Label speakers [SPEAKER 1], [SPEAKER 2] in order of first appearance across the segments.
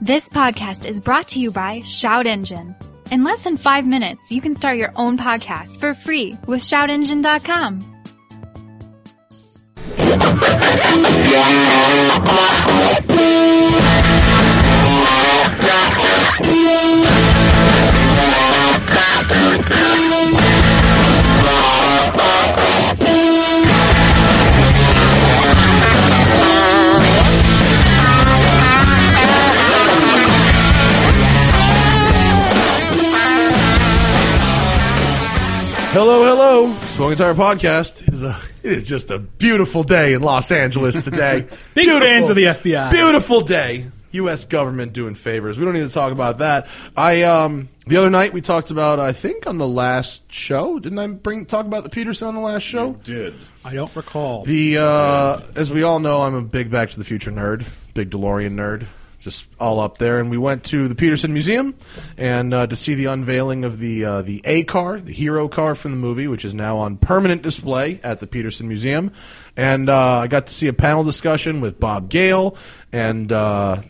[SPEAKER 1] This podcast is brought to you by Shout Engine. In less than five minutes, you can start your own podcast for free with shoutengine.com.
[SPEAKER 2] Hello, hello, Smoking Entire Podcast. It is, a, it is just a beautiful day in Los Angeles today.
[SPEAKER 3] Big
[SPEAKER 2] Beautiful.
[SPEAKER 3] fans of the FBI.
[SPEAKER 2] Beautiful day. U.S. government doing favors. We don't need to talk about that. I um the other night we talked about I think on the last show didn't I bring talk about the Peterson on the last show?
[SPEAKER 4] did.
[SPEAKER 3] I don't recall.
[SPEAKER 2] The uh, as we all know, I'm a big Back to the Future nerd, big DeLorean nerd, just all up there. And we went to the Peterson Museum and uh, to see the unveiling of the uh, the A car, the hero car from the movie, which is now on permanent display at the Peterson Museum. And uh, I got to see a panel discussion with Bob Gale and. Uh,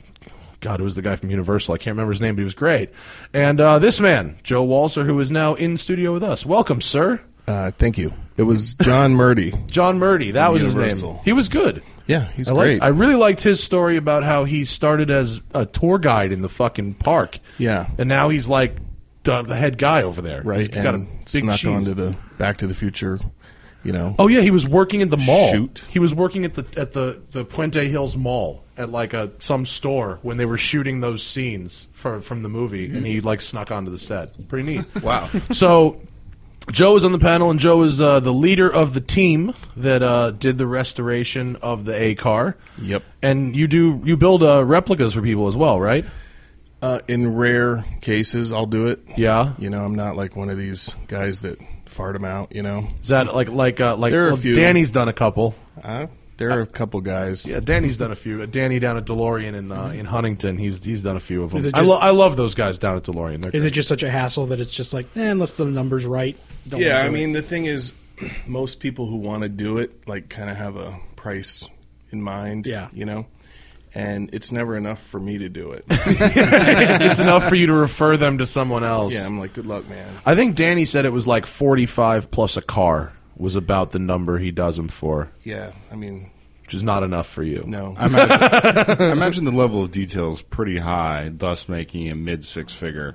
[SPEAKER 2] God, it was the guy from Universal. I can't remember his name, but he was great. And uh, this man, Joe Walser, who is now in studio with us. Welcome, sir.
[SPEAKER 4] Uh, thank you. It was John Murdy.
[SPEAKER 2] John Murdy, that was his name.
[SPEAKER 4] Universal.
[SPEAKER 2] He was good.
[SPEAKER 4] Yeah, he's
[SPEAKER 2] I
[SPEAKER 4] great.
[SPEAKER 2] Liked, I really liked his story about how he started as a tour guide in the fucking park.
[SPEAKER 4] Yeah.
[SPEAKER 2] and now he's like the, the head guy over there.
[SPEAKER 4] right,
[SPEAKER 2] He's
[SPEAKER 4] and
[SPEAKER 2] got a big
[SPEAKER 4] snuck
[SPEAKER 2] cheese.
[SPEAKER 4] onto the Back to the Future. You know,
[SPEAKER 2] Oh yeah, he was working in the mall.
[SPEAKER 4] Shoot.
[SPEAKER 2] He was working at the at the the Puente Hills Mall at like a some store when they were shooting those scenes from from the movie, and he like snuck onto the set. Pretty neat.
[SPEAKER 4] Wow.
[SPEAKER 2] So. Joe is on the panel, and Joe is uh, the leader of the team that uh, did the restoration of the A car.
[SPEAKER 4] Yep.
[SPEAKER 2] And you do you build uh, replicas for people as well, right?
[SPEAKER 4] uh, in rare cases, I'll do it.
[SPEAKER 2] Yeah.
[SPEAKER 4] you know, I'm not like one of these guys that fart them out. You know,
[SPEAKER 2] Is that like like uh, like
[SPEAKER 4] There are a
[SPEAKER 2] well,
[SPEAKER 4] few.
[SPEAKER 2] Danny's done a couple.
[SPEAKER 4] uh, there are a couple guys.
[SPEAKER 2] Yeah, Danny's done a few. Danny down at DeLorean in
[SPEAKER 4] Mm-hmm.
[SPEAKER 2] uh, in Huntington, he's he's done a few of them.
[SPEAKER 3] Is it
[SPEAKER 2] I,
[SPEAKER 3] just-
[SPEAKER 2] lo- I love those guys down at DeLorean. They're
[SPEAKER 3] Is it just such a hassle that it's just like, eh, unless the number's right? Don't
[SPEAKER 4] Yeah,
[SPEAKER 3] wanna
[SPEAKER 4] I
[SPEAKER 3] do it.
[SPEAKER 4] mean, the thing is, most people who want to do it like kind of have a price in mind.
[SPEAKER 3] Yeah.
[SPEAKER 4] you know, and it's never enough for me to do it.
[SPEAKER 2] it's enough for you to refer them to someone else.
[SPEAKER 4] yeah, I'm like, good luck, man.
[SPEAKER 2] I think Danny said it was like forty five plus a car was about the number he does them for,
[SPEAKER 4] Yeah, I mean,
[SPEAKER 2] which is not enough for you.
[SPEAKER 4] no.
[SPEAKER 5] I imagine, I imagine the level of detail is pretty high, thus making a mid six figure.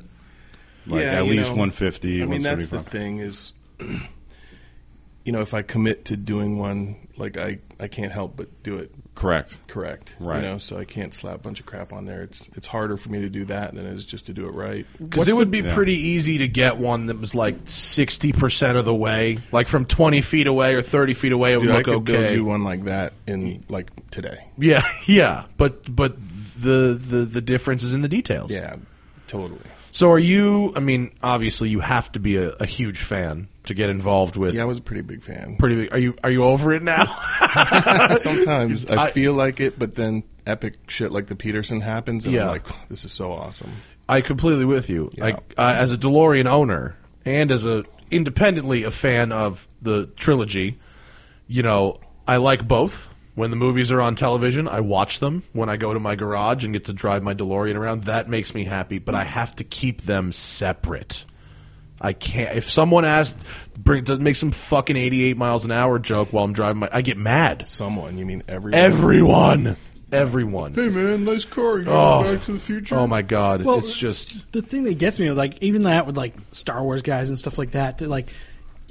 [SPEAKER 5] Like at
[SPEAKER 4] you
[SPEAKER 5] least
[SPEAKER 4] know,
[SPEAKER 5] 150,
[SPEAKER 4] I mean, that's the
[SPEAKER 5] 175.
[SPEAKER 4] thing is, you know, if I commit to doing one, like I, I can't help but do it
[SPEAKER 5] Correct.
[SPEAKER 4] correct.
[SPEAKER 5] Right.
[SPEAKER 4] You know, so I can't slap a bunch of crap on there. It's it's harder for me to do that than it is just to do it right.
[SPEAKER 2] Because it would be
[SPEAKER 5] yeah.
[SPEAKER 2] pretty easy to get one that was like sixty percent of the way, like from twenty feet away or thirty feet away, it would
[SPEAKER 4] Dude, I
[SPEAKER 2] look
[SPEAKER 4] could go
[SPEAKER 2] okay.
[SPEAKER 4] do one like that in like today.
[SPEAKER 2] Yeah, yeah, but but the the the difference is in the details.
[SPEAKER 4] Yeah, totally.
[SPEAKER 2] So are you? I mean, obviously, you have to be a, a huge fan to get involved with.
[SPEAKER 4] Yeah, I was a pretty big fan.
[SPEAKER 2] Pretty big. Are you are you over it now?
[SPEAKER 4] Sometimes I,
[SPEAKER 2] I-
[SPEAKER 4] feel like it, but then epic shit like the Peterson happens, and
[SPEAKER 2] Yeah.
[SPEAKER 4] I'm like, this is so awesome.
[SPEAKER 2] I completely with you. Like uh, as a DeLorean owner and as a independently a fan of the trilogy, you know, I like both. When the movies are on television, I watch them. When I go to my garage and get to drive my DeLorean around, that makes me happy, but I have to keep them separate. I can't. If someone asked, bring, to make some fucking 88 miles an hour joke while I'm driving my. I get mad.
[SPEAKER 4] Someone, you mean everyone?
[SPEAKER 2] Everyone! Everyone.
[SPEAKER 4] hey man, nice car. You
[SPEAKER 2] Oh.
[SPEAKER 4] got Back to the Future.
[SPEAKER 2] Oh my god.
[SPEAKER 3] Well,
[SPEAKER 2] it's just.
[SPEAKER 3] the thing that gets me, like even that with like Star Wars guys and stuff like that, they're like,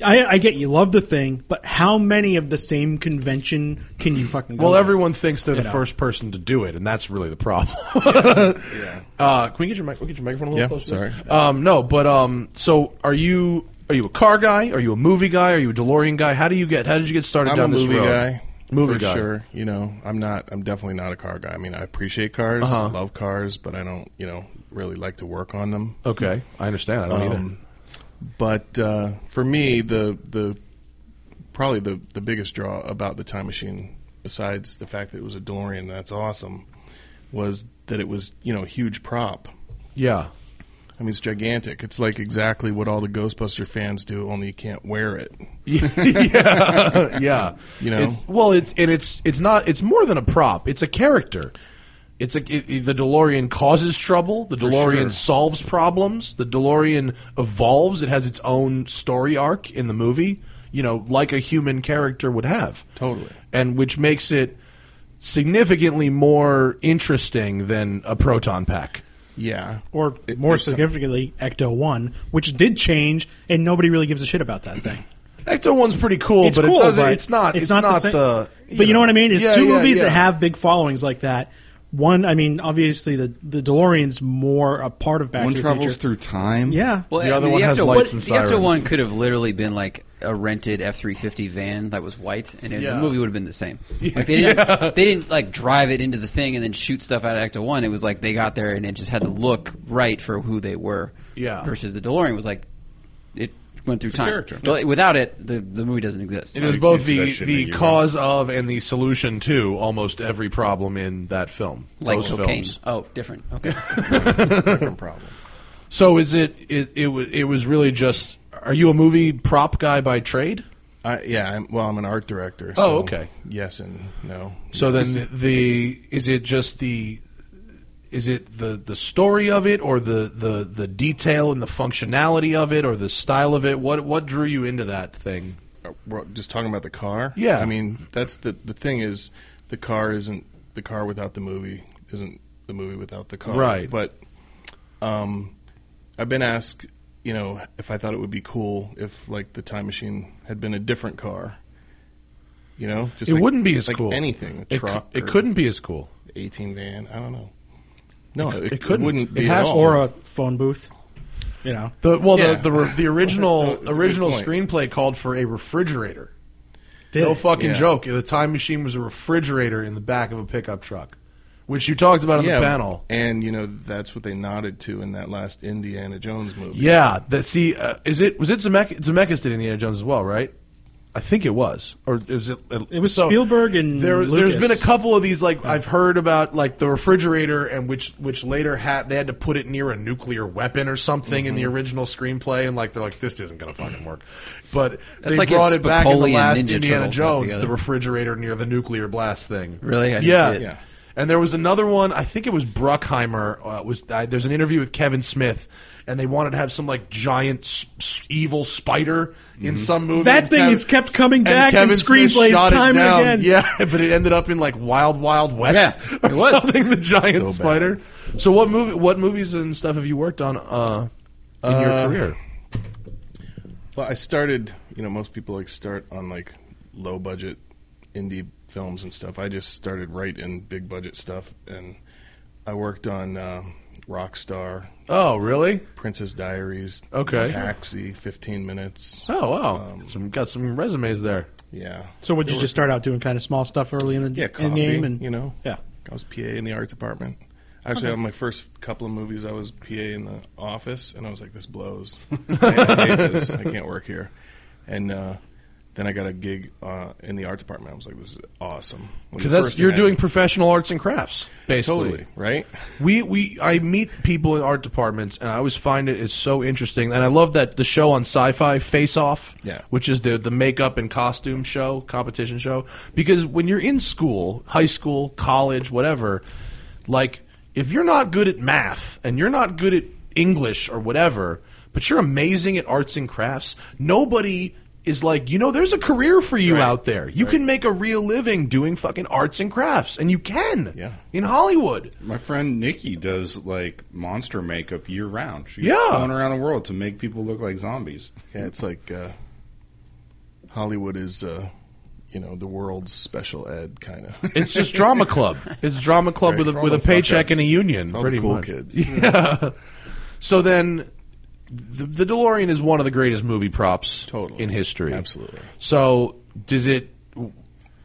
[SPEAKER 3] I, I get you love the thing, but how many of the same convention can you fucking? Go
[SPEAKER 2] Well,
[SPEAKER 3] to?
[SPEAKER 2] everyone thinks they're the
[SPEAKER 3] know.
[SPEAKER 2] first person to do it, and that's really the problem. Uh, can we get your mic? We'll get your microphone a little
[SPEAKER 4] Yeah,
[SPEAKER 2] closer.
[SPEAKER 4] sorry.
[SPEAKER 2] Um, no, but um, so are you? Are you a car guy? Are you a movie guy? Are you a DeLorean guy? How do you get? How did you get started
[SPEAKER 4] I'm
[SPEAKER 2] down
[SPEAKER 4] a
[SPEAKER 2] this
[SPEAKER 4] movie
[SPEAKER 2] road?
[SPEAKER 4] guy.
[SPEAKER 2] Movie
[SPEAKER 4] for
[SPEAKER 2] guy.
[SPEAKER 4] sure. You know, I'm not. I'm definitely not a car guy. I mean, I appreciate cars,
[SPEAKER 2] Uh-huh.
[SPEAKER 4] love cars, but I don't. You know, really like to work on them.
[SPEAKER 2] Okay, I understand. I don't
[SPEAKER 4] Um, but uh, for me, the the probably the the biggest draw about the time machine, besides the fact that it was a DeLorean, that's awesome, was that it was you know a huge prop.
[SPEAKER 2] either. Yeah.
[SPEAKER 4] I mean, it's gigantic. It's like exactly what all the Ghostbuster fans do, only you can't wear it.
[SPEAKER 2] yeah, yeah.
[SPEAKER 4] You know?
[SPEAKER 2] It's- well, it's and it's it's not. It's more than a prop. It's a character. It's a, it, it- the DeLorean causes trouble. The DeLorean
[SPEAKER 5] sure.
[SPEAKER 2] solves problems. The DeLorean evolves. It has its own story arc in the movie, you know, like a human character would have.
[SPEAKER 4] Totally.
[SPEAKER 2] And which makes it significantly more interesting than a proton pack.
[SPEAKER 4] Yeah.
[SPEAKER 3] Or
[SPEAKER 4] It-
[SPEAKER 3] more
[SPEAKER 4] it's some-
[SPEAKER 3] significantly, Ecto One, which did change, and nobody really gives a shit about that thing.
[SPEAKER 2] Ecto one's pretty cool,
[SPEAKER 3] It's
[SPEAKER 2] but
[SPEAKER 3] cool,
[SPEAKER 2] it doesn't.
[SPEAKER 3] but
[SPEAKER 2] it's not. It's, not, the.
[SPEAKER 3] same- but you know what I mean? It's
[SPEAKER 2] Yeah,
[SPEAKER 3] two
[SPEAKER 2] yeah,
[SPEAKER 3] movies
[SPEAKER 2] yeah.
[SPEAKER 3] that have big followings like that. One, I mean, obviously the the DeLorean's more a part of Back
[SPEAKER 5] One
[SPEAKER 3] to the
[SPEAKER 5] travels
[SPEAKER 3] Future.
[SPEAKER 5] through time.
[SPEAKER 3] Yeah,
[SPEAKER 6] Well,
[SPEAKER 2] The other
[SPEAKER 6] the
[SPEAKER 2] one has
[SPEAKER 6] Ecto-
[SPEAKER 2] lights
[SPEAKER 6] what-
[SPEAKER 2] and
[SPEAKER 6] The Ecto
[SPEAKER 2] sirens.
[SPEAKER 6] one could have literally been like a rented F three fifty van that was white, and it,
[SPEAKER 2] Yeah.
[SPEAKER 6] the movie would have been the same. Like they didn't, they didn't like drive it into the thing and then shoot stuff out of Ecto one. It was like they got there and it just had to look right for who they were.
[SPEAKER 2] Yeah.
[SPEAKER 6] Versus the DeLorean was like it went through time.
[SPEAKER 4] character.
[SPEAKER 6] Well, Without it, the the movie doesn't exist.
[SPEAKER 2] It is
[SPEAKER 5] you
[SPEAKER 2] both
[SPEAKER 5] can't do that
[SPEAKER 2] the,
[SPEAKER 5] shit
[SPEAKER 2] the
[SPEAKER 5] anymore.
[SPEAKER 2] cause of and the solution to almost every problem in that film.
[SPEAKER 6] like
[SPEAKER 2] those
[SPEAKER 6] cocaine.
[SPEAKER 2] films.
[SPEAKER 6] Oh, different. Okay.
[SPEAKER 4] different problem.
[SPEAKER 2] So is it it it was it was really just are you a movie prop guy by trade?
[SPEAKER 4] I, yeah. I'm, well, I'm an art director.
[SPEAKER 2] Oh,
[SPEAKER 4] so
[SPEAKER 2] okay.
[SPEAKER 4] Yes and no.
[SPEAKER 2] So then the is it just the is it the the story of it or the the the detail and the functionality of it or the style of it? What what drew you into that thing?
[SPEAKER 4] Uh, we're just talking about the car.
[SPEAKER 2] Yeah.
[SPEAKER 4] I mean, that's the the thing is the car isn't the car without the movie isn't the movie without the car.
[SPEAKER 2] Right.
[SPEAKER 4] But um, I've been asked, you know, if I thought it would be cool if like the time machine had been a different car. You know, just
[SPEAKER 2] It
[SPEAKER 4] like-
[SPEAKER 2] wouldn't be as
[SPEAKER 4] like
[SPEAKER 2] cool.
[SPEAKER 4] Anything, a
[SPEAKER 2] It,
[SPEAKER 4] truck.
[SPEAKER 2] cou- it
[SPEAKER 4] or
[SPEAKER 2] couldn't be as cool.
[SPEAKER 4] eighteen van. I don't know. No, it,
[SPEAKER 2] it
[SPEAKER 4] it
[SPEAKER 2] couldn't.
[SPEAKER 4] wouldn't
[SPEAKER 2] It
[SPEAKER 4] be
[SPEAKER 2] has
[SPEAKER 4] at
[SPEAKER 2] to.
[SPEAKER 4] all.
[SPEAKER 3] or a phone booth. You know,
[SPEAKER 2] The, well,
[SPEAKER 4] Yeah.
[SPEAKER 2] the, the the original
[SPEAKER 4] That's a good
[SPEAKER 2] original
[SPEAKER 4] point.
[SPEAKER 2] screenplay called for a refrigerator.
[SPEAKER 3] Did
[SPEAKER 2] No
[SPEAKER 3] it.
[SPEAKER 2] fucking
[SPEAKER 4] Yeah.
[SPEAKER 2] joke. The time machine was a refrigerator in the back of a pickup truck, which you talked about in
[SPEAKER 4] yeah,
[SPEAKER 2] the panel.
[SPEAKER 4] and you know that's what they nodded to in that last Indiana Jones movie.
[SPEAKER 2] Yeah, that see, uh, is it was it Zemeckis, Zemeckis did Indiana Jones as well, right? I think it was, or it was it?
[SPEAKER 3] It was Spielberg and
[SPEAKER 2] there.
[SPEAKER 3] Lucas.
[SPEAKER 2] There's been a couple of these, like I've heard about, like the refrigerator, and which which later had they had to put it near a nuclear weapon or something in the
[SPEAKER 6] Mm-hmm.
[SPEAKER 2] original screenplay, and like they're like this isn't gonna fucking work, but they
[SPEAKER 6] like
[SPEAKER 2] brought
[SPEAKER 6] if
[SPEAKER 2] it back in the
[SPEAKER 6] Spicoli and
[SPEAKER 2] last
[SPEAKER 6] Ninja
[SPEAKER 2] Indiana
[SPEAKER 6] Turtles got
[SPEAKER 2] Jones,
[SPEAKER 6] together.
[SPEAKER 2] the refrigerator near the nuclear blast thing.
[SPEAKER 6] Really? I didn't
[SPEAKER 2] yeah,
[SPEAKER 6] see it.
[SPEAKER 2] yeah. And there was another one. I think it was Bruckheimer. Uh, was uh, there's an interview with Kevin Smith, and they wanted to have some like giant s- s- evil spider
[SPEAKER 6] Mm-hmm.
[SPEAKER 2] in some movie.
[SPEAKER 3] That
[SPEAKER 2] And
[SPEAKER 3] thing
[SPEAKER 2] Kev-
[SPEAKER 3] has kept coming back in
[SPEAKER 2] Kevin Smith
[SPEAKER 3] screenplays
[SPEAKER 2] shot it
[SPEAKER 3] time and
[SPEAKER 2] down.
[SPEAKER 3] again.
[SPEAKER 2] Yeah, but it ended up in like Wild Wild West.
[SPEAKER 6] Yeah,
[SPEAKER 2] or
[SPEAKER 6] it was.
[SPEAKER 2] something. The giant
[SPEAKER 5] So bad.
[SPEAKER 2] spider. So what movie? What movies and stuff have you worked on uh, in your
[SPEAKER 4] Uh,
[SPEAKER 2] career?
[SPEAKER 4] Well, I started, you know, most people like start on like low budget indie films and stuff. I just started right in big budget stuff, and I worked on uh, Rockstar,
[SPEAKER 2] Oh, really?
[SPEAKER 4] Princess Diaries,
[SPEAKER 2] Okay.
[SPEAKER 4] Taxi, Fifteen Minutes.
[SPEAKER 6] Um,
[SPEAKER 2] Oh, wow. some got some resumes there.
[SPEAKER 4] Yeah,
[SPEAKER 3] So would you just start out doing kind of small stuff early in the
[SPEAKER 4] yeah,
[SPEAKER 3] in the
[SPEAKER 4] coffee,
[SPEAKER 3] game, and
[SPEAKER 4] you know,
[SPEAKER 3] yeah,
[SPEAKER 4] I was PA in the art department. Actually, on my first couple of movies, I was PA in the office, and I was like, "This blows. I, I hate this. I can't work here." And uh, then I got a gig uh, in the art department. I was like, "This is awesome." When
[SPEAKER 2] Because
[SPEAKER 4] the
[SPEAKER 2] that's
[SPEAKER 4] first
[SPEAKER 2] you're
[SPEAKER 4] thing I-
[SPEAKER 2] doing professional arts and crafts, basically.
[SPEAKER 4] totally right.
[SPEAKER 2] We we I meet people in art departments, and I always find it is so interesting. And I love that the show on Sci-Fi Face Off,
[SPEAKER 4] Yeah.
[SPEAKER 2] which is the the makeup and costume show competition show. Because when you're in school, high school, college, whatever, like if you're not good at math and you're not good at English or whatever, but you're amazing at arts and crafts, nobody. Is like you know, there's a career for you
[SPEAKER 4] Right.
[SPEAKER 2] out there. You can make a real living doing fucking arts and crafts, and you can
[SPEAKER 4] Yeah.
[SPEAKER 2] in Hollywood.
[SPEAKER 5] My friend Nikki does like monster makeup year round. She's
[SPEAKER 2] Yeah.
[SPEAKER 5] going around the world to make people look like zombies.
[SPEAKER 4] Yeah, it's like uh, Hollywood is, uh, you know, the world's special ed kind of.
[SPEAKER 2] It's just drama club. It's drama club
[SPEAKER 4] Right.
[SPEAKER 2] with a,
[SPEAKER 4] For all
[SPEAKER 2] with a
[SPEAKER 4] the fuck
[SPEAKER 2] paycheck
[SPEAKER 4] ups.
[SPEAKER 2] and a union,
[SPEAKER 4] It's all the
[SPEAKER 2] pretty
[SPEAKER 4] cool
[SPEAKER 2] much.
[SPEAKER 4] kids.
[SPEAKER 2] Yeah. so then, the, the DeLorean is one of the greatest movie props
[SPEAKER 4] Totally.
[SPEAKER 2] in history.
[SPEAKER 4] Absolutely.
[SPEAKER 2] So does it?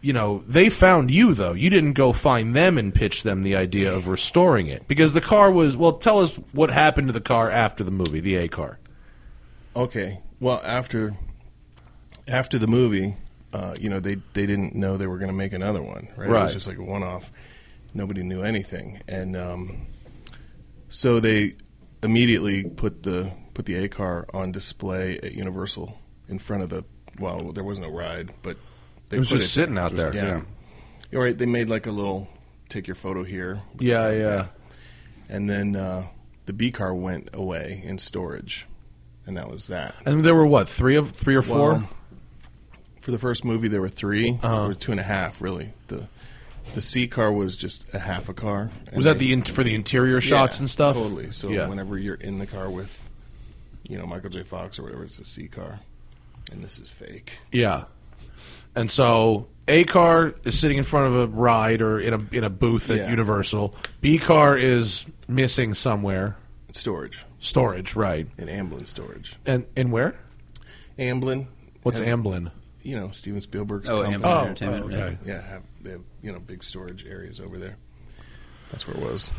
[SPEAKER 2] You know, they found you though. You didn't go find them and pitch them the idea of restoring it because the car was. Well, tell us what happened to the car after the movie, the A car.
[SPEAKER 4] Okay. Well, after after the movie, uh, you know, they they didn't know they were going to make another one. Right? It
[SPEAKER 2] Right.
[SPEAKER 4] was just like a one off. Nobody knew anything, and um, so they immediately put the put the A car on display at Universal in front of the. Well, there was no ride, but they
[SPEAKER 2] It was
[SPEAKER 4] put
[SPEAKER 2] just sitting out there.
[SPEAKER 4] Yeah. All right. They made like a little take your photo here.
[SPEAKER 2] Yeah, yeah.
[SPEAKER 4] And then uh, the B car went away in storage, and that was that.
[SPEAKER 2] And there were what three of three or four? Uh-huh.
[SPEAKER 4] Well, for the first movie, there were 3 There were two and a half, really. The the C car was just a half a car. and
[SPEAKER 2] was that
[SPEAKER 4] they-
[SPEAKER 2] the in, for the interior shots
[SPEAKER 4] Yeah,
[SPEAKER 2] and stuff?
[SPEAKER 4] Totally. So
[SPEAKER 2] yeah.
[SPEAKER 4] whenever you're in the car with, you know, Michael J. Fox or whatever, it's a C car, and this is fake.
[SPEAKER 2] Yeah. And so A car is sitting in front of a ride or in a in a booth at
[SPEAKER 4] Yeah.
[SPEAKER 2] Universal. B car is missing somewhere.
[SPEAKER 4] It's storage,
[SPEAKER 2] Storage, right.
[SPEAKER 4] in Amblin storage.
[SPEAKER 2] And and where?
[SPEAKER 4] Amblin.
[SPEAKER 2] What's
[SPEAKER 4] has-
[SPEAKER 2] Amblin?
[SPEAKER 4] You know, Steven Spielberg's
[SPEAKER 6] Oh,
[SPEAKER 4] company.
[SPEAKER 6] Amblin Oh, Entertainment, oh, yeah. okay.
[SPEAKER 4] Yeah, have, they have you know big storage areas over there. That's where it was.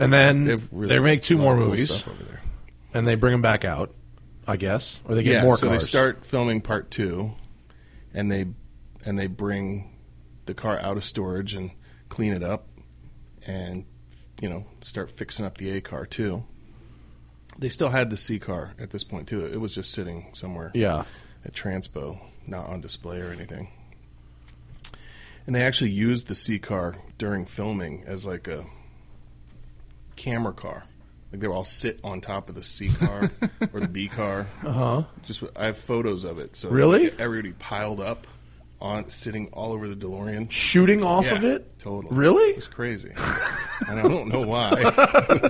[SPEAKER 2] And then
[SPEAKER 4] They've really
[SPEAKER 2] they make two
[SPEAKER 4] a lot
[SPEAKER 2] more
[SPEAKER 4] of cool
[SPEAKER 2] movies
[SPEAKER 4] stuff over there.
[SPEAKER 2] and they bring them back out, I guess, or they get
[SPEAKER 4] yeah,
[SPEAKER 2] more
[SPEAKER 4] so
[SPEAKER 2] cars.
[SPEAKER 4] they start filming part two, and they and they bring the car out of storage and clean it up, and you know start fixing up the A car too. They still had the C car at this point too. It was just sitting somewhere.
[SPEAKER 2] Yeah.
[SPEAKER 4] at Transpo, not on display or anything. And they actually used the C car during filming as like a camera car. Like they would all sit on top of the C car or the B car. Uh huh. Just I have photos of it. So
[SPEAKER 2] Uh-huh. Really?
[SPEAKER 4] everybody piled up on sitting all over the DeLorean.
[SPEAKER 2] shooting off
[SPEAKER 4] Yeah,
[SPEAKER 2] of it?
[SPEAKER 4] Totally.
[SPEAKER 2] Really?
[SPEAKER 4] It's crazy. and I don't know why.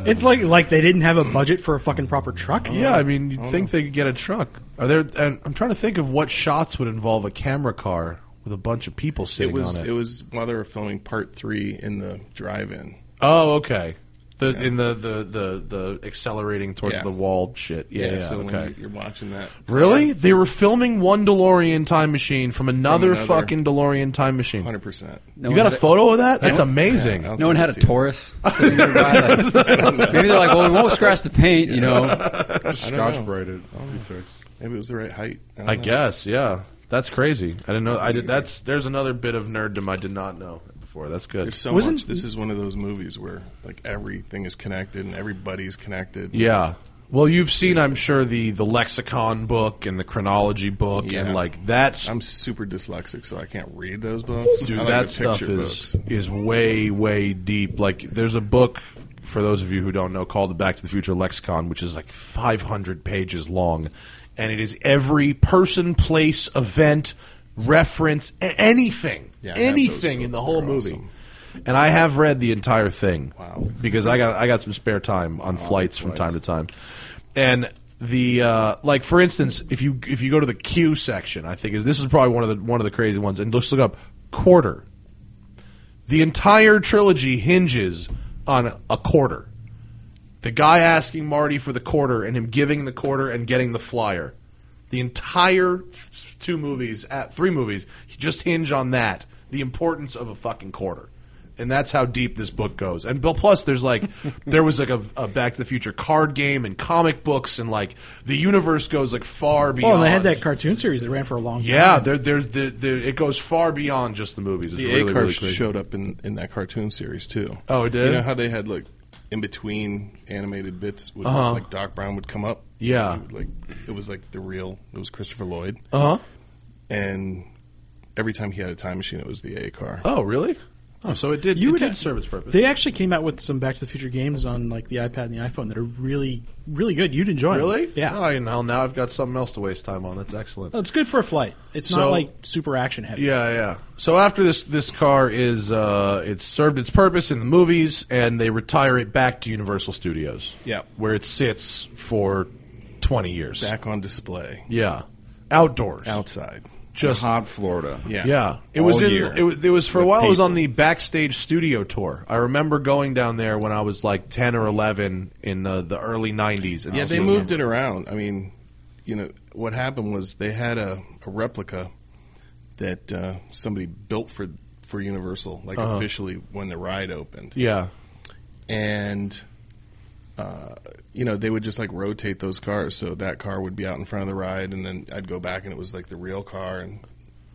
[SPEAKER 3] It's like like they didn't have a budget for a fucking proper truck.
[SPEAKER 2] Yeah, I mean, you'd think they could get a truck. Are there? And I'm trying to think of what shots would involve a camera car with a bunch of people
[SPEAKER 4] It
[SPEAKER 2] sitting
[SPEAKER 4] was
[SPEAKER 2] on
[SPEAKER 4] it
[SPEAKER 2] it.
[SPEAKER 4] was while they were filming part three in the drive-in.
[SPEAKER 2] oh, okay. The in the, the the the accelerating towards
[SPEAKER 4] Yeah.
[SPEAKER 2] the wall shit. Yeah, yeah,
[SPEAKER 4] so when
[SPEAKER 2] okay.
[SPEAKER 4] you- you're watching that.
[SPEAKER 2] Really? They were filming one DeLorean time machine from another,
[SPEAKER 4] another.
[SPEAKER 2] fucking DeLorean time machine.
[SPEAKER 4] Hundred percent.
[SPEAKER 6] No
[SPEAKER 2] you
[SPEAKER 6] one
[SPEAKER 2] got a
[SPEAKER 6] had it-
[SPEAKER 2] photo of that? That's amazing.
[SPEAKER 4] Yeah, I'll
[SPEAKER 6] No one had a
[SPEAKER 4] send it to you.
[SPEAKER 6] Taurus. sitting nearby, like- maybe they're like, well, we won't scratch the paint, you know.
[SPEAKER 5] Scotch
[SPEAKER 4] know.
[SPEAKER 5] braided. I'll be fixed.
[SPEAKER 4] Maybe it was the right height. don't
[SPEAKER 2] I
[SPEAKER 4] know.
[SPEAKER 2] guess, yeah. That's crazy. I didn't know. I did. That's there's another bit of nerddom I did not know before. That's good.
[SPEAKER 4] There's so
[SPEAKER 3] Wasn't-
[SPEAKER 4] much. This is one of those movies where like everything is connected and everybody's connected.
[SPEAKER 2] Yeah. Well, you've seen, I'm sure, the the lexicon book and the chronology book, and
[SPEAKER 4] Yeah.
[SPEAKER 2] like that's
[SPEAKER 4] I'm super dyslexic, so I can't read those books.
[SPEAKER 2] dude,
[SPEAKER 4] I like
[SPEAKER 2] that
[SPEAKER 4] the
[SPEAKER 2] stuff
[SPEAKER 4] picture
[SPEAKER 2] is is way way deep. Like, there's a book for those of you who don't know called the Back to the Future Lexicon, which is like 500 pages long, and it is every person, place, event, reference, a- anything,
[SPEAKER 4] Yeah, I have those
[SPEAKER 2] anything in the
[SPEAKER 4] books.
[SPEAKER 2] whole
[SPEAKER 4] They're
[SPEAKER 2] movie.
[SPEAKER 4] awesome.
[SPEAKER 2] And I have read the entire thing.
[SPEAKER 4] Wow.
[SPEAKER 2] Because I got I got some spare time on flights from time to time. And the uh, like for instance, if you if you go to the Q section, I think is this is probably one of the one of the crazy ones and just look up quarter. The entire trilogy hinges on a quarter. The guy asking Marty for the quarter and him giving the quarter and getting the flyer. The entire th- two movies, at three movies, just hinge on that. The importance of a fucking quarter. And that's how deep this book goes. And Bill, plus there's like, there was like a, a Back to the Future card game and comic books and like the universe goes like far beyond.
[SPEAKER 3] Well, and Oh, they had that cartoon series that ran for a long time.
[SPEAKER 2] Yeah, there, there's the, the, it goes far beyond just the movies. It's
[SPEAKER 4] The
[SPEAKER 2] really,
[SPEAKER 4] A car
[SPEAKER 2] really crazy.
[SPEAKER 4] showed up in, in that cartoon series too.
[SPEAKER 2] Oh, it did?
[SPEAKER 4] You know how they had like in between animated bits, would, like Doc Brown would come up.
[SPEAKER 2] Uh-huh. Yeah.
[SPEAKER 4] He would, like it was like the real. It was Christopher Lloyd,
[SPEAKER 2] Uh
[SPEAKER 3] Uh-huh.
[SPEAKER 2] huh.
[SPEAKER 4] and every time he had a time machine, it was the A car.
[SPEAKER 2] Oh, really? Oh, so it did.
[SPEAKER 3] You
[SPEAKER 2] You it
[SPEAKER 3] would
[SPEAKER 2] did
[SPEAKER 3] ha-
[SPEAKER 2] serve its purpose.
[SPEAKER 3] They actually came out with some Back to the Future games on like the iPad and the iPhone that are really, really good. You'd enjoy. 'em.
[SPEAKER 2] really?
[SPEAKER 3] Yeah.
[SPEAKER 2] Oh, you know, now I've got something else to waste time on. That's excellent.
[SPEAKER 3] Oh, it's good for a flight. It's
[SPEAKER 2] So-
[SPEAKER 3] not like super action heavy.
[SPEAKER 2] Yeah, yeah. So after this, this car is uh, it's served its purpose in the movies, and they retire it back to Universal Studios.
[SPEAKER 4] Yeah.
[SPEAKER 2] where it sits for twenty years.
[SPEAKER 4] Back on display
[SPEAKER 2] Yeah, outdoors.
[SPEAKER 4] outside.
[SPEAKER 2] Just
[SPEAKER 5] hot Florida.
[SPEAKER 4] Yeah.
[SPEAKER 2] Yeah, it
[SPEAKER 4] All
[SPEAKER 2] was in.
[SPEAKER 4] year.
[SPEAKER 2] It was, it was for a
[SPEAKER 4] With
[SPEAKER 2] while. It was
[SPEAKER 4] people.
[SPEAKER 2] on the backstage studio tour. I remember going down there when I was like ten or eleven in the, the early nineties.
[SPEAKER 4] Yeah, they moved it around. I mean, you know, what happened was they had a, a replica that uh, somebody built for for Universal, like
[SPEAKER 2] Uh-huh.
[SPEAKER 4] officially when the ride opened,
[SPEAKER 2] Yeah,
[SPEAKER 4] and uh, you know they would just like rotate those cars. So that car would be out in front of the ride, and then I'd go back, and it was like the real car, and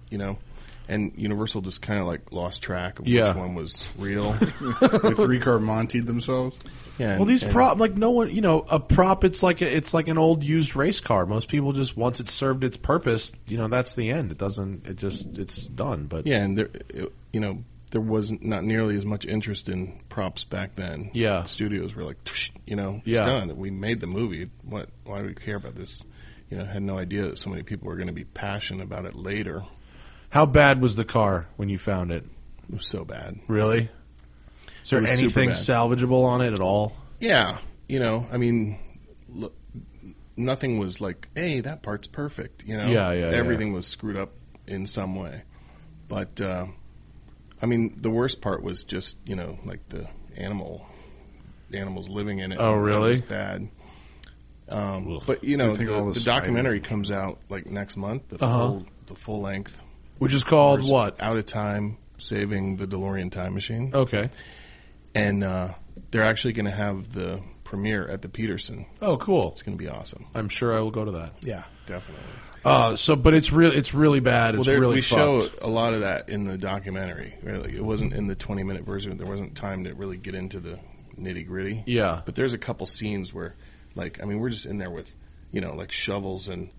[SPEAKER 4] you know. And Universal just kind of like lost track of
[SPEAKER 2] Yeah.
[SPEAKER 4] which one was real.
[SPEAKER 5] the three car Monty themselves.
[SPEAKER 4] Yeah,
[SPEAKER 2] Well,
[SPEAKER 4] and-
[SPEAKER 2] these
[SPEAKER 4] and-
[SPEAKER 2] prop like no one, you know, a prop. It's like a, it's like an old used race car. Most people just once it's served its purpose, you know, that's the end. It doesn't. It just it's done. But
[SPEAKER 4] Yeah, and there, it, you know there was not nearly as much interest in props back then.
[SPEAKER 2] Yeah.
[SPEAKER 4] studios were like, "Tsh," you know, it's
[SPEAKER 2] Yeah.
[SPEAKER 4] done. We made the movie. What? Why do we care about this? You know, had no idea that so many people were going to be passionate about it later.
[SPEAKER 2] How bad was the car when you found it?
[SPEAKER 4] It was so bad.
[SPEAKER 2] Really? Is there
[SPEAKER 4] It was super
[SPEAKER 2] anything
[SPEAKER 4] bad.
[SPEAKER 2] salvageable on it at all?
[SPEAKER 4] Yeah, you know, I mean, look, nothing was like, "Hey, that part's perfect." You know,
[SPEAKER 2] Yeah, yeah, yeah.
[SPEAKER 4] Everything was screwed up in some way, but uh, I mean, the worst part was just you know like the animal, the animals living in it.
[SPEAKER 2] Oh, really?
[SPEAKER 4] That was bad. Um,
[SPEAKER 5] Ugh.
[SPEAKER 4] but you know,
[SPEAKER 5] I think
[SPEAKER 4] the,
[SPEAKER 5] all
[SPEAKER 4] the
[SPEAKER 5] this-
[SPEAKER 4] documentary comes out like next month. The
[SPEAKER 2] Uh-huh.
[SPEAKER 4] full, the full length.
[SPEAKER 2] Which is called
[SPEAKER 4] version,
[SPEAKER 2] what?
[SPEAKER 4] Out of time, saving the DeLorean time machine
[SPEAKER 2] Okay.
[SPEAKER 4] and uh, they're actually going to have the premiere at the Peterson.
[SPEAKER 2] Oh, cool.
[SPEAKER 4] It's going to be awesome.
[SPEAKER 2] I'm sure I will go to that.
[SPEAKER 4] Yeah, definitely.
[SPEAKER 2] Uh, so, but it's real. It's really bad.
[SPEAKER 4] Well,
[SPEAKER 2] It's
[SPEAKER 4] there,
[SPEAKER 2] really
[SPEAKER 4] we
[SPEAKER 2] fucked.
[SPEAKER 4] show a lot of that in the documentary. Really, it wasn't in the 20 minute version. There wasn't time to really get into the nitty gritty.
[SPEAKER 2] Yeah.
[SPEAKER 4] but there's a couple scenes where, like, I mean, we're just in there with, you know, like shovels and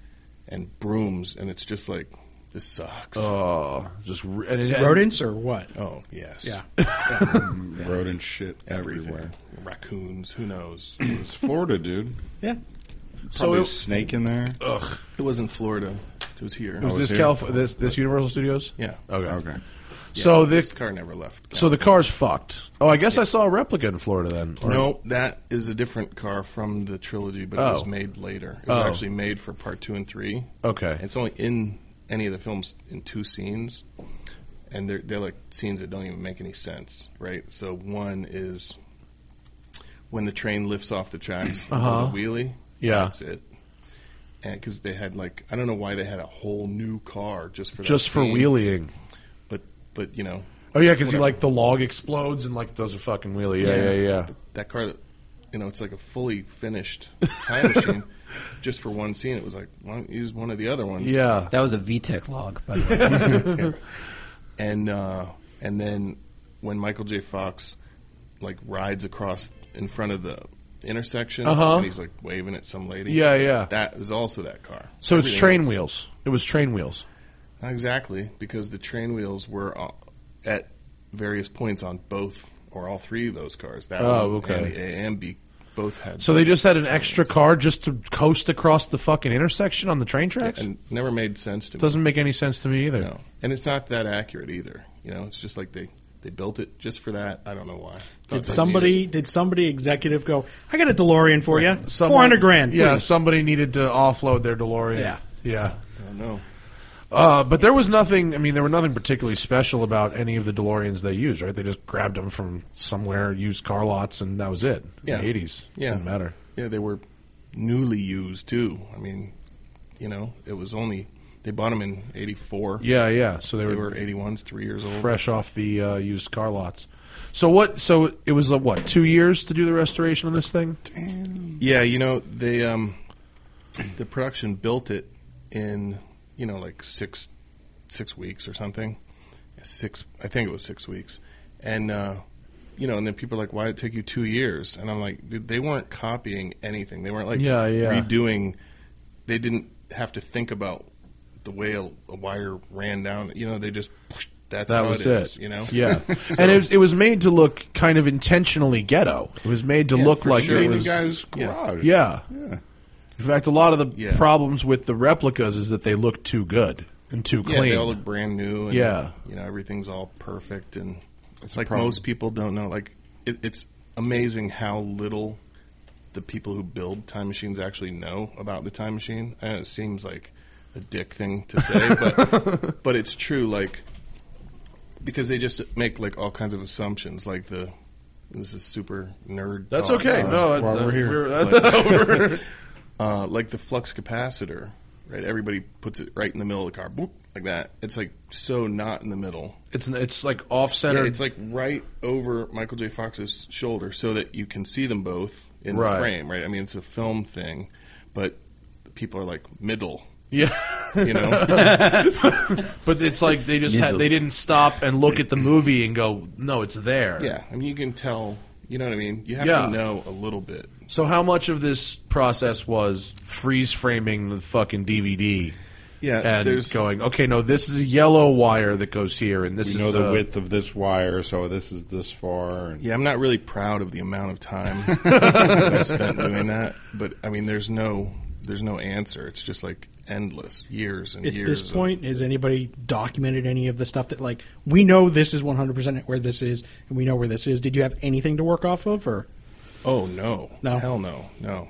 [SPEAKER 4] and brooms, and it's just like this sucks.
[SPEAKER 2] Oh, just re- and it,
[SPEAKER 3] rodents or what?
[SPEAKER 4] oh yes,
[SPEAKER 3] Yeah.
[SPEAKER 2] Mm-hmm.
[SPEAKER 5] Rodent shit
[SPEAKER 4] everything.
[SPEAKER 5] everywhere.
[SPEAKER 4] Raccoons, who knows?
[SPEAKER 5] It's Florida, dude.
[SPEAKER 3] Yeah.
[SPEAKER 5] Probably a
[SPEAKER 2] it-
[SPEAKER 5] snake in there.
[SPEAKER 2] Ugh.
[SPEAKER 4] it wasn't Florida. It was here.
[SPEAKER 2] Was this
[SPEAKER 5] here.
[SPEAKER 2] Calif- this this Universal Studios?
[SPEAKER 4] yeah.
[SPEAKER 2] Okay.
[SPEAKER 5] Okay.
[SPEAKER 2] So
[SPEAKER 4] Yeah,
[SPEAKER 2] this
[SPEAKER 4] car never left.
[SPEAKER 2] so the car's fucked. Oh, I guess I saw a replica in Florida then. or-
[SPEAKER 4] No, that is a different car from the trilogy, but it
[SPEAKER 2] Oh.
[SPEAKER 4] was made later. It was
[SPEAKER 2] Oh.
[SPEAKER 4] actually made for part two and three.
[SPEAKER 2] Okay.
[SPEAKER 4] It's only in any of the films in two scenes, and they're they're like scenes that don't even make any sense, right? So one is when the train lifts off the tracks, and
[SPEAKER 2] Uh-huh.
[SPEAKER 4] does a wheelie.
[SPEAKER 2] Yeah.
[SPEAKER 4] that's it. And because they had like I don't know why they had a whole new car just for that
[SPEAKER 2] just for
[SPEAKER 4] scene,
[SPEAKER 2] wheeling.
[SPEAKER 4] but but you know
[SPEAKER 2] Oh yeah, because
[SPEAKER 4] Whatever.
[SPEAKER 2] like the log explodes and like does a fucking wheelie. Yeah, yeah, yeah.
[SPEAKER 4] But that car, that, you know, it's like a fully finished time machine. Just for one scene, it was like, why don't you use one of the other ones?
[SPEAKER 2] Yeah.
[SPEAKER 6] That was a VTech log, by the way.
[SPEAKER 4] And uh, and then when Michael J. Fox like rides across in front of the intersection,
[SPEAKER 2] Uh-huh.
[SPEAKER 4] and he's like waving at some lady.
[SPEAKER 2] Yeah, yeah.
[SPEAKER 4] That is also that car.
[SPEAKER 2] So it's
[SPEAKER 4] Everything
[SPEAKER 2] train
[SPEAKER 4] else-
[SPEAKER 2] wheels. It was train wheels.
[SPEAKER 4] Not exactly, because the train wheels were uh, at various points on both or all three of those cars. That
[SPEAKER 2] Oh,
[SPEAKER 4] one
[SPEAKER 2] okay.
[SPEAKER 4] And the A and B both had.
[SPEAKER 2] So they just had an extra car just to coast across the fucking intersection on the train tracks.
[SPEAKER 4] and never made sense to me.
[SPEAKER 2] Doesn't make any sense to me either.
[SPEAKER 4] No, and it's not that accurate either. You know, it's just like they they built it just for that. I don't know why.
[SPEAKER 3] Did somebody did somebody executive go? I got a DeLorean for you. Four hundred grand.
[SPEAKER 2] Yeah,
[SPEAKER 3] please."
[SPEAKER 2] somebody needed to offload their DeLorean.
[SPEAKER 3] Yeah.
[SPEAKER 2] yeah.
[SPEAKER 4] I don't know.
[SPEAKER 2] Uh, but there was nothing. I mean, there were nothing particularly special about any of the DeLoreans they used. Right? They just grabbed them from somewhere, used car lots, and that was it.
[SPEAKER 4] Yeah.
[SPEAKER 2] In the eighties.
[SPEAKER 4] Yeah.
[SPEAKER 2] Didn't matter.
[SPEAKER 4] Yeah, they were newly used too. I mean, you know, it was only they bought them in '84.
[SPEAKER 2] Yeah, yeah. So
[SPEAKER 4] they were '81s, three years old.
[SPEAKER 2] fresh off the uh, used car lots. So what? So it was uh, what two years to do the restoration on this thing?
[SPEAKER 4] Yeah, you know, they um, the production built it in you know like six six weeks or something. Six, I think it was six weeks, and uh, you know, and then people are like, "Why did it take you two years?" And I'm like, "Dude, they weren't copying anything. They weren't like
[SPEAKER 2] Yeah, yeah.
[SPEAKER 4] redoing. They didn't have to think about the way a, a wire ran down. You know, they just that's
[SPEAKER 2] That
[SPEAKER 4] how
[SPEAKER 2] was
[SPEAKER 4] it is. You know,
[SPEAKER 2] yeah. and it was, it was made to look kind of intentionally ghetto. It was made to look
[SPEAKER 4] for
[SPEAKER 2] like
[SPEAKER 4] sure.
[SPEAKER 2] it
[SPEAKER 4] Made in
[SPEAKER 2] was.
[SPEAKER 5] guy's
[SPEAKER 4] yeah.
[SPEAKER 5] garage.
[SPEAKER 2] Yeah.
[SPEAKER 5] Yeah.
[SPEAKER 2] In fact, a lot of the
[SPEAKER 4] Yeah.
[SPEAKER 2] problems with the replicas is that they look too good and too
[SPEAKER 4] Yeah,
[SPEAKER 2] clean.
[SPEAKER 4] they all look brand new. And,
[SPEAKER 2] Yeah.
[SPEAKER 4] you know everything's all perfect, and
[SPEAKER 5] That's a
[SPEAKER 4] like
[SPEAKER 5] problem.
[SPEAKER 4] most people don't know. Like it, it's amazing how little the people who build time machines actually know about the time machine. I know it seems like a dick thing to say, but but it's true. Like because they just make like all kinds of assumptions. Like the this is super nerd.
[SPEAKER 2] That's
[SPEAKER 4] talk,
[SPEAKER 2] okay.
[SPEAKER 4] so-
[SPEAKER 2] No,
[SPEAKER 5] why
[SPEAKER 2] uh,
[SPEAKER 5] we're here.
[SPEAKER 2] we're-
[SPEAKER 4] uh, like the flux capacitor, right? Everybody puts it right in the middle of the car, boop, like that. It's like so not in the middle.
[SPEAKER 2] it's it's like off
[SPEAKER 4] Yeah,
[SPEAKER 2] center.
[SPEAKER 4] it's like right over Michael J. Fox's shoulder, so that you can see them both in
[SPEAKER 2] Right.
[SPEAKER 4] the frame, right? I mean, it's a film thing, but people are like middle,
[SPEAKER 2] yeah.
[SPEAKER 4] you know?
[SPEAKER 2] But it's like they just had,
[SPEAKER 6] Middle.
[SPEAKER 2] they didn't stop and look at the movie and go, no, it's there.
[SPEAKER 4] yeah, I mean, you can tell. You know what I mean? You have
[SPEAKER 2] Yeah.
[SPEAKER 4] to know a little bit.
[SPEAKER 2] So how much of this process was freeze framing the fucking DVD
[SPEAKER 4] Yeah,
[SPEAKER 2] and
[SPEAKER 4] Uh, there's-
[SPEAKER 2] going, okay, no, this is a yellow wire that goes here, and this
[SPEAKER 5] You
[SPEAKER 2] is
[SPEAKER 5] know the
[SPEAKER 2] uh,
[SPEAKER 5] width of this wire, so this is this far. And
[SPEAKER 4] Yeah, I'm not really proud of the amount of time I spent doing that, but I mean, there's no there's no answer. It's just like endless years and
[SPEAKER 3] At
[SPEAKER 4] years.
[SPEAKER 3] this
[SPEAKER 4] of-
[SPEAKER 3] point, has anybody documented any of the stuff that like we know this is 100% where this is and we know where this is? Did you have anything to work off of or
[SPEAKER 4] oh no,
[SPEAKER 3] No.
[SPEAKER 4] hell no, no.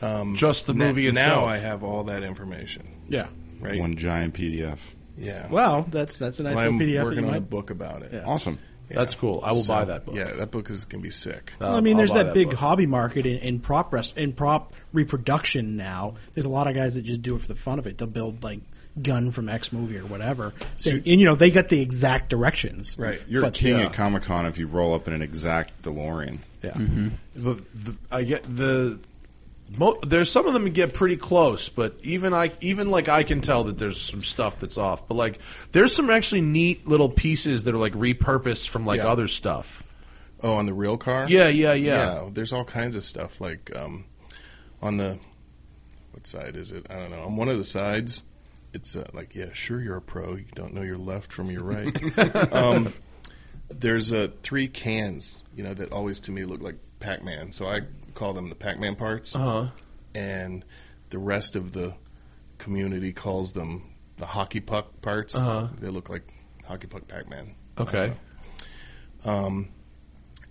[SPEAKER 4] Um,
[SPEAKER 2] Just the
[SPEAKER 4] na-
[SPEAKER 2] movie itself.
[SPEAKER 4] Now I have all that information,
[SPEAKER 3] Yeah.
[SPEAKER 4] right?
[SPEAKER 5] One giant PDF.
[SPEAKER 4] Yeah.
[SPEAKER 3] Wow, that's that's a nice
[SPEAKER 4] Well,
[SPEAKER 3] little
[SPEAKER 4] I'm
[SPEAKER 3] PDF that
[SPEAKER 4] working
[SPEAKER 3] you
[SPEAKER 4] on a
[SPEAKER 3] might.
[SPEAKER 4] book about it.
[SPEAKER 3] Yeah.
[SPEAKER 5] Awesome.
[SPEAKER 4] Yeah.
[SPEAKER 2] That's cool. I will
[SPEAKER 4] So,
[SPEAKER 2] buy that book.
[SPEAKER 4] Yeah, that book is gonna be sick.
[SPEAKER 3] Well, I
[SPEAKER 2] uh,
[SPEAKER 3] mean,
[SPEAKER 2] I'll
[SPEAKER 3] there's
[SPEAKER 2] buy
[SPEAKER 3] that, big
[SPEAKER 2] book.
[SPEAKER 3] hobby market in, in prop rest in prop reproduction now. There's a lot of guys that just do it for the fun of it. They'll build like gun from X movie or whatever. So and you know they got the exact directions.
[SPEAKER 4] Right.
[SPEAKER 5] You're
[SPEAKER 3] But,
[SPEAKER 5] a king
[SPEAKER 3] yeah.
[SPEAKER 5] at Comic Con if you roll up in an exact DeLorean.
[SPEAKER 2] Yeah, but the, I get the. Mo- there's some of them get pretty close, but even I, even like I can tell that there's some stuff that's off. But like, there's some actually neat little pieces that are like repurposed from like
[SPEAKER 4] Yeah.
[SPEAKER 2] other stuff.
[SPEAKER 4] Oh, on the real car?
[SPEAKER 2] Yeah, yeah, yeah.
[SPEAKER 4] There's all kinds of stuff like um, on the what side is it? I don't know. On one of the sides, it's uh, like yeah, sure you're a pro. You don't know your left from your right. um, there's uh, three cans, you know, that always to me look like Pac-Man. So I call them the Pac-Man parts,
[SPEAKER 2] Uh-huh.
[SPEAKER 4] and the rest of the community calls them the hockey puck parts.
[SPEAKER 2] Uh-huh.
[SPEAKER 4] They look like hockey puck Pac-Man.
[SPEAKER 2] Okay.
[SPEAKER 4] Um,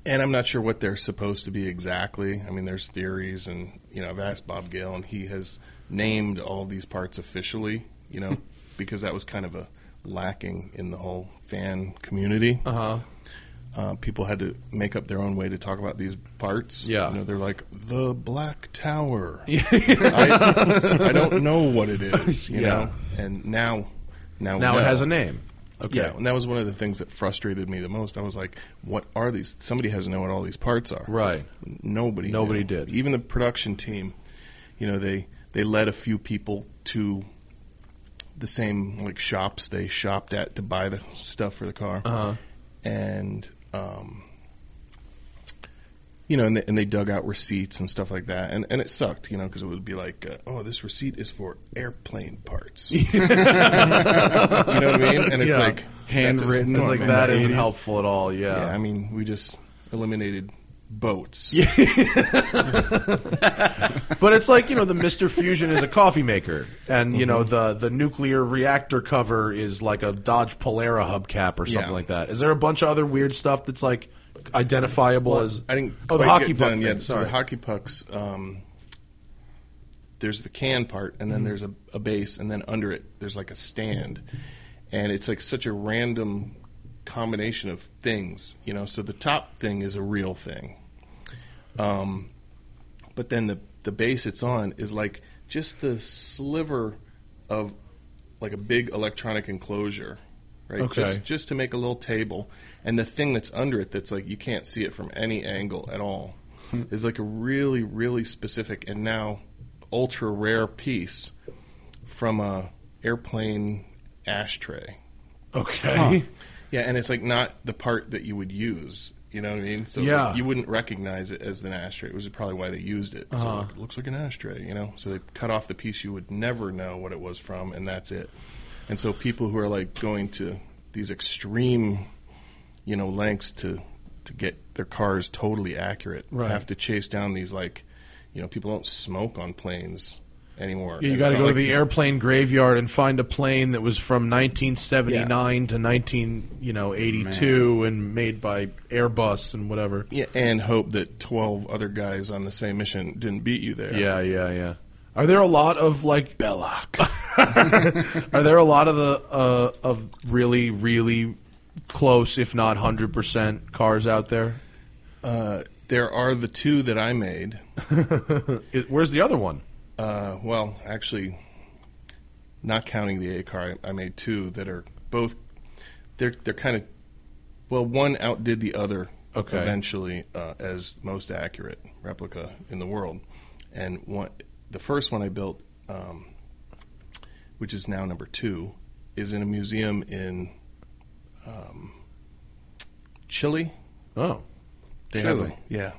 [SPEAKER 4] and I'm not sure what they're supposed to be exactly. I mean, there's theories, and you know, I've asked Bob Gale, and he has named all these parts officially. You know, because that was kind of a lacking in the whole fan community.
[SPEAKER 2] Uh huh.
[SPEAKER 4] Uh, people had to make up their own way to talk about these parts.
[SPEAKER 2] Yeah.
[SPEAKER 4] you know, they're like the Black Tower. I, I don't know what it is. You
[SPEAKER 2] Yeah.
[SPEAKER 4] know, and now, now we
[SPEAKER 2] Now it
[SPEAKER 4] know.
[SPEAKER 2] has a name. Okay.
[SPEAKER 4] Yeah, and that was one of the things that frustrated me the most. I was like, "What are these? Somebody has to know what all these parts are."
[SPEAKER 2] Right.
[SPEAKER 4] Nobody.
[SPEAKER 2] Nobody
[SPEAKER 4] knew.
[SPEAKER 2] did.
[SPEAKER 4] Even the production team, you know, they they led a few people to the same like shops they shopped at to buy the stuff for the car,
[SPEAKER 2] Uh-huh.
[SPEAKER 4] and um, you know, and they, and they dug out receipts and stuff like that, and and it sucked, you know, because it would be like, uh, "Oh, this receipt is for airplane parts." you know what I mean? And it's
[SPEAKER 2] Yeah.
[SPEAKER 4] like.
[SPEAKER 5] Handwritten.
[SPEAKER 2] It's
[SPEAKER 4] That's
[SPEAKER 2] like
[SPEAKER 4] from
[SPEAKER 2] that
[SPEAKER 4] the
[SPEAKER 2] isn't
[SPEAKER 4] 80s.
[SPEAKER 2] helpful at all. Yeah.
[SPEAKER 4] Yeah, I mean, we just eliminated boats.
[SPEAKER 2] But it's like you know the Mister Fusion is a coffee maker, and you
[SPEAKER 4] Mm-hmm.
[SPEAKER 2] know the the nuclear reactor cover is like a Dodge Polara hubcap or something
[SPEAKER 4] Yeah.
[SPEAKER 2] like that. Is there a bunch of other weird stuff that's like identifiable as?
[SPEAKER 4] I didn't.
[SPEAKER 2] Oh, the
[SPEAKER 4] quite
[SPEAKER 2] hockey
[SPEAKER 4] get
[SPEAKER 2] puck.
[SPEAKER 4] done
[SPEAKER 2] thing,
[SPEAKER 4] yet. So
[SPEAKER 2] sorry.
[SPEAKER 4] the hockey pucks. Um, there's the can part, and then
[SPEAKER 2] Mm-hmm.
[SPEAKER 4] there's a, a base, and then under it there's like a stand, and it's like such a random combination of things, you know. So the top thing is a real thing, um, but then the the base it's on is like just the sliver of like a big electronic enclosure, right?
[SPEAKER 2] Okay.
[SPEAKER 4] Just, just to make a little table, and the thing that's under it that's like you can't see it from any angle at all is like a really, really specific and now ultra rare piece from a airplane ashtray.
[SPEAKER 2] okay.
[SPEAKER 4] Yeah, and it's like not the part that you would use. You know what I mean? So
[SPEAKER 2] Yeah.
[SPEAKER 4] like, you wouldn't recognize it as an ashtray, which is probably why they used it.
[SPEAKER 2] Uh-huh.
[SPEAKER 4] So like, it looks like an ashtray, you know. So they cut off the piece you would never know what it was from, and that's it. And so people who are like going to these extreme, you know, lengths to to get their cars totally accurate
[SPEAKER 2] Right.
[SPEAKER 4] have to chase down these like, you know, people don't smoke on planes anymore.
[SPEAKER 2] You
[SPEAKER 4] And
[SPEAKER 2] got to
[SPEAKER 4] it's not
[SPEAKER 2] go to
[SPEAKER 4] like
[SPEAKER 2] the
[SPEAKER 4] you-
[SPEAKER 2] airplane graveyard and find a plane that was from 1979 to 19, you know, 82 and made by Airbus and whatever.
[SPEAKER 4] Yeah, and hope that twelve other guys on the same mission didn't beat you there.
[SPEAKER 2] Yeah, yeah, yeah. Are there a lot of like Belloc? Are there a lot of the uh, of really, really close, if not hundred percent, cars out there?
[SPEAKER 4] Uh, there are the two that I made.
[SPEAKER 2] It, where's the other one?
[SPEAKER 4] Uh, well, actually, not counting the A car, I, I made two that are both. They're they're kind of well, one outdid the other
[SPEAKER 2] Okay.
[SPEAKER 4] eventually uh, as most accurate replica in the world, and one the first one I built, um, which is now number two, is in a museum in um, Chile.
[SPEAKER 2] Oh,
[SPEAKER 4] They Have
[SPEAKER 5] Chile.
[SPEAKER 4] a, yeah.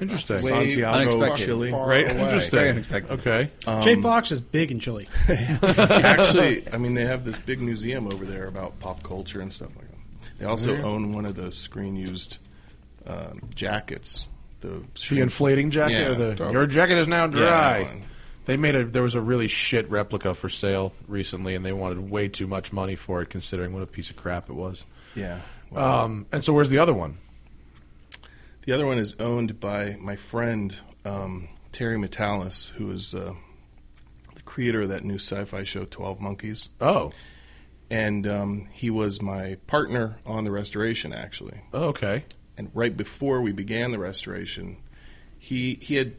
[SPEAKER 2] Interesting.
[SPEAKER 4] Way
[SPEAKER 6] Santiago, Unexpected.
[SPEAKER 4] Chile,
[SPEAKER 5] Far
[SPEAKER 4] right?
[SPEAKER 5] away.
[SPEAKER 2] Interesting.
[SPEAKER 6] Very unexpected.
[SPEAKER 2] Okay.
[SPEAKER 3] Jay
[SPEAKER 4] Um,
[SPEAKER 3] Fox is big in Chile.
[SPEAKER 4] Actually, I mean, they have this big museum over there about pop culture and stuff like that. They also own one of the screen-used um, jackets. The,
[SPEAKER 2] The
[SPEAKER 4] shrink-
[SPEAKER 2] inflating jacket.
[SPEAKER 4] Yeah.
[SPEAKER 2] or the, your jacket is now dry.
[SPEAKER 4] that one.
[SPEAKER 2] they made a. There was a really shit replica for sale recently, and they wanted way too much money for it, considering what a piece of crap it was.
[SPEAKER 4] Yeah.
[SPEAKER 2] Um, and so, where's the other one?
[SPEAKER 4] The other one is owned by my friend um, Terry Metalis, who is uh, the creator of that new sci-fi show Twelve Monkeys,
[SPEAKER 2] Oh.
[SPEAKER 4] and um, he was my partner on the restoration actually.
[SPEAKER 2] Oh, okay.
[SPEAKER 4] and right before we began the restoration, he he had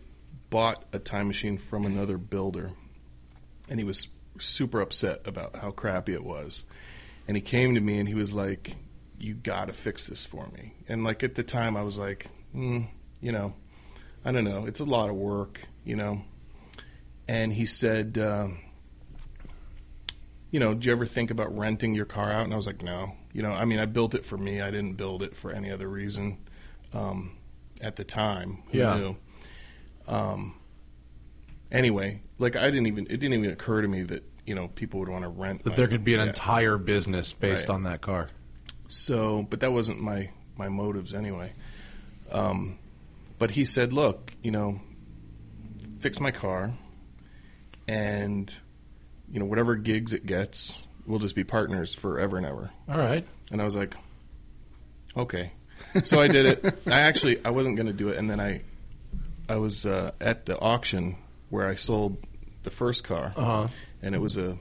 [SPEAKER 4] bought a time machine from another builder, and he was super upset about how crappy it was. And he came to me and he was like, "You got to fix this for me." And like at the time, I was like, mm, "You know, I don't know. It's a lot of work, you know." And he said, um, "You know, do you ever think about renting your car out?" And I was like, "No. You know, I mean, I built it for me. I didn't build it for any other reason um, at the time. Who
[SPEAKER 2] Yeah.
[SPEAKER 4] knew?" Um, anyway, like I didn't even it didn't even occur to me that you know people would want to rent
[SPEAKER 2] That
[SPEAKER 4] my-
[SPEAKER 2] there could be an
[SPEAKER 4] yeah.
[SPEAKER 2] entire business based
[SPEAKER 4] Right.
[SPEAKER 2] on that car.
[SPEAKER 4] So, but that wasn't my my motives anyway. Um, but he said, "Look, you know, fix my car, and you know whatever gigs it gets, we'll just be partners forever and ever."
[SPEAKER 2] All right.
[SPEAKER 4] And I was like, "Okay." So I did it. I actually I wasn't going to do it, and then I I was uh, at the auction where I sold the first car,
[SPEAKER 2] Uh-huh.
[SPEAKER 4] and it was a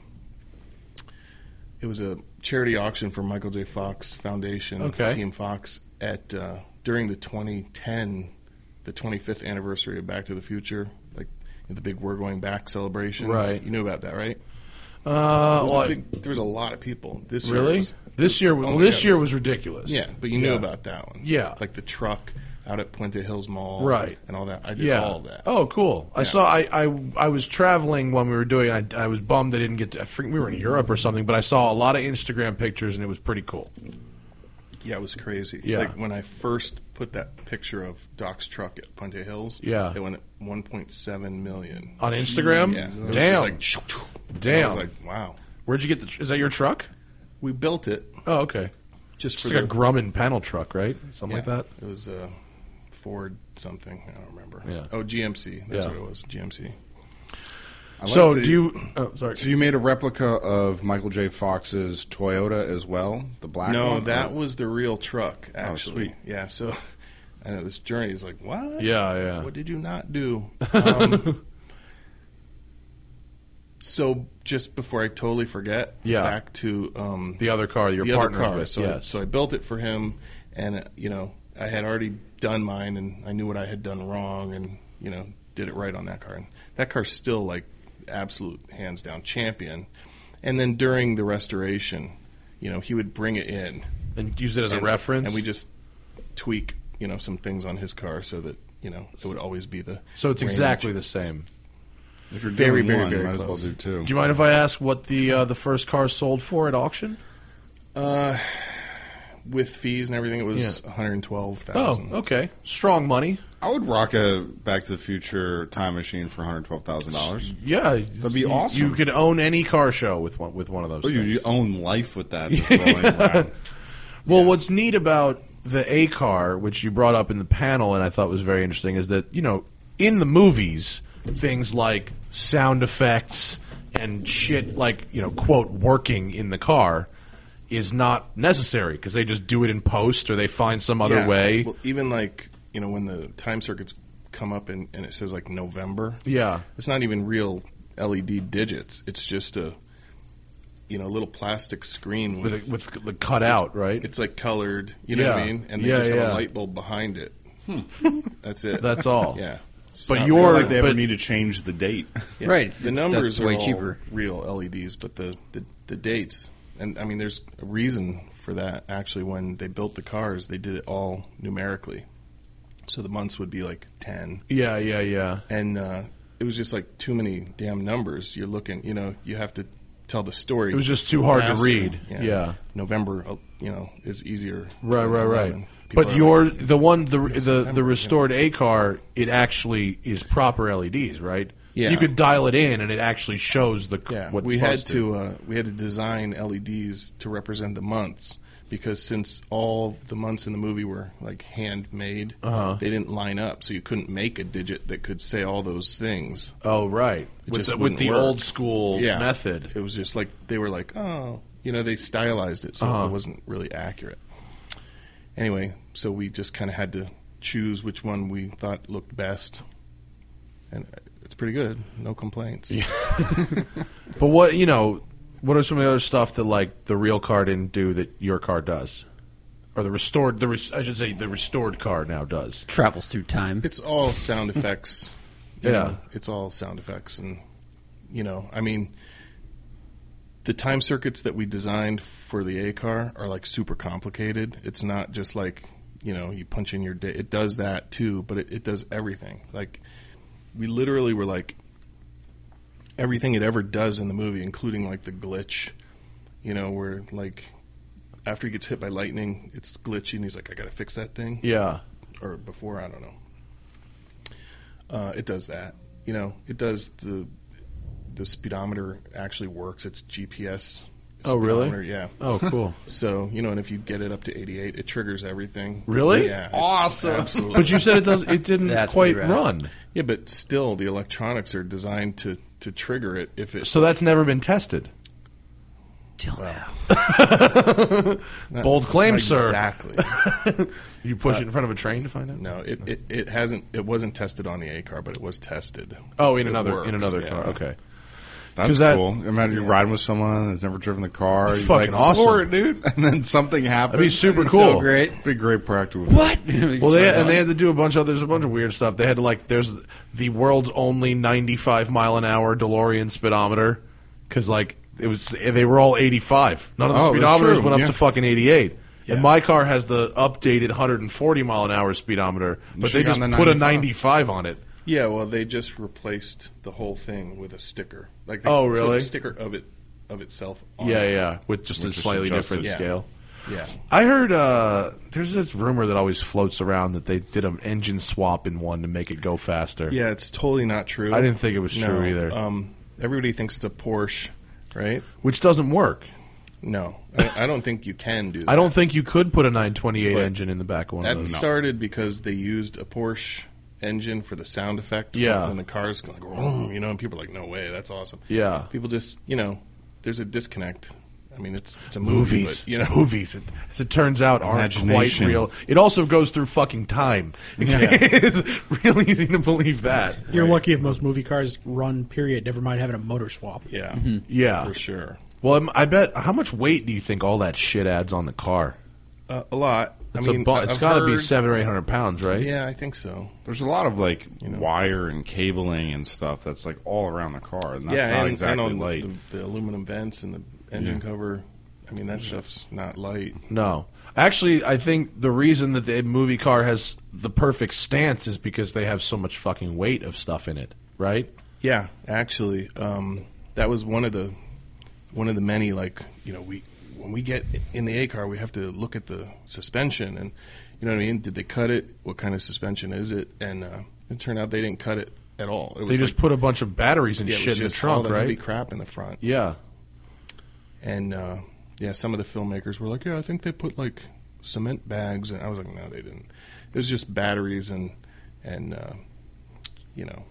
[SPEAKER 4] it was a charity auction for Michael J. Fox Foundation,
[SPEAKER 2] Okay.
[SPEAKER 4] Team Fox, at uh, during the 2010, the 25th anniversary of Back to the Future, like the big "We're Going Back" celebration.
[SPEAKER 2] Right.
[SPEAKER 4] You knew about that, right?
[SPEAKER 2] Uh,
[SPEAKER 4] It was a
[SPEAKER 2] well,
[SPEAKER 4] big- there was a lot of people. This year
[SPEAKER 2] really?
[SPEAKER 4] was-
[SPEAKER 2] This year,
[SPEAKER 4] Oh
[SPEAKER 2] was,
[SPEAKER 4] my God,
[SPEAKER 2] this
[SPEAKER 4] it
[SPEAKER 2] year was ridiculous.
[SPEAKER 4] yeah, but you knew
[SPEAKER 2] Yeah.
[SPEAKER 4] about that one.
[SPEAKER 2] Yeah.
[SPEAKER 4] like the truck out at Puente Hills Mall,
[SPEAKER 2] Right.
[SPEAKER 4] and all that. I did
[SPEAKER 2] Yeah.
[SPEAKER 4] all of that.
[SPEAKER 2] Oh, cool. I saw. I, I I was traveling when we were doing. it. I I was bummed I didn't get. to I think we were in Europe or something, but I saw a lot of Instagram pictures and it was pretty cool.
[SPEAKER 4] yeah, it was crazy.
[SPEAKER 2] Yeah.
[SPEAKER 4] like when I first put that picture of Doc's truck at Puente Hills,
[SPEAKER 2] Yeah.
[SPEAKER 4] it went at 1.7 million
[SPEAKER 2] On Instagram?
[SPEAKER 4] Yeah, It was just
[SPEAKER 2] Damn.
[SPEAKER 4] like, shoo, shoo. And I
[SPEAKER 2] Damn.
[SPEAKER 4] was like, wow,
[SPEAKER 2] Where'd you get the? tr- Is that your truck?
[SPEAKER 4] we built it
[SPEAKER 2] Oh, okay.
[SPEAKER 4] just
[SPEAKER 2] It's
[SPEAKER 4] for
[SPEAKER 2] like
[SPEAKER 4] the,
[SPEAKER 2] a Grumman panel truck, right? Something like
[SPEAKER 4] Yeah.
[SPEAKER 2] that.
[SPEAKER 4] It was uh, Ford something. I don't remember.
[SPEAKER 2] Yeah.
[SPEAKER 4] Oh, GMC. That's
[SPEAKER 2] Yeah.
[SPEAKER 4] what it was. GMC.
[SPEAKER 5] I like
[SPEAKER 2] so
[SPEAKER 5] the-
[SPEAKER 2] do you? Oh, sorry.
[SPEAKER 5] So you made a replica of Michael J. Fox's Toyota as well, the black
[SPEAKER 4] no,
[SPEAKER 5] one.
[SPEAKER 4] that was the real truck. Actually,
[SPEAKER 5] Oh. sweet.
[SPEAKER 4] yeah. So, and it was Journey is like, what?
[SPEAKER 2] Yeah, yeah.
[SPEAKER 4] What did you not do? Um, so just before I totally forget,
[SPEAKER 2] Yeah.
[SPEAKER 4] back to um,
[SPEAKER 2] the other car your
[SPEAKER 4] the
[SPEAKER 2] partner
[SPEAKER 4] other car.
[SPEAKER 2] with.
[SPEAKER 4] So,
[SPEAKER 2] yes.
[SPEAKER 4] so I built it for him, and uh, you know I had already done mine, and I knew what I had done wrong, and you know did it right on that car. And that car's still like absolute hands down champion. And then during the restoration, you know he would bring it in
[SPEAKER 2] and use it as
[SPEAKER 4] and-
[SPEAKER 2] a reference.
[SPEAKER 4] and we just tweak you know some things on his car so that you know it would always be the
[SPEAKER 2] so it's
[SPEAKER 4] range.
[SPEAKER 2] exactly the same.
[SPEAKER 5] if you're
[SPEAKER 4] very,
[SPEAKER 5] doing
[SPEAKER 4] very,
[SPEAKER 5] one,
[SPEAKER 4] very
[SPEAKER 5] you might
[SPEAKER 4] close.
[SPEAKER 5] as well do two.
[SPEAKER 2] Do you mind if I ask what the uh, the first car sold for at auction?
[SPEAKER 4] Uh, with fees and everything. It was
[SPEAKER 2] Yeah.
[SPEAKER 4] one hundred twelve
[SPEAKER 2] Oh,
[SPEAKER 4] thousand.
[SPEAKER 2] okay. Strong money.
[SPEAKER 5] I would rock a Back to the Future time machine for one hundred twelve thousand dollars.
[SPEAKER 2] Yeah,
[SPEAKER 5] be
[SPEAKER 2] you-
[SPEAKER 5] awesome.
[SPEAKER 2] You could own any car show with one with one of those.
[SPEAKER 5] Oh, you,
[SPEAKER 2] things.
[SPEAKER 5] you own life with that. Just rolling around.
[SPEAKER 2] Well, what's neat about the A car, which you brought up in the panel, and I thought was very interesting, is that you know in the movies things like sound effects and shit like you know quote working in the car is not necessary because they just do it in post or they find some other
[SPEAKER 4] Yeah.
[SPEAKER 2] way.
[SPEAKER 4] Well, even like you know when the time circuits come up and, and it says like November.
[SPEAKER 2] Yeah.
[SPEAKER 4] it's not even real LED digits. It's just a you know little plastic screen with
[SPEAKER 2] with, with the cut out, right?
[SPEAKER 4] it's like colored. You know what I
[SPEAKER 2] Yeah.
[SPEAKER 4] mean? And they
[SPEAKER 2] Yeah,
[SPEAKER 4] just have
[SPEAKER 2] yeah. Hmm.
[SPEAKER 4] a light bulb behind it. That's it.
[SPEAKER 2] That's all.
[SPEAKER 4] Yeah. It's
[SPEAKER 2] But
[SPEAKER 4] not
[SPEAKER 2] your-
[SPEAKER 4] real.
[SPEAKER 2] Like they ever but-
[SPEAKER 5] need to change the date.
[SPEAKER 4] Yeah.
[SPEAKER 6] Right, it's-
[SPEAKER 4] the
[SPEAKER 6] it's-
[SPEAKER 4] numbers
[SPEAKER 6] that's
[SPEAKER 4] are
[SPEAKER 6] way
[SPEAKER 4] all
[SPEAKER 6] cheaper.
[SPEAKER 4] real LEDs, but the, the the dates and I mean, there's a reason for that. Actually, when they built the cars, they did it all numerically, so the months would be like ten,
[SPEAKER 2] Yeah, yeah, yeah.
[SPEAKER 4] and uh, it was just like too many damn numbers. You're looking, you know, you have to tell the story.
[SPEAKER 2] It was just too hard to
[SPEAKER 4] faster.
[SPEAKER 2] read. Yeah.
[SPEAKER 4] November, uh, you know, is easier.
[SPEAKER 2] Right,
[SPEAKER 4] than
[SPEAKER 2] right, right.
[SPEAKER 4] 11. People
[SPEAKER 2] But
[SPEAKER 4] are
[SPEAKER 2] your
[SPEAKER 4] like-
[SPEAKER 2] the one the the, the
[SPEAKER 4] September,
[SPEAKER 2] restored A car, it actually is proper LEDs, right?
[SPEAKER 4] Yeah.
[SPEAKER 2] You could dial it in, and it actually shows the
[SPEAKER 4] yeah,
[SPEAKER 2] what's
[SPEAKER 4] we
[SPEAKER 2] supposed
[SPEAKER 4] had to, uh, we had to design LEDs to represent the months because since all the months in the movie were like handmade,
[SPEAKER 2] Uh-huh.
[SPEAKER 4] they didn't line up, so you couldn't make a digit that could say all those things.
[SPEAKER 2] Oh, right.
[SPEAKER 4] It
[SPEAKER 2] with
[SPEAKER 4] just
[SPEAKER 2] the, with
[SPEAKER 4] wouldn't
[SPEAKER 2] the
[SPEAKER 4] work.
[SPEAKER 2] old school
[SPEAKER 4] Yeah. It
[SPEAKER 2] method.
[SPEAKER 4] was just like they were like, oh, you know, they stylized it, so
[SPEAKER 2] Uh-huh.
[SPEAKER 4] it wasn't really accurate. Anyway, so we just kind of had to choose which one we thought looked best, and it's pretty good. No complaints.
[SPEAKER 2] But what you know, what are some of the other stuff that like the real car didn't do that your car does, or the restored the res- I should say the restored car now does?
[SPEAKER 6] Travels through time.
[SPEAKER 4] It's all sound effects. you
[SPEAKER 2] Yeah.
[SPEAKER 4] know, it's all sound effects, and you know, I mean, the time circuits that we designed for the A car are like super complicated. It's not just like you know you punch in your day. It does that too, but it, it does everything. Like we literally were like everything it ever does in the movie, including like the glitch. You know, where like after he gets hit by lightning, it's glitchy, and he's like, "I gotta fix that thing."
[SPEAKER 2] Yeah.
[SPEAKER 4] or before I don't know. Uh, it does that, you know. It does the the speedometer actually works. It's GPS.
[SPEAKER 2] Oh, really?
[SPEAKER 4] speedometer, Yeah.
[SPEAKER 2] Oh, cool.
[SPEAKER 4] So you know, and if you get it up to 88, it triggers everything.
[SPEAKER 2] Really?
[SPEAKER 4] Yeah.
[SPEAKER 5] Awesome.
[SPEAKER 4] Absolutely.
[SPEAKER 2] but you said it does. It didn't
[SPEAKER 6] That's
[SPEAKER 2] quite
[SPEAKER 6] pretty rad.
[SPEAKER 2] run.
[SPEAKER 4] yeah, but still, the electronics are designed to to trigger it if it.
[SPEAKER 2] So that's never been tested.
[SPEAKER 6] Till now.
[SPEAKER 4] not-
[SPEAKER 2] bold claim, sir.
[SPEAKER 4] Exactly.
[SPEAKER 2] You push it in front of a train to find out.
[SPEAKER 4] no, it, it it hasn't. It wasn't tested on the A car, but it was tested.
[SPEAKER 2] Oh, in
[SPEAKER 4] It
[SPEAKER 2] another in
[SPEAKER 4] works,
[SPEAKER 2] another
[SPEAKER 4] yeah.
[SPEAKER 2] car. Okay.
[SPEAKER 5] That's
[SPEAKER 2] 'Cause that-
[SPEAKER 5] cool. Imagine you're riding with someone that's never driven the car.
[SPEAKER 2] That's
[SPEAKER 5] You're
[SPEAKER 2] fucking
[SPEAKER 5] like,
[SPEAKER 2] awesome.
[SPEAKER 5] "Floor it, dude. And then something happens.
[SPEAKER 2] That'd be super
[SPEAKER 5] It's
[SPEAKER 2] cool.
[SPEAKER 5] So
[SPEAKER 6] Great.
[SPEAKER 5] It'd be great practical.
[SPEAKER 2] Well, they and they had to do a bunch of there's a bunch of weird stuff. They had to like there's the world's only 95 mile an hour DeLorean speedometer because like it was they were all 85. None of the
[SPEAKER 5] Oh, that's
[SPEAKER 2] speedometers
[SPEAKER 5] true,
[SPEAKER 2] went up
[SPEAKER 5] yeah.
[SPEAKER 2] to fucking 88.
[SPEAKER 4] Yeah.
[SPEAKER 2] And my car has the updated 140 mile an hour speedometer, but
[SPEAKER 5] should
[SPEAKER 2] they
[SPEAKER 5] have
[SPEAKER 2] just
[SPEAKER 5] gone to
[SPEAKER 2] put a
[SPEAKER 5] 95.
[SPEAKER 2] 95 on it.
[SPEAKER 4] Yeah, well, they just replaced the whole thing with a sticker. Like, they
[SPEAKER 2] Oh,
[SPEAKER 4] put
[SPEAKER 2] really?
[SPEAKER 4] A sticker of it of itself. On
[SPEAKER 2] Yeah,
[SPEAKER 4] it.
[SPEAKER 2] yeah, with just
[SPEAKER 5] Oh, Which
[SPEAKER 2] a
[SPEAKER 5] is
[SPEAKER 2] slightly different
[SPEAKER 5] adjusted.
[SPEAKER 2] scale.
[SPEAKER 4] yeah.
[SPEAKER 2] I heard uh, there's this rumor that always floats around that they did an engine swap in one to make it go faster.
[SPEAKER 4] Yeah, it's totally not true.
[SPEAKER 2] I didn't think it was true
[SPEAKER 4] No,
[SPEAKER 2] either.
[SPEAKER 4] Um, everybody thinks it's a Porsche, right?
[SPEAKER 2] which doesn't work.
[SPEAKER 4] No, I, I don't think you can do that.
[SPEAKER 2] I don't think you could put a 928
[SPEAKER 4] But
[SPEAKER 2] engine in the back of one
[SPEAKER 4] That
[SPEAKER 2] of those.
[SPEAKER 4] started because they used a Porsche engine for the sound effect.
[SPEAKER 2] Yeah.
[SPEAKER 4] and the cars go like, "Vroom," you know, and people are like, "No way, that's awesome."
[SPEAKER 2] Yeah.
[SPEAKER 4] people just, you know, there's a disconnect. I mean, it's it's a movie,
[SPEAKER 2] Movies,
[SPEAKER 4] but, you know,
[SPEAKER 2] movies. It, as it turns out, aren't quite
[SPEAKER 5] Imagination.
[SPEAKER 2] real. It also goes through fucking time. it's really easy to believe that.
[SPEAKER 3] You're lucky if most movie cars run. Period. Never mind having a motor swap.
[SPEAKER 4] Yeah,
[SPEAKER 2] Yeah.
[SPEAKER 4] for sure.
[SPEAKER 2] Well, I'm- I bet. How much weight do you think all that shit adds on the car?
[SPEAKER 4] Uh, a lot.
[SPEAKER 2] It's
[SPEAKER 4] I mean,
[SPEAKER 2] a bu-
[SPEAKER 4] I-
[SPEAKER 2] it's
[SPEAKER 4] I've
[SPEAKER 2] got to be
[SPEAKER 4] heard-
[SPEAKER 2] seven or eight hundred pounds, right?
[SPEAKER 4] Yeah, I think so.
[SPEAKER 5] There's a lot of like wire and cabling and stuff that's like all around the car, and that's
[SPEAKER 4] yeah,
[SPEAKER 5] not
[SPEAKER 4] and,
[SPEAKER 5] exactly
[SPEAKER 4] and on
[SPEAKER 5] light.
[SPEAKER 4] The, the aluminum vents and the engine cover. I mean, that stuff's not light.
[SPEAKER 2] No. Actually, I think the reason that the movie car has the perfect stance is because they have so much fucking weight of stuff in it, right?
[SPEAKER 4] Yeah, actually, um, that was one of the one of the many like you know we when we get in the A car we have to look at the suspension and you know what I mean. Did they cut it? What kind of suspension is it? And uh, it turned out they didn't cut it at all. It
[SPEAKER 2] They just put a bunch of batteries and
[SPEAKER 4] yeah, it
[SPEAKER 2] shit
[SPEAKER 4] was
[SPEAKER 2] in the
[SPEAKER 4] just all
[SPEAKER 2] trunk,
[SPEAKER 4] the
[SPEAKER 2] right?
[SPEAKER 4] heavy crap in the front.
[SPEAKER 2] Yeah.
[SPEAKER 4] And uh, yeah, some of the filmmakers were like, "Yeah, I think they put like cement bags," and I was like, "No, they didn't. It was just batteries and and uh, you know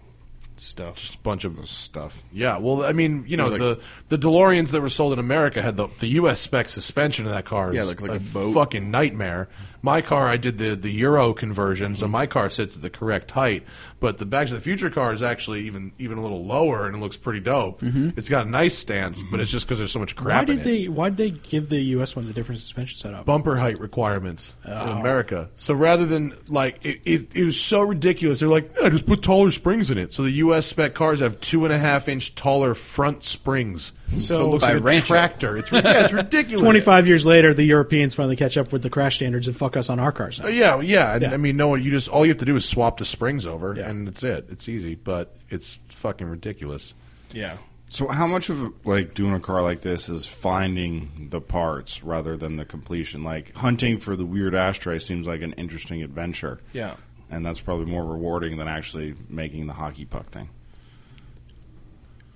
[SPEAKER 4] stuff."
[SPEAKER 2] bunch of
[SPEAKER 5] stuff.
[SPEAKER 2] Yeah, well, I mean, you know,
[SPEAKER 4] It was like-
[SPEAKER 2] the the DeLoreans that were sold in America had the the U.S. spec suspension of that car. is
[SPEAKER 4] Yeah, like- like a boat.
[SPEAKER 2] fucking nightmare. My car, I did the the Euro conversion,
[SPEAKER 4] Mm-hmm.
[SPEAKER 2] so my car sits at the correct height. But the Back to the Future car is actually even even a little lower, and it looks pretty dope.
[SPEAKER 4] Mm-hmm.
[SPEAKER 2] It's got a nice stance, but it's just because there's so much crap.
[SPEAKER 3] Why
[SPEAKER 2] in
[SPEAKER 3] did
[SPEAKER 2] it.
[SPEAKER 3] they? Why did they give the U.S. ones a different suspension setup?
[SPEAKER 2] bumper height requirements in America. So rather than like it, it, it was so ridiculous, they're like, yeah, just put taller springs in it. So the U.S. spec cars have two and a half inch taller front springs. Hmm. So, it looks
[SPEAKER 6] By
[SPEAKER 2] like a
[SPEAKER 6] Rancho.
[SPEAKER 2] tractor. It's, ri- yeah, it's ridiculous.
[SPEAKER 3] 25 years later, the Europeans finally catch up with the crash standards and fuck us on our cars. now.
[SPEAKER 2] Uh, Yeah, yeah. And,
[SPEAKER 3] Yeah.
[SPEAKER 2] I mean, no, you just all you have to do is swap the springs over,
[SPEAKER 3] Yeah.
[SPEAKER 2] and that's it. It's easy, but it's fucking ridiculous.
[SPEAKER 4] Yeah.
[SPEAKER 5] So how much of like doing a car like this is finding the parts rather than the completion? Like hunting for the weird ashtray seems like an interesting adventure.
[SPEAKER 4] Yeah.
[SPEAKER 5] And that's probably more rewarding than actually making the hockey puck thing.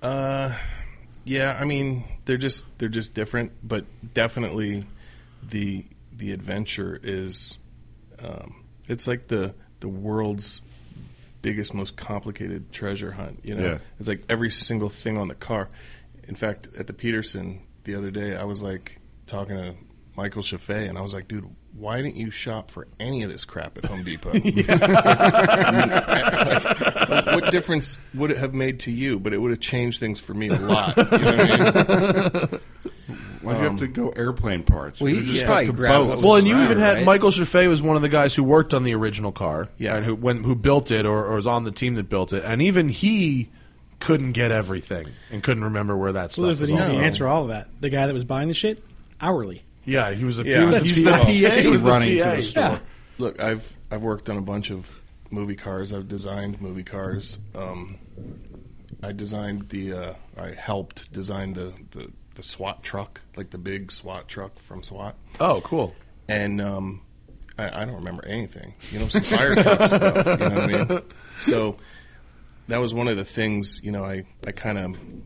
[SPEAKER 4] Yeah, I mean they're just they're just different, but definitely the the adventure is um, it's like the the world's biggest, most complicated treasure hunt. You know,
[SPEAKER 5] Yeah.
[SPEAKER 4] it's like every single thing on the car. In fact, at the Peterson the other day, I was like talking to Michael Chaffee, and I was like, dude. Why didn't you shop for any of this crap at Home Depot? Like, what difference would it have made to you? But it would have changed things for me a lot. You know what I mean?
[SPEAKER 5] Why do you have to go airplane parts?
[SPEAKER 6] Well,
[SPEAKER 5] You
[SPEAKER 6] he-
[SPEAKER 5] just
[SPEAKER 6] yeah.
[SPEAKER 5] got
[SPEAKER 6] probably
[SPEAKER 5] the
[SPEAKER 6] grabbed
[SPEAKER 5] boats.
[SPEAKER 6] a
[SPEAKER 2] Well, and you
[SPEAKER 6] Right,
[SPEAKER 2] even had
[SPEAKER 6] right.
[SPEAKER 2] Michael Chaffee was one of the guys who worked on the original car,
[SPEAKER 4] Yeah.
[SPEAKER 2] and who when who built it or, or was on the team that built it, and even he couldn't get everything and couldn't remember where that
[SPEAKER 3] Well,
[SPEAKER 2] stuff
[SPEAKER 3] there's
[SPEAKER 2] was.
[SPEAKER 3] an
[SPEAKER 2] all
[SPEAKER 3] easy
[SPEAKER 2] from.
[SPEAKER 3] answer to all of that. The guy that was buying the shit hourly.
[SPEAKER 2] Yeah, he was a
[SPEAKER 4] Yeah.
[SPEAKER 2] he was
[SPEAKER 4] He's
[SPEAKER 2] the
[SPEAKER 4] the
[SPEAKER 2] PA.
[SPEAKER 4] PA
[SPEAKER 2] He was the
[SPEAKER 5] running to
[SPEAKER 2] PA.
[SPEAKER 5] the store.
[SPEAKER 3] Yeah.
[SPEAKER 4] Look, I've I've worked on a bunch of movie cars. I've designed movie cars. Um, I designed the. Uh, I helped design the, the the SWAT truck, like the big SWAT truck from SWAT.
[SPEAKER 2] Oh, cool.
[SPEAKER 4] And um, I, I don't remember anything. You know, some fire truck stuff. You know what I mean? So that was one of the things. You know, I I kind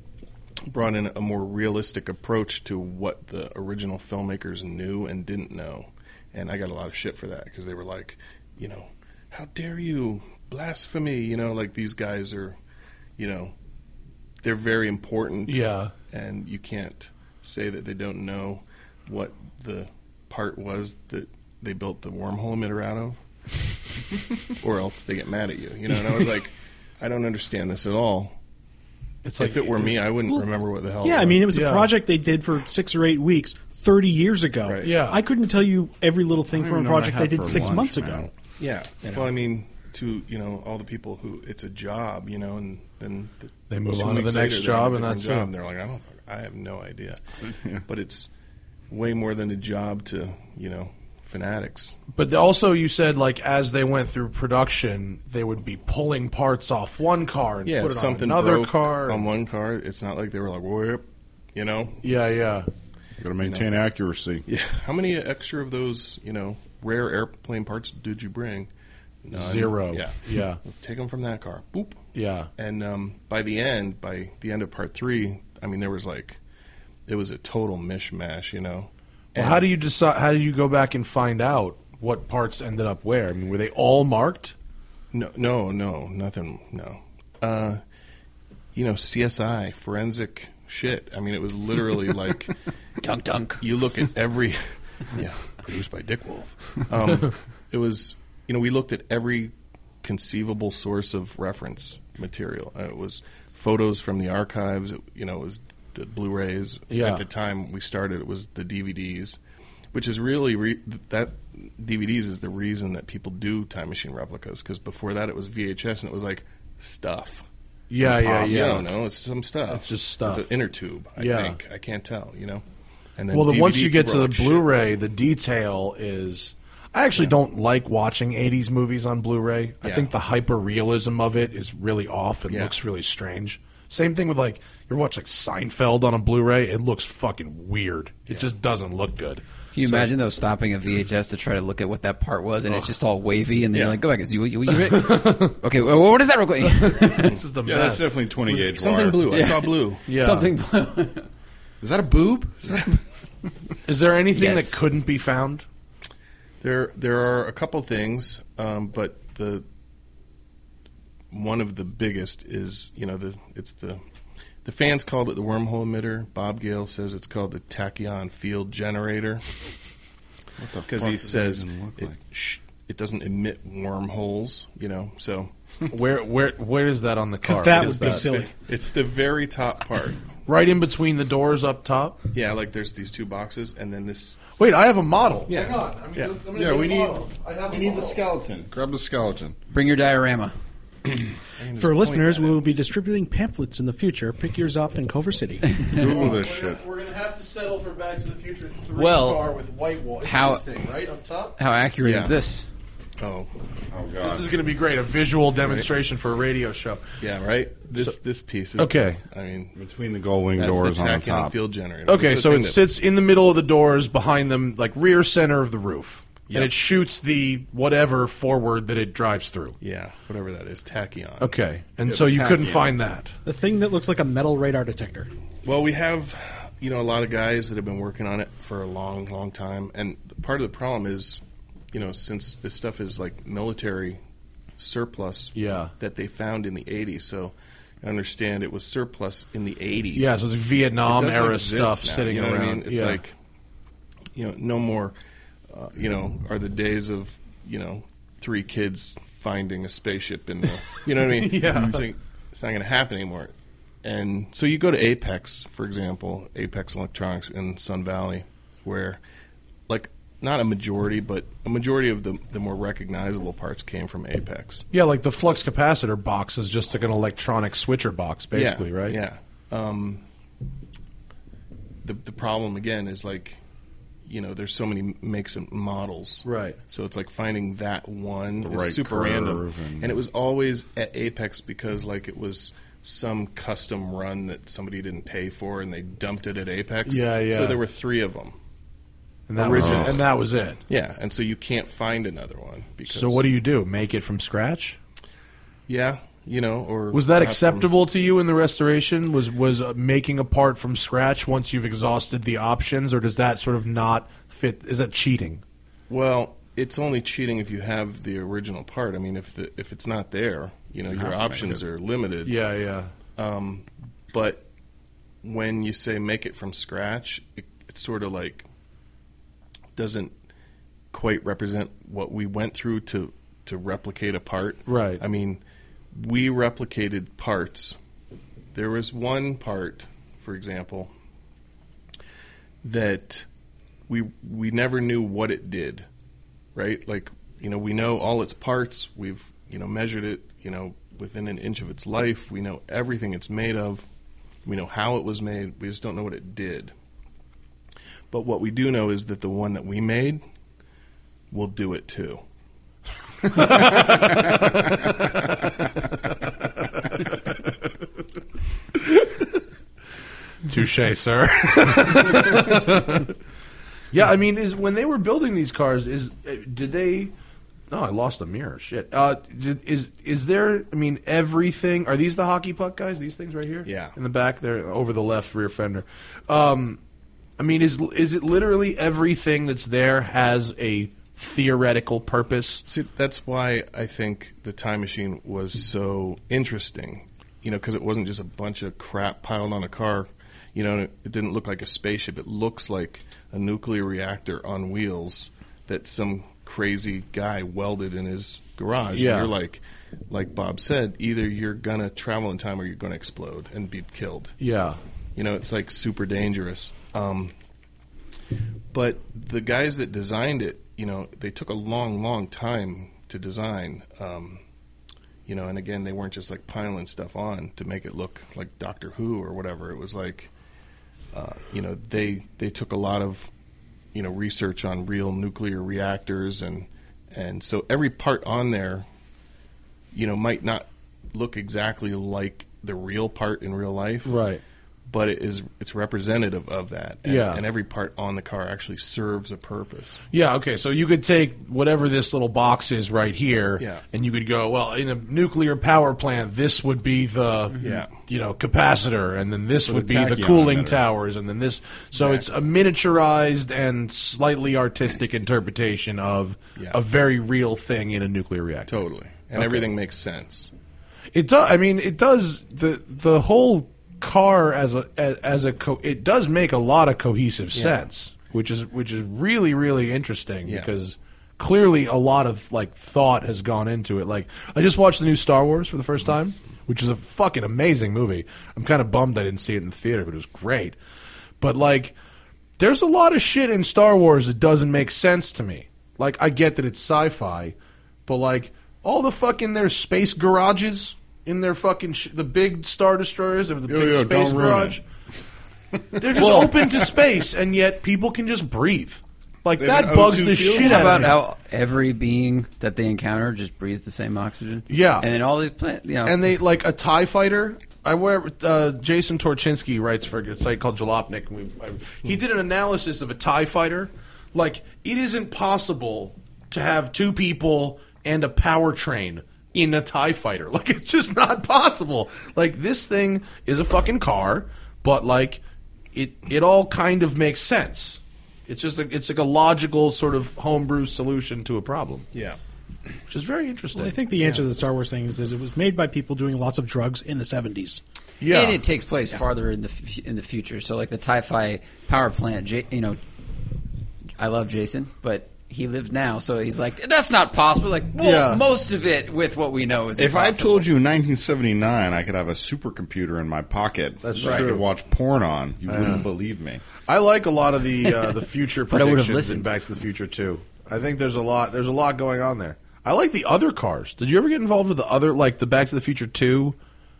[SPEAKER 4] of brought in a more realistic approach to what the original filmmakers knew and didn't know, and I got a lot of shit for that because they were like, you know, how dare you blasphemy? You know, like these guys are, you know, they're very important
[SPEAKER 2] Yeah.
[SPEAKER 4] and you can't say that they don't know what the part was that they built the wormhole emitter out of, or else they get mad at you. You know, and I was like, I don't understand this at all.
[SPEAKER 2] It's
[SPEAKER 4] if it were me, I wouldn't remember what the hell.
[SPEAKER 3] Yeah, I mean, it was
[SPEAKER 2] Yeah.
[SPEAKER 3] a project they did for six or eight weeks 30 years ago.
[SPEAKER 4] Right.
[SPEAKER 2] Yeah.
[SPEAKER 3] I couldn't tell you every little thing
[SPEAKER 5] I
[SPEAKER 3] from
[SPEAKER 5] don't
[SPEAKER 3] a
[SPEAKER 5] know what I
[SPEAKER 3] project
[SPEAKER 5] had
[SPEAKER 3] they did
[SPEAKER 5] for
[SPEAKER 3] six
[SPEAKER 5] lunch,
[SPEAKER 3] months
[SPEAKER 5] man.
[SPEAKER 3] ago.
[SPEAKER 4] yeah. Well, I mean, to you know, all the people who it's a job, you know, and then the,
[SPEAKER 2] They move
[SPEAKER 4] two
[SPEAKER 2] on to the
[SPEAKER 4] weeks
[SPEAKER 2] next
[SPEAKER 4] later, they have
[SPEAKER 2] job, and
[SPEAKER 4] a different
[SPEAKER 2] that's
[SPEAKER 4] job.
[SPEAKER 2] it.
[SPEAKER 4] And they're like, I don't, I have no idea. But it's way more than a job to you know fanatics.
[SPEAKER 2] But also, you said like as they went through production, they would be pulling parts off one car and
[SPEAKER 4] yeah,
[SPEAKER 2] put
[SPEAKER 4] if
[SPEAKER 2] it
[SPEAKER 4] something
[SPEAKER 2] on another
[SPEAKER 4] broke
[SPEAKER 2] car.
[SPEAKER 4] on one car. It's not like they were like, "Whip," you know.
[SPEAKER 2] yeah, yeah.
[SPEAKER 5] Got to maintain accuracy.
[SPEAKER 4] Yeah. How many extra of those, you know, rare airplane parts did you bring? None.
[SPEAKER 2] Zero.
[SPEAKER 4] Yeah,
[SPEAKER 2] Yeah.
[SPEAKER 4] Take them from that car. Boop.
[SPEAKER 2] Yeah.
[SPEAKER 4] And um, by the end, by the end of part three, I mean there was like, it was a total mishmash, you know.
[SPEAKER 2] Well, how do you decide? How do you go back and find out what parts ended up where? I mean, were they all marked?
[SPEAKER 4] No, no, no, nothing. No, uh, you know, CSI forensic shit. I mean, it was literally like
[SPEAKER 6] Dunk, dunk.
[SPEAKER 4] you look at every yeah produced by Dick Wolf. Um, it was you know we looked at every conceivable source of reference material. Uh, it was photos from the archives. It, you know it was the Blu-rays.
[SPEAKER 2] Yeah.
[SPEAKER 4] At the time we started, it was the DVDs, which is really re- that DVDs is the reason that people do time machine replicas because before that it was VHS and it was like stuff.
[SPEAKER 2] Yeah, yeah,
[SPEAKER 4] Impossible.
[SPEAKER 2] yeah.
[SPEAKER 4] I don't know. It's some stuff.
[SPEAKER 2] It's just stuff.
[SPEAKER 4] It's an inner tube. I
[SPEAKER 2] Yeah.
[SPEAKER 4] think I can't tell. You know. And then
[SPEAKER 2] Well, then once
[SPEAKER 4] DVD
[SPEAKER 2] you get to
[SPEAKER 4] people
[SPEAKER 2] the
[SPEAKER 4] are like, "Shit."
[SPEAKER 2] Blu-ray, the detail is. I actually don't like watching '80s movies on Blu-ray. I
[SPEAKER 4] Yeah.
[SPEAKER 2] think the hyper realism of it is really off and
[SPEAKER 4] Yeah.
[SPEAKER 2] looks really strange. Same thing with like you're watching Seinfeld on a Blu-ray; it looks fucking weird. It just doesn't look good.
[SPEAKER 6] Can you imagine though stopping a VHS to try to look at what that part was and it's just all wavy and then
[SPEAKER 4] Yeah.
[SPEAKER 6] you're like, go back. Is you, you, you, okay, well, what is that real quick?
[SPEAKER 2] This is the
[SPEAKER 5] Yeah, that's
[SPEAKER 2] mess.
[SPEAKER 5] definitely twenty gauge
[SPEAKER 4] something
[SPEAKER 5] wire.
[SPEAKER 4] blue. I saw blue.
[SPEAKER 2] Yeah.
[SPEAKER 6] Something blue.
[SPEAKER 5] Is that a boob? Is that a-
[SPEAKER 2] Is there anything
[SPEAKER 6] Yes.
[SPEAKER 2] that couldn't be found?
[SPEAKER 4] There, there are a couple things, um, but the one of the biggest is you know the it's the the fans called it the wormhole emitter. Bob Gale says it's called the tachyon field generator
[SPEAKER 5] the
[SPEAKER 4] because
[SPEAKER 5] fuck
[SPEAKER 4] he
[SPEAKER 5] does that
[SPEAKER 4] says
[SPEAKER 5] even look
[SPEAKER 4] it,
[SPEAKER 5] like?
[SPEAKER 4] sh- it doesn't emit wormholes. You know, so
[SPEAKER 2] Where where where is that on the car?
[SPEAKER 3] that
[SPEAKER 2] What
[SPEAKER 3] would
[SPEAKER 2] is
[SPEAKER 3] be silly.
[SPEAKER 4] it's the very top part.
[SPEAKER 2] right in between the doors up top.
[SPEAKER 4] yeah, like there's these two boxes, and then this.
[SPEAKER 2] Wait, I have a model.
[SPEAKER 4] Yeah, yeah.
[SPEAKER 5] Yeah, we need we need the skeleton. Grab the skeleton.
[SPEAKER 6] Bring your diorama.
[SPEAKER 3] For listeners, we will be distributing pamphlets in the future. Pick yours up in Culver City.
[SPEAKER 5] Google this shit.
[SPEAKER 2] We're gonna have to settle for Back to the Future three
[SPEAKER 6] Well,
[SPEAKER 2] car with white wall. It's
[SPEAKER 6] how-
[SPEAKER 2] this thing, right up top?
[SPEAKER 6] How accurate
[SPEAKER 4] Yeah.
[SPEAKER 6] is this?
[SPEAKER 4] Oh,
[SPEAKER 5] Oh god.
[SPEAKER 2] This is going to be great. A visual demonstration for a radio show.
[SPEAKER 4] yeah, right. This this piece. Is,
[SPEAKER 2] Okay.
[SPEAKER 4] I mean,
[SPEAKER 5] between the gold wing
[SPEAKER 4] that's
[SPEAKER 5] doors
[SPEAKER 4] the
[SPEAKER 5] on
[SPEAKER 4] tack
[SPEAKER 5] the
[SPEAKER 4] and the
[SPEAKER 5] top.
[SPEAKER 4] field generator.
[SPEAKER 2] Okay,
[SPEAKER 4] That's the
[SPEAKER 2] so
[SPEAKER 4] thing
[SPEAKER 2] it
[SPEAKER 4] that-
[SPEAKER 2] sits in the middle of the doors behind them, like rear center of the roof.
[SPEAKER 4] Yep.
[SPEAKER 2] And it shoots the whatever forward that it drives through.
[SPEAKER 4] Yeah, whatever that is, tachyon.
[SPEAKER 2] Okay. And so you couldn't find that.
[SPEAKER 3] The thing that looks like a metal radar detector.
[SPEAKER 4] Well, we have, you know, a lot of guys that have been working on it for a long, long time, and part of the problem is, you know, since this stuff is like military surplus,
[SPEAKER 2] Yeah.
[SPEAKER 4] that they found in the '80s. So, I understand it was surplus in the '80s.
[SPEAKER 2] Yeah, so it's like Vietnam
[SPEAKER 4] doesn't
[SPEAKER 2] era
[SPEAKER 4] exist
[SPEAKER 2] stuff
[SPEAKER 4] now,
[SPEAKER 2] sitting
[SPEAKER 4] you know what
[SPEAKER 2] around.
[SPEAKER 4] I mean? It's
[SPEAKER 2] Yeah.
[SPEAKER 4] like, you know, no more. Uh, you know, are the days of you know three kids finding a spaceship in the. You know what I mean?
[SPEAKER 2] Yeah.
[SPEAKER 4] It's, like, it's not going to happen anymore. And so you go to Apex, for example, Apex Electronics in Sun Valley, where like not a majority, but a majority of the the more recognizable parts came from Apex.
[SPEAKER 2] Yeah, like the flux capacitor box is just like an electronic switcher box, basically,
[SPEAKER 4] yeah,
[SPEAKER 2] right?
[SPEAKER 4] Yeah. Um, the the problem again is like, you know, there's so many makes and models,
[SPEAKER 2] Right.
[SPEAKER 4] So it's like finding that one is
[SPEAKER 5] right
[SPEAKER 4] super
[SPEAKER 5] curve
[SPEAKER 4] random,
[SPEAKER 5] and-
[SPEAKER 4] and, it was always at Apex because like it was some custom run that somebody didn't pay for and they dumped it at Apex.
[SPEAKER 2] Yeah, yeah.
[SPEAKER 4] So there were three of them.
[SPEAKER 2] And that, was,
[SPEAKER 5] Original.
[SPEAKER 2] and that was it.
[SPEAKER 4] Yeah, and so you can't find another one because.
[SPEAKER 2] So what do you do? Make it from scratch?
[SPEAKER 4] Yeah, you know, or
[SPEAKER 2] Was that
[SPEAKER 4] not from-
[SPEAKER 2] acceptable to you in the restoration? Was was uh, making a part from scratch once you've exhausted the options, or does that sort of not fit? Is that cheating?
[SPEAKER 4] Well, it's only cheating if you have the original part. I mean, if the if it's not there, you know, your
[SPEAKER 5] have to make
[SPEAKER 4] options
[SPEAKER 5] it.
[SPEAKER 4] are limited.
[SPEAKER 2] Yeah, yeah.
[SPEAKER 4] Um, but when you say make it from scratch, it, it's sort of like doesn't quite represent what we went through to to replicate a part.
[SPEAKER 2] Right.
[SPEAKER 4] I mean, we replicated parts. There was one part, for example, that we we never knew what it did, right? Like you know, we know all its parts. We've you know measured it. You know, within an inch of its life, we know everything it's made of. We know how it was made. We just don't know what it did. But what we do know is that the one that we made will do it too.
[SPEAKER 2] Touche, sir. yeah, I mean, is when they were building these cars, is uh, did they? No, I lost a mirror. Shit. Uh, did, is is there? I mean, everything. Are these the hockey puck guys? These things right here?
[SPEAKER 4] Yeah.
[SPEAKER 2] In the back, there, over the left rear fender. Um, I mean, is is it literally everything that's there has a theoretical purpose?
[SPEAKER 4] See, that's why I think the time machine was so interesting. You know, because it wasn't just a bunch of crap piled on a car. You know, and it, it didn't look like a spaceship. It looks like a nuclear reactor on wheels that some crazy guy welded in his garage. And
[SPEAKER 2] Yeah.
[SPEAKER 4] you're like, like Bob said, either you're gonna travel in time or you're gonna explode and be killed.
[SPEAKER 2] Yeah.
[SPEAKER 4] You know, it's like super dangerous. Um, but the guys that designed it, you know, they took a long, long time to design. Um, you know, and again, they weren't just like piling stuff on to make it look like Doctor Who or whatever. It was like, uh, you know, they they took a lot of, you know, research on real nuclear reactors and and so every part on there you know might not look exactly like the real part in real life
[SPEAKER 2] Right.
[SPEAKER 4] but it is it's representative of that and,
[SPEAKER 2] Yeah.
[SPEAKER 4] and every part on the car actually serves a purpose
[SPEAKER 2] Yeah, okay. So you could take whatever this little box is right here,
[SPEAKER 4] Yeah.
[SPEAKER 2] and you could go, well, in a nuclear power plant, this would be the
[SPEAKER 4] Mm-hmm. Yeah.
[SPEAKER 2] you know, capacitor, and then this would
[SPEAKER 5] the
[SPEAKER 2] be the
[SPEAKER 5] tachyon
[SPEAKER 2] cooling
[SPEAKER 5] emitter.
[SPEAKER 2] towers, and then this. So it's a miniaturized and slightly artistic interpretation of
[SPEAKER 4] Yeah.
[SPEAKER 2] a very real thing in a nuclear reactor.
[SPEAKER 4] totally and everything makes sense
[SPEAKER 2] It does. I mean, it does. the The whole car as a as, as a co- it does make a lot of cohesive sense, which is which is really really interesting
[SPEAKER 4] Yeah.
[SPEAKER 2] because clearly a lot of like thought has gone into it. Like I just watched the new Star Wars for the first time, which is a fucking amazing movie. I'm kind of bummed I didn't see it in the theater, but it was great. But like there's a lot of shit in Star Wars that doesn't make sense to me. Like I get that it's sci-fi, but like all the fucking their space garages in their fucking sh- the big star destroyers of the
[SPEAKER 5] Yo,
[SPEAKER 2] big
[SPEAKER 5] yo,
[SPEAKER 2] space
[SPEAKER 5] don't ruin
[SPEAKER 2] garage. They're just open to space, and yet people can just breathe. Like
[SPEAKER 4] They have
[SPEAKER 2] that
[SPEAKER 4] an
[SPEAKER 2] bugs
[SPEAKER 4] O2
[SPEAKER 2] the
[SPEAKER 4] fuel?
[SPEAKER 2] shit
[SPEAKER 6] How
[SPEAKER 2] out
[SPEAKER 6] about
[SPEAKER 2] of me.
[SPEAKER 6] how every being that they encounter just breathes the same oxygen?
[SPEAKER 2] Yeah.
[SPEAKER 6] and then all these plants, you know,
[SPEAKER 2] and they like a Tie Fighter. I wear uh, Jason Torchinsky writes for a site called Jalopnik. And we, I, he did an analysis of a Tie Fighter. Like it isn't possible to have two people and a powertrain in a Tie Fighter. Like it's just not possible. Like this thing is a fucking car, but like it it all kind of makes sense. It's just like it's like a logical sort of homebrew solution to a problem,
[SPEAKER 4] Yeah.
[SPEAKER 2] which is very interesting.
[SPEAKER 3] I think the answer to the Star Wars thing is, is it was made by people doing lots of drugs in the 70s.
[SPEAKER 2] yeah.
[SPEAKER 6] and it takes place farther in the f- in the future. So like the Tie-Fi power plant, J- you know, I love Jason, but he lives now, so he's like, that's not possible. Like, well,
[SPEAKER 4] Yeah.
[SPEAKER 6] most of it with what we know is.
[SPEAKER 5] If I
[SPEAKER 6] impossible.
[SPEAKER 5] told you in 1979 I could have a supercomputer in my pocket
[SPEAKER 2] That's
[SPEAKER 5] that I
[SPEAKER 2] true.
[SPEAKER 5] could watch porn on, you wouldn't believe me.
[SPEAKER 2] I like a lot of the uh, the future
[SPEAKER 6] But I would've
[SPEAKER 2] predictions in
[SPEAKER 6] listened.
[SPEAKER 2] Back to the Future too. I think there's a lot there's a lot going on there. I like the other cars. Did you ever get involved with the other like the Back to the Future two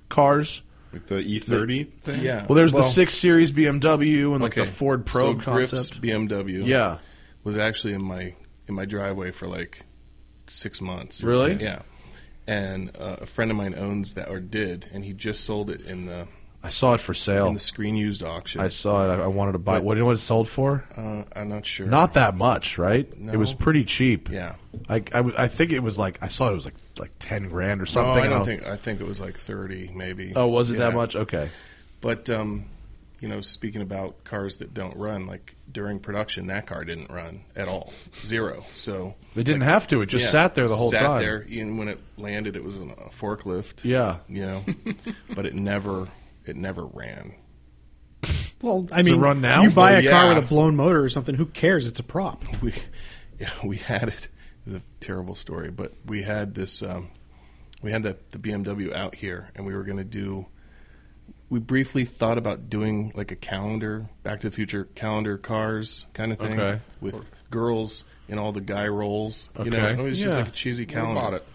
[SPEAKER 2] cars?
[SPEAKER 5] Like the E30 thing?
[SPEAKER 4] Yeah.
[SPEAKER 2] Well, there's the six series BMW and like
[SPEAKER 4] okay.
[SPEAKER 2] the Ford Probe
[SPEAKER 4] so Griff's
[SPEAKER 2] concept.
[SPEAKER 4] BMW.
[SPEAKER 2] Yeah.
[SPEAKER 4] Was actually in my in my driveway for like six months.
[SPEAKER 2] Really?
[SPEAKER 4] Yeah. And uh, a friend of mine owns that or did, and he just sold it in the
[SPEAKER 2] I saw it for
[SPEAKER 4] in
[SPEAKER 2] sale.
[SPEAKER 4] the screen used auction.
[SPEAKER 2] Oh. I saw it. I, I wanted to buy. it. What do you know what it sold for?
[SPEAKER 4] uh, I'm not sure.
[SPEAKER 2] Not that much, right?
[SPEAKER 4] No.
[SPEAKER 2] It was pretty cheap.
[SPEAKER 4] Yeah.
[SPEAKER 2] I, I, w- I think it was like I saw it was like like ten grand or
[SPEAKER 4] No,
[SPEAKER 2] something.
[SPEAKER 4] I
[SPEAKER 2] and
[SPEAKER 4] don't
[SPEAKER 2] I'll-
[SPEAKER 4] think. I think it was like thirty, maybe.
[SPEAKER 2] Oh, was it that
[SPEAKER 4] Yeah.
[SPEAKER 2] much? Okay.
[SPEAKER 4] But um, you know, speaking about cars that don't run, like during production, that car didn't run at all, zero. So
[SPEAKER 2] It didn't have to. It just
[SPEAKER 4] yeah,
[SPEAKER 2] sat there the whole
[SPEAKER 4] sat
[SPEAKER 2] time.
[SPEAKER 4] There, and when it landed, it was on a forklift.
[SPEAKER 2] Yeah.
[SPEAKER 4] you know, but it never, it never ran.
[SPEAKER 3] Well, I mean,
[SPEAKER 2] it run now?
[SPEAKER 3] you buy
[SPEAKER 4] Well,
[SPEAKER 3] a car
[SPEAKER 4] yeah.
[SPEAKER 3] with a blown motor or something, who cares? It's a prop.
[SPEAKER 4] we yeah, we had it. It was a terrible story, but we had this. Um, we had the, the BMW out here, and we were going to do. We briefly thought about doing like a calendar, Back to the Future calendar cars kind of thing
[SPEAKER 2] Okay.
[SPEAKER 4] with girls in all the guy roles. You know,
[SPEAKER 2] Okay.
[SPEAKER 4] it was just
[SPEAKER 2] Yeah.
[SPEAKER 4] like a cheesy calendar.
[SPEAKER 5] bought it.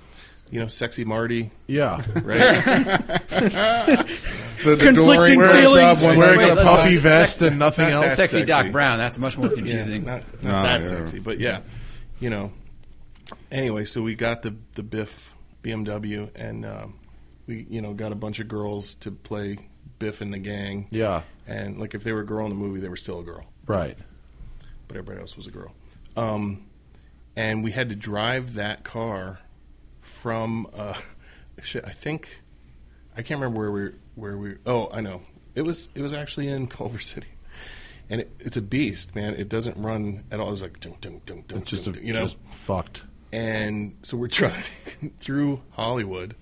[SPEAKER 4] You know, sexy Marty,
[SPEAKER 2] Yeah.
[SPEAKER 4] right?
[SPEAKER 5] The, the
[SPEAKER 3] Conflicting
[SPEAKER 5] Dory
[SPEAKER 3] feelings.
[SPEAKER 5] wears up, one
[SPEAKER 2] Wearing
[SPEAKER 5] wears
[SPEAKER 2] a
[SPEAKER 5] up.
[SPEAKER 6] let's
[SPEAKER 2] puffy
[SPEAKER 6] not-
[SPEAKER 2] vest and nothing
[SPEAKER 4] not
[SPEAKER 2] else.
[SPEAKER 4] that
[SPEAKER 6] Oh, sexy, Doc
[SPEAKER 4] sexy.
[SPEAKER 6] Brown, that's much more
[SPEAKER 4] Yeah,
[SPEAKER 6] confusing.
[SPEAKER 4] not, not
[SPEAKER 5] No,
[SPEAKER 4] that
[SPEAKER 5] yeah.
[SPEAKER 4] sexy, but yeah, you know. Anyway, so we got the the Biff BMW, and um, we you know got a bunch of girls to play Biff and the gang.
[SPEAKER 2] Yeah.
[SPEAKER 4] and like if they were a girl in the movie, they were still a girl,
[SPEAKER 2] Right.
[SPEAKER 4] but everybody else was a girl. Um, and we had to drive that car from uh, shit, I think I can't remember where we where we. Oh, I know. It was it was actually in Culver City, and it, it's a beast, man. It doesn't run at all. It was like dun, dun, dun, dun,
[SPEAKER 2] It's just,
[SPEAKER 4] dun,
[SPEAKER 2] a,
[SPEAKER 4] dun, you know.
[SPEAKER 2] just fucked.
[SPEAKER 4] and so we're driving through Hollywood,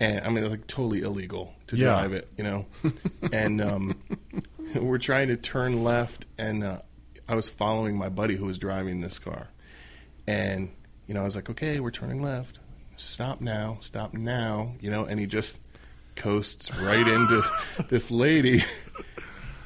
[SPEAKER 4] and I mean like totally illegal to
[SPEAKER 2] Yeah.
[SPEAKER 4] drive it, you know. and um, we're trying to turn left, and uh, I was following my buddy who was driving this car, and you know I was like, okay, we're turning left. Stop now, stop now, you know. And he just coasts right into this lady.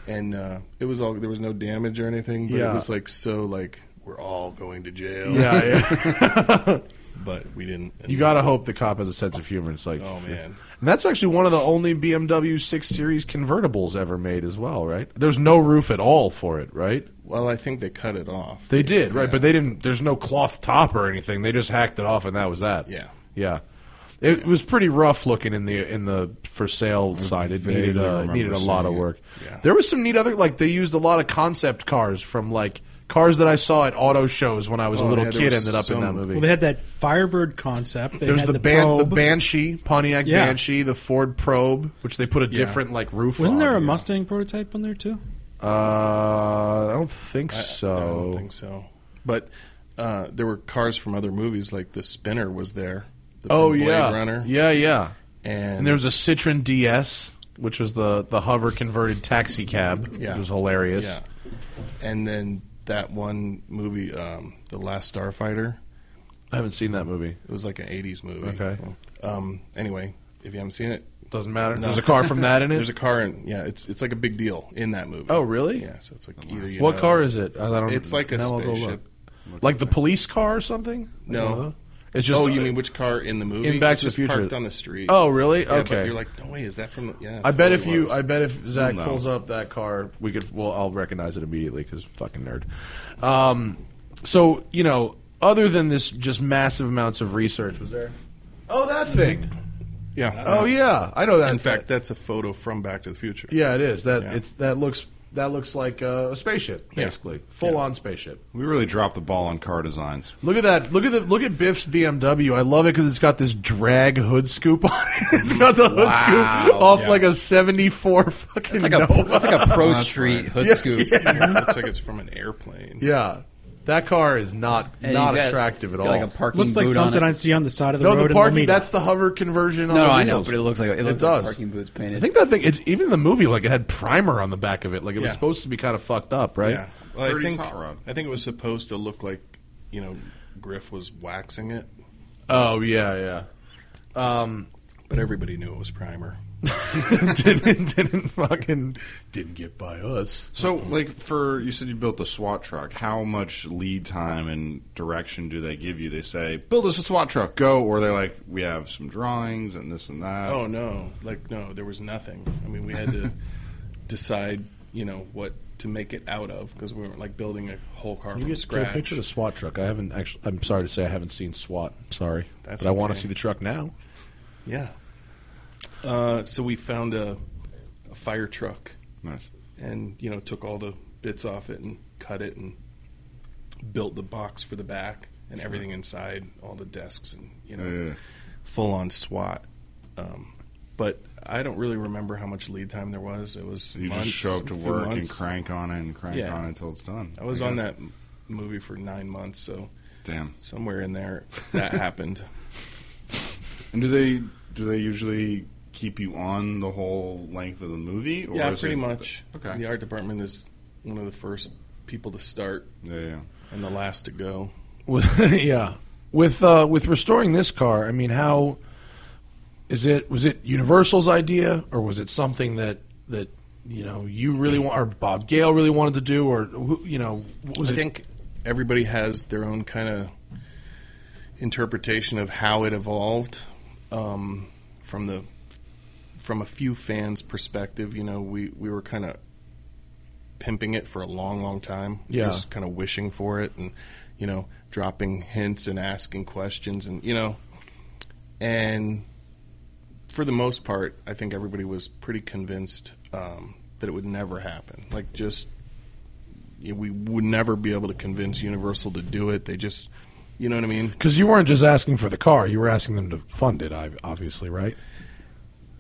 [SPEAKER 4] And uh, it was all there was no damage or anything, but
[SPEAKER 2] Yeah.
[SPEAKER 4] it was like so like we're all going to jail
[SPEAKER 2] Yeah, yeah.
[SPEAKER 4] but we didn't.
[SPEAKER 2] you gotta hope the cop has a sense of humor. It's like,
[SPEAKER 4] Oh, man.
[SPEAKER 2] and that's actually one of the only BMW 6 Series convertibles ever made as well, right? There's no roof at all for it, right?
[SPEAKER 4] Well, I think they cut it off.
[SPEAKER 2] They did, right?
[SPEAKER 4] Yeah.
[SPEAKER 2] But they didn't. There's no cloth top or anything. They just hacked it off, and that was that.
[SPEAKER 4] Yeah.
[SPEAKER 2] yeah. It was pretty rough looking in the in the for sale side. It
[SPEAKER 5] vaguely
[SPEAKER 2] needed uh,
[SPEAKER 5] remember
[SPEAKER 2] needed a lot of
[SPEAKER 5] seeing it.
[SPEAKER 2] work.
[SPEAKER 4] Yeah.
[SPEAKER 2] There was some neat other like they used a lot of concept cars from like cars that I saw at auto shows when I was
[SPEAKER 4] Oh,
[SPEAKER 2] a little
[SPEAKER 4] yeah, there
[SPEAKER 2] kid.
[SPEAKER 4] was
[SPEAKER 2] Ended up in that
[SPEAKER 4] some-
[SPEAKER 2] movie.
[SPEAKER 3] Well, they had that Firebird concept. They
[SPEAKER 2] There's
[SPEAKER 3] had
[SPEAKER 2] the,
[SPEAKER 3] the,
[SPEAKER 2] ban- the
[SPEAKER 3] probe.
[SPEAKER 2] Banshee, Pontiac
[SPEAKER 3] Yeah.
[SPEAKER 2] Banshee, the Ford Probe, which they put a different like roof.
[SPEAKER 3] Wasn't
[SPEAKER 2] on,
[SPEAKER 3] there a
[SPEAKER 2] Oh, yeah.
[SPEAKER 3] Mustang prototype on there too?
[SPEAKER 2] Uh, I don't think
[SPEAKER 4] I-
[SPEAKER 2] so.
[SPEAKER 4] I don't think so. But uh, there were cars from other movies, like the Spinner was there. The,
[SPEAKER 2] Oh
[SPEAKER 4] from Blade
[SPEAKER 2] yeah,
[SPEAKER 4] Runner.
[SPEAKER 2] yeah, yeah.
[SPEAKER 4] and,
[SPEAKER 2] And there was a Citroen DS, which was the the hover converted taxi cab.
[SPEAKER 4] Yeah.
[SPEAKER 2] which was hilarious.
[SPEAKER 4] yeah, and then that one movie, um, the Last Starfighter.
[SPEAKER 2] I haven't seen that movie.
[SPEAKER 4] It was like an '80s movie.
[SPEAKER 2] Okay.
[SPEAKER 4] Um. Anyway, if you haven't seen it,
[SPEAKER 2] Doesn't matter.
[SPEAKER 4] No.
[SPEAKER 2] There's a car from that in it.
[SPEAKER 4] there's a car in. Yeah, it's it's like a big deal in that movie.
[SPEAKER 2] Oh, really?
[SPEAKER 4] Yeah. So it's like either you
[SPEAKER 2] what
[SPEAKER 4] know-
[SPEAKER 2] car is it? I don't.
[SPEAKER 4] It's like a
[SPEAKER 2] now I'll go
[SPEAKER 4] spaceship.
[SPEAKER 2] look. Like the police car or something. Like
[SPEAKER 4] No.
[SPEAKER 2] one of those? It's just
[SPEAKER 4] oh, you mean which car in the movie?
[SPEAKER 2] in Back
[SPEAKER 4] It's
[SPEAKER 2] to the
[SPEAKER 4] just
[SPEAKER 2] Future.
[SPEAKER 4] parked on the street.
[SPEAKER 2] Oh, really?
[SPEAKER 4] Yeah,
[SPEAKER 2] Okay.
[SPEAKER 4] But you're like, no way, is that from? The, yeah.
[SPEAKER 2] I
[SPEAKER 4] that's
[SPEAKER 2] bet
[SPEAKER 4] what
[SPEAKER 2] if
[SPEAKER 4] it
[SPEAKER 2] you,
[SPEAKER 4] was.
[SPEAKER 2] I bet if Zach
[SPEAKER 5] No.
[SPEAKER 2] pulls up that car, we could. Well, I'll recognize it immediately because fucking nerd. Um, so you know, other than this, just massive amounts of research was there. Oh, that thing.
[SPEAKER 4] yeah.
[SPEAKER 2] Oh yeah, I know that.
[SPEAKER 4] Um, In fact, that's a photo from Back to the Future.
[SPEAKER 2] yeah, it is. That
[SPEAKER 4] Yeah.
[SPEAKER 2] it's that looks that looks like uh, a spaceship,
[SPEAKER 4] Yeah.
[SPEAKER 2] basically, full on spaceship.
[SPEAKER 5] We really dropped the ball on car designs.
[SPEAKER 2] Look at that! Look at the look at Biff's BMW. I love it because it's got this drag hood scoop on it. It's got the hood scoop off
[SPEAKER 4] Yeah.
[SPEAKER 2] like a '74 fucking.
[SPEAKER 6] It's like a
[SPEAKER 2] Nova.
[SPEAKER 6] it's like a pro street hood scoop.
[SPEAKER 4] looks like it's from an airplane.
[SPEAKER 2] Yeah, that car is not
[SPEAKER 6] And
[SPEAKER 2] not
[SPEAKER 6] he's got-
[SPEAKER 2] attractive
[SPEAKER 6] he's
[SPEAKER 2] at all.
[SPEAKER 6] got Like a parking
[SPEAKER 3] Looks like
[SPEAKER 6] boot
[SPEAKER 3] something
[SPEAKER 6] on it.
[SPEAKER 3] I'd see on the side of the
[SPEAKER 2] no,
[SPEAKER 3] road.
[SPEAKER 2] the
[SPEAKER 3] in
[SPEAKER 2] parking.
[SPEAKER 3] Lomita.
[SPEAKER 2] That's the hover conversion.
[SPEAKER 6] No,
[SPEAKER 2] on
[SPEAKER 6] no,
[SPEAKER 2] the
[SPEAKER 6] I know,
[SPEAKER 2] wheels.
[SPEAKER 6] but it looks like it, looks like
[SPEAKER 2] does.
[SPEAKER 6] a parking boots painted.
[SPEAKER 2] I think that thing, it, even in the movie, like it had primer on the back of it. Like it was
[SPEAKER 4] Yeah.
[SPEAKER 2] supposed to be kind of fucked up, right?
[SPEAKER 4] Yeah. Well, I
[SPEAKER 5] 30s
[SPEAKER 4] think
[SPEAKER 5] hot rod.
[SPEAKER 4] I think it was supposed to look like, you know, Griff was waxing it,
[SPEAKER 2] Oh yeah, yeah. Um,
[SPEAKER 4] but everybody knew it was primer.
[SPEAKER 2] didn't didn't fucking didn't get by us.
[SPEAKER 5] So, like for you said, you built the SWAT truck. How much lead time and direction do they give you? They say build us a SWAT truck, go, or they're like, we have some drawings and this and that.
[SPEAKER 4] Oh no! Like no, there was nothing. I mean, we had to decide, you know, what to make it out of because we weren't like building a whole car
[SPEAKER 2] Can you
[SPEAKER 4] from
[SPEAKER 2] just get a
[SPEAKER 4] scratch.
[SPEAKER 2] picture of the SWAT truck? I haven't actually. I'm sorry to say I haven't seen SWAT. Sorry,
[SPEAKER 4] That's
[SPEAKER 2] but I want to
[SPEAKER 4] okay.
[SPEAKER 2] see the truck now.
[SPEAKER 4] Yeah. Uh, so we found a, a fire truck
[SPEAKER 5] nice.
[SPEAKER 4] and you know took all the bits off it and cut it and built the box for the back and everything inside, all the desks and you know.
[SPEAKER 5] Yeah.
[SPEAKER 4] full on SWAT. Um, but I don't really remember how much lead time there was. It was
[SPEAKER 5] You
[SPEAKER 4] months,
[SPEAKER 5] just show up to
[SPEAKER 4] a few
[SPEAKER 5] work and
[SPEAKER 4] months.
[SPEAKER 5] crank on it and crank
[SPEAKER 4] Yeah.
[SPEAKER 5] on it until it's done.
[SPEAKER 4] I was
[SPEAKER 5] I
[SPEAKER 4] on
[SPEAKER 5] guess.
[SPEAKER 4] that m- movie for nine months, so
[SPEAKER 5] Damn.
[SPEAKER 4] somewhere in there that happened.
[SPEAKER 5] And do they do they usually keep you on the whole length of the movie? Or
[SPEAKER 4] yeah,
[SPEAKER 5] is
[SPEAKER 4] pretty
[SPEAKER 5] it-
[SPEAKER 4] much.
[SPEAKER 5] Okay.
[SPEAKER 4] The art department is one of the first people to start
[SPEAKER 5] Yeah, yeah.
[SPEAKER 4] and the last to go.
[SPEAKER 2] With, yeah, with uh, with restoring this car, I mean, how is it? Was it Universal's idea, or was it something that that you know you really want, or Bob Gale really wanted to do, or who- you know, was
[SPEAKER 4] I
[SPEAKER 2] it?
[SPEAKER 4] think everybody has their own kind of interpretation of how it evolved um, from the from a few fans' perspective. You know, we we were kind of pimping it for a long, long time.
[SPEAKER 2] Yeah.
[SPEAKER 4] just kind of wishing for it, and you know, dropping hints and asking questions, and you know, and for the most part, I think everybody was pretty convinced um, that it would never happen. Like just you know, we would never be able to convince Universal to do it. They just, you know what I mean?
[SPEAKER 2] Because you weren't just asking for the car; you were asking them to fund it, ob- obviously, right?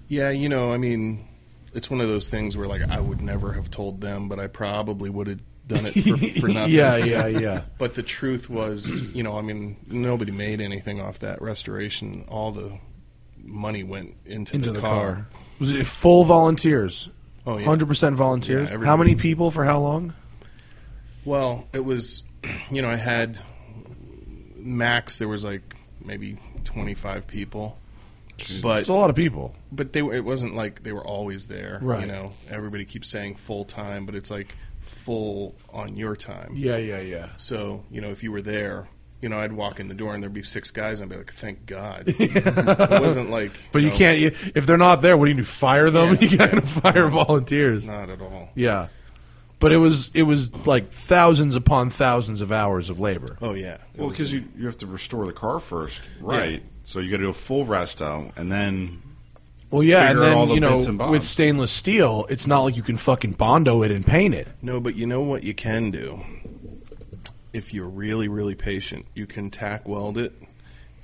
[SPEAKER 4] Yeah, you know, I mean, it's one of those things where like I would never have told them, but I probably would have done it for, for nothing.
[SPEAKER 2] yeah, yeah, yeah.
[SPEAKER 4] But the truth was, you know, I mean, nobody made anything off that restoration. All the money went into,
[SPEAKER 2] Into
[SPEAKER 4] the, car.
[SPEAKER 2] Was it full volunteers?
[SPEAKER 4] Oh, yeah.
[SPEAKER 2] hundred percent volunteers.
[SPEAKER 4] Yeah, everybody.
[SPEAKER 2] how many people for how long?
[SPEAKER 4] Well, it was, you know, I had max. There was like maybe twenty five people, but
[SPEAKER 2] It's a lot of people.
[SPEAKER 4] but they were- it wasn't like they were always there.
[SPEAKER 2] Right.
[SPEAKER 4] You know, everybody keeps saying full time, but it's like full on your time.
[SPEAKER 2] Yeah, yeah, yeah.
[SPEAKER 4] So you know, if you were there, you know, I'd walk in the door and there'd be six guys, and I'd be like, "Thank God." it wasn't like,
[SPEAKER 2] But you
[SPEAKER 4] know,
[SPEAKER 2] can't e- you, if they're not there. What do you do? Fire them?
[SPEAKER 4] Yeah,
[SPEAKER 2] you got to
[SPEAKER 4] yeah.
[SPEAKER 2] fire volunteers.
[SPEAKER 4] Not at all.
[SPEAKER 2] Yeah, but it was it was like thousands upon thousands of hours of labor.
[SPEAKER 4] Oh yeah. It
[SPEAKER 5] Well,
[SPEAKER 4] was-
[SPEAKER 5] because you, you have to restore the car first, right? So you got to do a full resto, and then
[SPEAKER 2] Well, yeah, and
[SPEAKER 5] Figure out all
[SPEAKER 2] then
[SPEAKER 5] the
[SPEAKER 2] you know
[SPEAKER 5] bits and bobs.
[SPEAKER 2] with stainless steel, it's not like you can fucking bondo it and paint it.
[SPEAKER 4] no, but you know what you can do. If you're really, really patient, you can tack weld it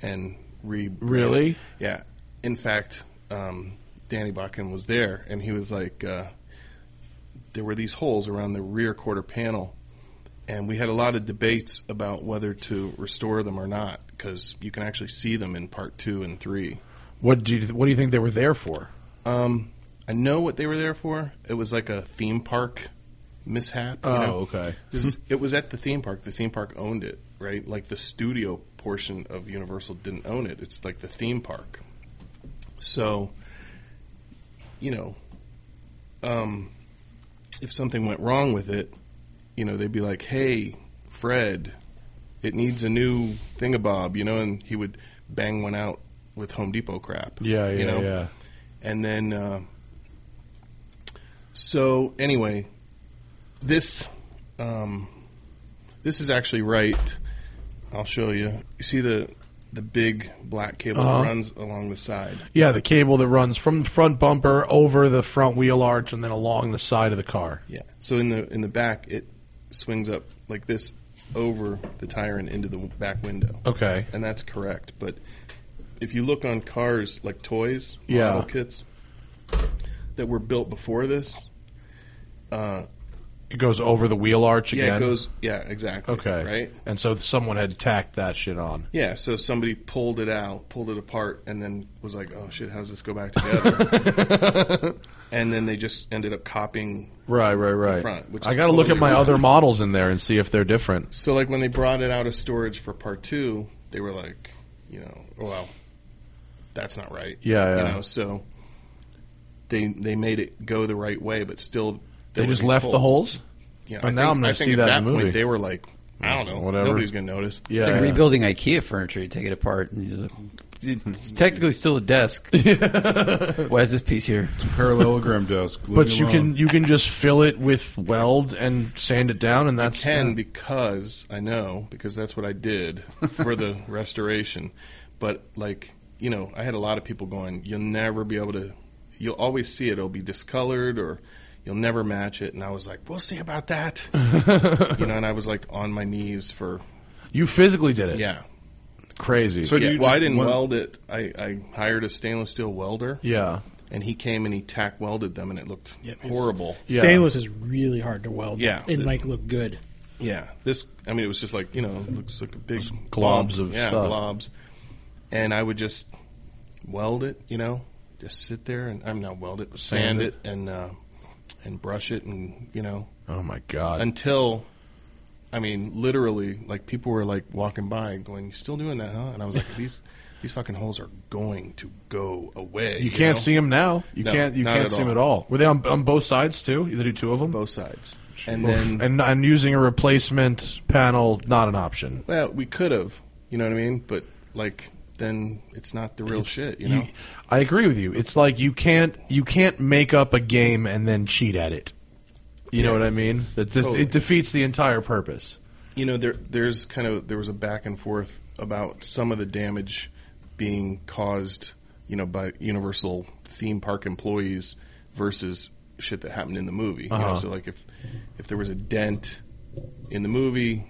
[SPEAKER 4] and re.
[SPEAKER 2] Really?
[SPEAKER 4] Yeah. In fact, um, Danny Bakken was there, and he was like, uh, there were these holes around the rear quarter panel, and we had a lot of debates about whether to restore them or not because you can actually see them in part two and three.
[SPEAKER 2] What do you what do you think they were there for?
[SPEAKER 4] Um, I know what they were there for. It was like a theme park mishap. you know?
[SPEAKER 2] Oh, okay.
[SPEAKER 4] This is- it was at the theme park. The theme park owned it, right? Like the studio portion of Universal didn't own it. It's like the theme park. So, you know, um, if something went wrong with it, you know, they'd be like, "Hey, Fred, it needs a new thingabob, you know, and he would bang one out with Home Depot crap.
[SPEAKER 2] Yeah, yeah,
[SPEAKER 4] you know?
[SPEAKER 2] yeah.
[SPEAKER 4] And then, uh, so anyway, this um, this is actually right. I'll show you. You see the the big black cable
[SPEAKER 2] Uh-huh.
[SPEAKER 4] that runs along the side.
[SPEAKER 2] Yeah, the cable that runs from the front bumper over the front wheel arch and then along the side of the car.
[SPEAKER 4] Yeah. So in the in the back, it swings up like this over the tire and into the w- back window.
[SPEAKER 2] Okay.
[SPEAKER 4] and that's correct. But if you look on cars like toys,
[SPEAKER 2] Yeah.
[SPEAKER 4] model kits that were built before this, uh,
[SPEAKER 2] It goes over the wheel arch
[SPEAKER 4] yeah,
[SPEAKER 2] again.
[SPEAKER 4] it goes, yeah, exactly,
[SPEAKER 2] okay.
[SPEAKER 4] right,
[SPEAKER 2] And so someone had tacked that shit on.
[SPEAKER 4] yeah. So somebody pulled it out, pulled it apart, and then was like, "Oh shit, how does this go back together?" and then they just ended up copying.
[SPEAKER 2] Right, right, right.
[SPEAKER 4] front, which
[SPEAKER 2] I
[SPEAKER 4] is
[SPEAKER 2] got to look at
[SPEAKER 4] totally
[SPEAKER 2] my
[SPEAKER 4] wrong.
[SPEAKER 2] other models in there and see if they're different.
[SPEAKER 4] So like when they brought it out of storage for part two, they were like, you know, oh wow, that's not right.
[SPEAKER 2] Yeah,
[SPEAKER 4] you
[SPEAKER 2] yeah.
[SPEAKER 4] know, so they they made it go the right way, but still
[SPEAKER 2] They
[SPEAKER 4] there were
[SPEAKER 2] just
[SPEAKER 4] these
[SPEAKER 2] left the holes.
[SPEAKER 4] Yeah,
[SPEAKER 2] And now I'm gonna
[SPEAKER 4] I think
[SPEAKER 2] see
[SPEAKER 4] at
[SPEAKER 2] that in
[SPEAKER 4] that
[SPEAKER 2] the movie.
[SPEAKER 4] point they were like, I don't know,
[SPEAKER 2] Whatever.
[SPEAKER 4] nobody's gonna notice.
[SPEAKER 2] Yeah,
[SPEAKER 6] It's like
[SPEAKER 2] yeah.
[SPEAKER 6] rebuilding IKEA furniture. You take it apart and you just. It's technically still a desk. Why is this piece here?
[SPEAKER 5] Parallelogram desk. leave
[SPEAKER 2] but
[SPEAKER 5] me
[SPEAKER 2] you
[SPEAKER 5] alone.
[SPEAKER 2] can you can just fill it with weld and sand it down, and that's
[SPEAKER 4] Can because I know because that's what I did for the restoration. But like you know, I had a lot of people going, "You'll never be able to. You'll always see it. It'll be discolored, or you'll never match it." And I was like, "We'll see about that." you know, and I was like on my knees for
[SPEAKER 2] you physically did it.
[SPEAKER 4] yeah.
[SPEAKER 2] crazy.
[SPEAKER 5] So do
[SPEAKER 4] yeah.
[SPEAKER 5] you
[SPEAKER 4] Well, I
[SPEAKER 5] just
[SPEAKER 4] didn't
[SPEAKER 5] want-
[SPEAKER 4] weld it. I, I hired a stainless steel welder,
[SPEAKER 2] yeah,
[SPEAKER 4] and he came and he tack welded them, and it looked
[SPEAKER 3] it's-
[SPEAKER 4] horrible.
[SPEAKER 2] Yeah.
[SPEAKER 3] Stainless is really hard to weld.
[SPEAKER 4] Yeah.
[SPEAKER 3] and like look good.
[SPEAKER 4] Yeah, this. I mean, it was just like you know, it looks like a big
[SPEAKER 2] globs
[SPEAKER 4] bump.
[SPEAKER 2] of
[SPEAKER 4] yeah,
[SPEAKER 2] stuff.
[SPEAKER 4] globs. And I would just weld it, you know, just sit there and I'm not weld it, but
[SPEAKER 2] Sand
[SPEAKER 4] sand,
[SPEAKER 2] it.
[SPEAKER 4] it, and uh, and brush it, and you know,
[SPEAKER 2] Oh my god.
[SPEAKER 4] until. I mean, literally, like people were like walking by, going, "You still doing that, huh?" And I was like, "These, these fucking holes are going to go away."
[SPEAKER 2] you can't
[SPEAKER 4] know?
[SPEAKER 2] see them now. You
[SPEAKER 4] No,
[SPEAKER 2] can't. You
[SPEAKER 4] not
[SPEAKER 2] can't
[SPEAKER 4] at
[SPEAKER 2] see them
[SPEAKER 4] all.
[SPEAKER 2] at all. Were they on, on both sides too? They do two of them.
[SPEAKER 4] both sides, and then
[SPEAKER 2] and and using a replacement panel not an option.
[SPEAKER 4] well, we could have, you know what I mean? But like, then it's not the real shit, you know.
[SPEAKER 2] I agree with you. It's like you can't you can't make up a game and then cheat at it. You know
[SPEAKER 4] Yeah.
[SPEAKER 2] what I mean? That just,
[SPEAKER 4] Totally.
[SPEAKER 2] it defeats the entire purpose.
[SPEAKER 4] you know there there's kind of there was a back and forth about some of the damage being caused you know by universal theme park employees versus shit that happened in the movie you
[SPEAKER 2] Uh-huh.
[SPEAKER 4] know, so like if if there was a dent in the movie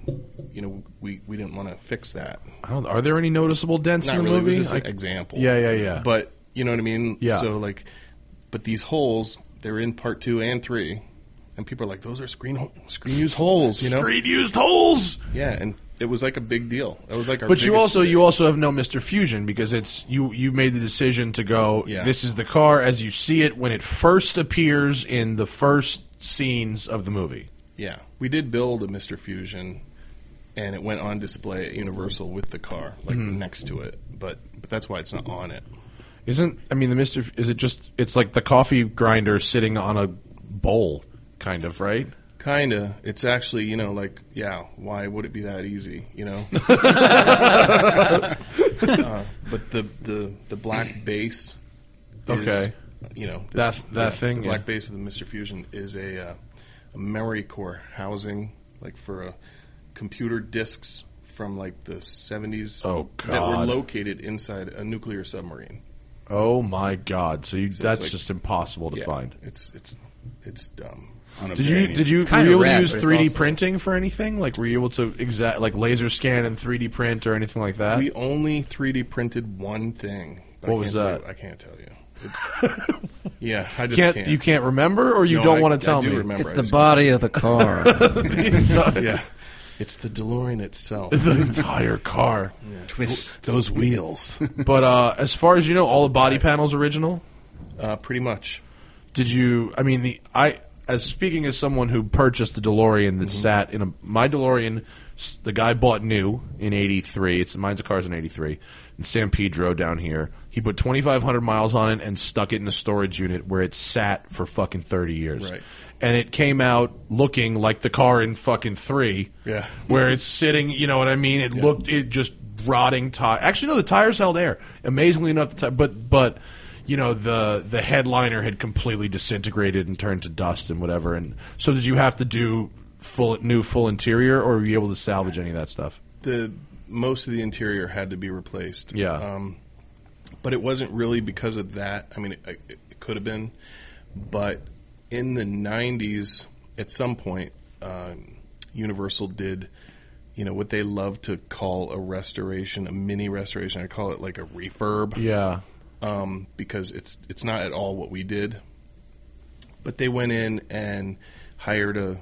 [SPEAKER 4] you know we we didn't want to fix that
[SPEAKER 2] I don't. Are there any noticeable dents
[SPEAKER 4] not
[SPEAKER 2] in the
[SPEAKER 4] really
[SPEAKER 2] movie?
[SPEAKER 4] it was just
[SPEAKER 2] I-
[SPEAKER 4] an example
[SPEAKER 2] Yeah, yeah, yeah.
[SPEAKER 4] but you know what i mean
[SPEAKER 2] Yeah.
[SPEAKER 4] so like but these holes they're in part 2 and 3 and people are like those are screen ho- screen use holes you know
[SPEAKER 2] Screen used holes.
[SPEAKER 4] yeah, and it was like a big deal. It was like our
[SPEAKER 2] But you
[SPEAKER 4] biggest-
[SPEAKER 2] also you also have no Mr. Fusion because it's you you made the decision to go.
[SPEAKER 4] Yeah.
[SPEAKER 2] This is the car as you see it when it first appears in the first scenes of the movie.
[SPEAKER 4] yeah, we did build a Mister Fusion, and it went on display at Universal with the car, like
[SPEAKER 2] Hmm.
[SPEAKER 4] next to it. But but that's why it's not on it.
[SPEAKER 2] Isn't I mean the Mr. F- Is it just it's like the coffee grinder sitting on a bowl, kind of right?
[SPEAKER 4] Kinda. It's actually you know like yeah, why would it be that easy? You know. Uh, but the the the black base. is,
[SPEAKER 2] Okay.
[SPEAKER 4] you know this-
[SPEAKER 2] That- that thing,
[SPEAKER 4] The
[SPEAKER 2] yeah.
[SPEAKER 4] black base of the Mister Fusion is a, uh, a memory core housing, like for uh computer discs from like the seventies.
[SPEAKER 2] Oh,
[SPEAKER 4] That were
[SPEAKER 2] God.
[SPEAKER 4] located inside a nuclear submarine.
[SPEAKER 2] Oh my God! So you,
[SPEAKER 4] So it's
[SPEAKER 2] that's
[SPEAKER 4] like-
[SPEAKER 2] just impossible to
[SPEAKER 4] Yeah,
[SPEAKER 2] find.
[SPEAKER 4] It's it's it's dumb.
[SPEAKER 2] Did you did you were
[SPEAKER 6] kinda
[SPEAKER 2] you able
[SPEAKER 6] rad,
[SPEAKER 2] to use
[SPEAKER 6] but it's
[SPEAKER 2] 3D
[SPEAKER 6] also-
[SPEAKER 2] printing for anything? Like were you able to exact like laser scan and 3D print or anything like that?
[SPEAKER 4] We only 3D printed one thing. but
[SPEAKER 2] What
[SPEAKER 4] I
[SPEAKER 2] was
[SPEAKER 4] can't tell
[SPEAKER 2] that?
[SPEAKER 4] you- I can't tell you. It- yeah, I just
[SPEAKER 2] can't,
[SPEAKER 4] can't.
[SPEAKER 2] you can't remember or you
[SPEAKER 4] No,
[SPEAKER 2] don't
[SPEAKER 4] I-
[SPEAKER 2] want
[SPEAKER 4] I
[SPEAKER 2] to tell
[SPEAKER 4] do
[SPEAKER 2] me?
[SPEAKER 4] remember.
[SPEAKER 6] It's
[SPEAKER 4] I
[SPEAKER 6] the
[SPEAKER 4] just-
[SPEAKER 6] body of the car.
[SPEAKER 4] yeah, it's the DeLorean itself.
[SPEAKER 2] the entire car.
[SPEAKER 4] Twist those wheels.
[SPEAKER 2] But uh, as far as you know, all the body panels original.
[SPEAKER 4] uh, pretty much.
[SPEAKER 2] Did you? I mean, the I as speaking as someone who purchased the DeLorean that
[SPEAKER 4] Mm-hmm.
[SPEAKER 2] sat in a my DeLorean, s- the guy bought new in '83. It's mine's a car's in '83 in San Pedro down here. He put 2,500 miles on it and stuck it in a storage unit where it sat for fucking 30 years.
[SPEAKER 4] Right.
[SPEAKER 2] And it came out looking like the car in fucking three.
[SPEAKER 4] Yeah.
[SPEAKER 2] Where it's sitting, you know what I mean? It looked it just rotting tire. Actually, no, the tires held air. Amazingly enough, the ti- but but you know the the headliner had completely disintegrated and turned to dust and whatever. And so did you have to do full new full interior, or were you able to salvage any of that stuff?
[SPEAKER 4] the most of the interior had to be replaced.
[SPEAKER 2] Yeah.
[SPEAKER 4] Um, but it wasn't really because of that. I mean, it, it, it could have been, but in the '90s, at some point, um, Universal did, you know, what they love to call a restoration, a mini restoration. I call it like a refurb
[SPEAKER 2] Yeah.
[SPEAKER 4] um, because it's it's not at all what we did. But they went in and hired a,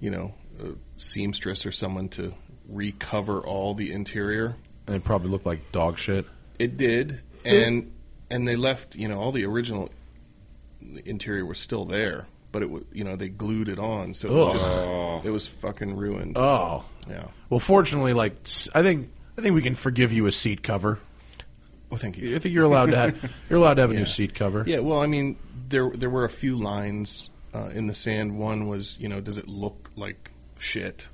[SPEAKER 4] you know, a seamstress or someone to recover all the interior.
[SPEAKER 2] And it probably looked like dog shit.
[SPEAKER 4] It did, and and they left. You know, all the original interior was still there, but it was you know they glued it on, so it was
[SPEAKER 2] Ugh.
[SPEAKER 4] just it was fucking ruined.
[SPEAKER 2] Oh.
[SPEAKER 4] Yeah.
[SPEAKER 2] Well, fortunately, like s- I think I think we can forgive you a seat cover.
[SPEAKER 4] Well, Oh, thank you.
[SPEAKER 2] I think you're allowed to have you're allowed to have a
[SPEAKER 4] Yeah.
[SPEAKER 2] new seat cover.
[SPEAKER 4] Yeah, well, I mean, there there were a few lines uh, in the sand. One was, you know, does it look like shit?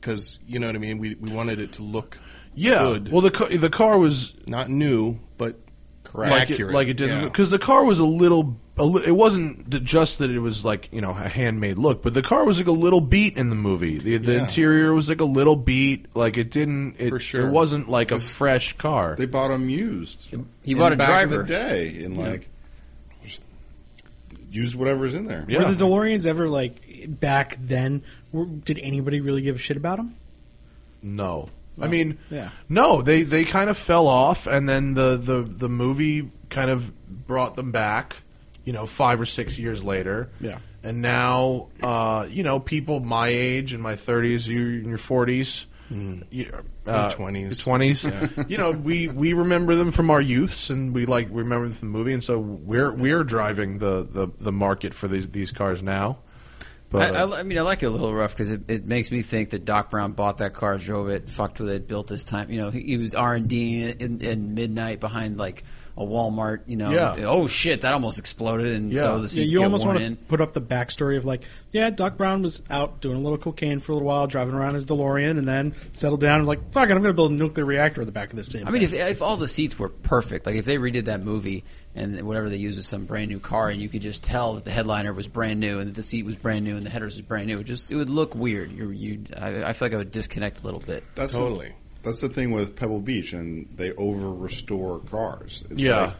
[SPEAKER 4] Because you know what I mean. We we wanted it to look
[SPEAKER 2] Yeah.
[SPEAKER 4] good,
[SPEAKER 2] Well, the ca- the car was
[SPEAKER 4] not new, but correct,
[SPEAKER 2] like
[SPEAKER 4] accurate,
[SPEAKER 2] It, like it didn't
[SPEAKER 4] Yeah.
[SPEAKER 2] because the car was a little. A li- it wasn't d- just that it was like you know a handmade look, but the car was like a little beat in the movie. The, the
[SPEAKER 4] Yeah.
[SPEAKER 2] interior was like a little beat. Like it didn't. It,
[SPEAKER 4] For sure.
[SPEAKER 2] It wasn't like a fresh car.
[SPEAKER 5] They bought them used.
[SPEAKER 6] He
[SPEAKER 5] In
[SPEAKER 6] bought a
[SPEAKER 5] back in
[SPEAKER 6] driver.
[SPEAKER 5] the day and like just use whatever's in there.
[SPEAKER 2] Yeah.
[SPEAKER 3] Were the DeLoreans ever like back then? Were, did anybody really give a shit about them?
[SPEAKER 2] No. I mean,
[SPEAKER 3] Yeah.
[SPEAKER 2] no, they, they kind of fell off, and then the, the, the movie kind of brought them back, you know, five or six years later.
[SPEAKER 3] Yeah.
[SPEAKER 2] And now, uh, you know, people my age, in my 30s, you in your 40s, you, uh,
[SPEAKER 4] Your 20s.
[SPEAKER 2] your 20s, you know, we, we remember them from our youths, and we like remember them from the movie, and so we're we're driving the, the, the market for these these cars now. But
[SPEAKER 6] I, I, I mean, I like it a little rough because it, it makes me think that Doc Brown bought that car, drove it, fucked with it, built this time. You know, he, he was R and D in, in midnight behind like a Walmart. You know,
[SPEAKER 2] Yeah.
[SPEAKER 6] oh shit, that almost exploded, and
[SPEAKER 2] Yeah.
[SPEAKER 6] so the seats
[SPEAKER 3] Yeah, you
[SPEAKER 6] get
[SPEAKER 3] almost
[SPEAKER 6] worn
[SPEAKER 3] want to
[SPEAKER 6] in.
[SPEAKER 3] put up the backstory of like, yeah, Doc Brown was out doing a little cocaine for a little while, driving around his DeLorean, and then settled down and like, fuck it, I'm going to build a nuclear reactor in the back of this thing.
[SPEAKER 6] I mean, if, if all the seats were perfect, like if they redid that movie and whatever they used was some brand new car, and you could just tell that the headliner was brand new and that the seat was brand new and the headers was brand new, it just it would look weird. You you, I, I feel like I would disconnect a little bit.
[SPEAKER 5] That's the-
[SPEAKER 4] Totally.
[SPEAKER 5] that's the thing with Pebble Beach, and they over restore cars. It's
[SPEAKER 2] Yeah.
[SPEAKER 5] like,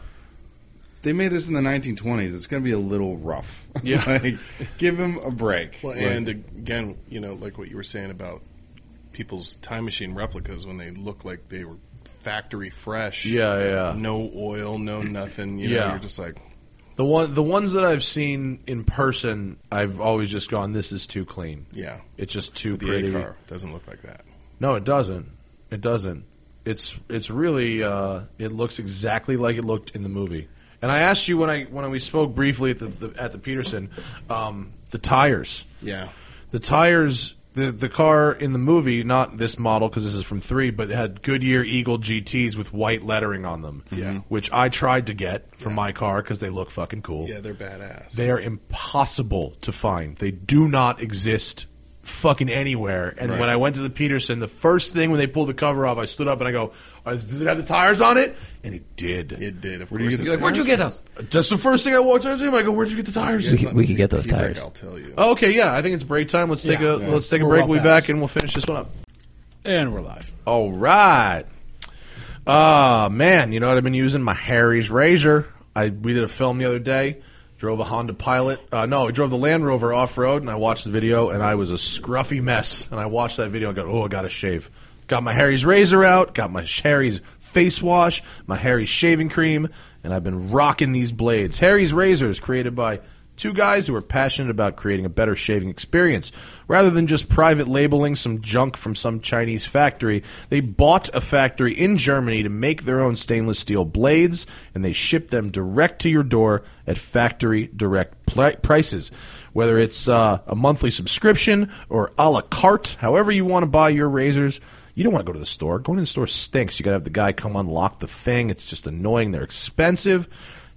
[SPEAKER 5] they made this in the 1920s. It's going to be a little rough. Yeah, like, give them a break.
[SPEAKER 4] Well,
[SPEAKER 5] Like,
[SPEAKER 4] and again, you know, like what you were saying about people's time machine replicas when they look like they were factory fresh.
[SPEAKER 2] Yeah, yeah.
[SPEAKER 4] No oil, no nothing. You know,
[SPEAKER 2] Yeah.
[SPEAKER 4] you're just like,
[SPEAKER 2] The one, the ones that I've seen in person, I've always just gone, "This is too clean.
[SPEAKER 4] yeah,
[SPEAKER 2] It's just too
[SPEAKER 4] the
[SPEAKER 2] pretty."
[SPEAKER 4] A car doesn't look like that.
[SPEAKER 2] No, it doesn't. It doesn't. It's it's really uh, it looks exactly like it looked in the movie. And I asked you when I when we spoke briefly at the, the at the Peterson, um, the tires,
[SPEAKER 4] Yeah.
[SPEAKER 2] the tires, the the car in the movie, not this model because this is from three, but it had Goodyear Eagle GTS with white lettering on them,
[SPEAKER 4] Yeah.
[SPEAKER 2] which I tried to get for my car because they look fucking cool.
[SPEAKER 4] Yeah, they're badass.
[SPEAKER 2] They are impossible to find. They do not exist fucking anywhere. And when I went to the Peterson, the first thing when they pulled the cover off, I stood up and I go, "Uh, "Does it have the tires on it?" And it did.
[SPEAKER 4] It did. Of
[SPEAKER 5] Where do you
[SPEAKER 4] course,
[SPEAKER 5] get
[SPEAKER 4] it's
[SPEAKER 5] the-
[SPEAKER 4] a-
[SPEAKER 6] Where'd you get those?
[SPEAKER 2] That's the first thing I walked up to him. I go, "Where'd you get the
[SPEAKER 4] You
[SPEAKER 2] tires?"
[SPEAKER 4] guys
[SPEAKER 6] We
[SPEAKER 4] let
[SPEAKER 6] could- we
[SPEAKER 4] me
[SPEAKER 6] could get those
[SPEAKER 4] feedback,
[SPEAKER 6] tires.
[SPEAKER 4] I'll tell you.
[SPEAKER 2] Oh, okay, yeah. I think it's break time. Let's take
[SPEAKER 3] Yeah.
[SPEAKER 2] a
[SPEAKER 3] Yeah.
[SPEAKER 2] let's take a
[SPEAKER 3] We're
[SPEAKER 2] break.
[SPEAKER 3] well
[SPEAKER 2] We'll be
[SPEAKER 3] past.
[SPEAKER 2] back and we'll finish this one up.
[SPEAKER 3] and we're live.
[SPEAKER 2] All right. Ah, man, you know what I've been using? My Harry's Razor. I we did a film the other day. Drove a Honda Pilot. Uh, no, I drove the Land Rover off road, and I watched the video, and I was a scruffy mess. And I watched that video and go, oh, I got to shave. Got my Harry's Razor out. Got my Harry's face wash. My Harry's shaving cream, and I've been rocking these blades. Harry's Razors, created by Two guys who are passionate about creating a better shaving experience. Rather than just private labeling some junk from some Chinese factory, they bought a factory in Germany to make their own stainless steel blades, and they ship them direct to your door at factory direct pl- prices. Whether it's uh, a monthly subscription or a la carte, however you want to buy your razors, You don't want to go to the store. Going to the store stinks. You got to have the guy come unlock the thing. It's just annoying. They're expensive.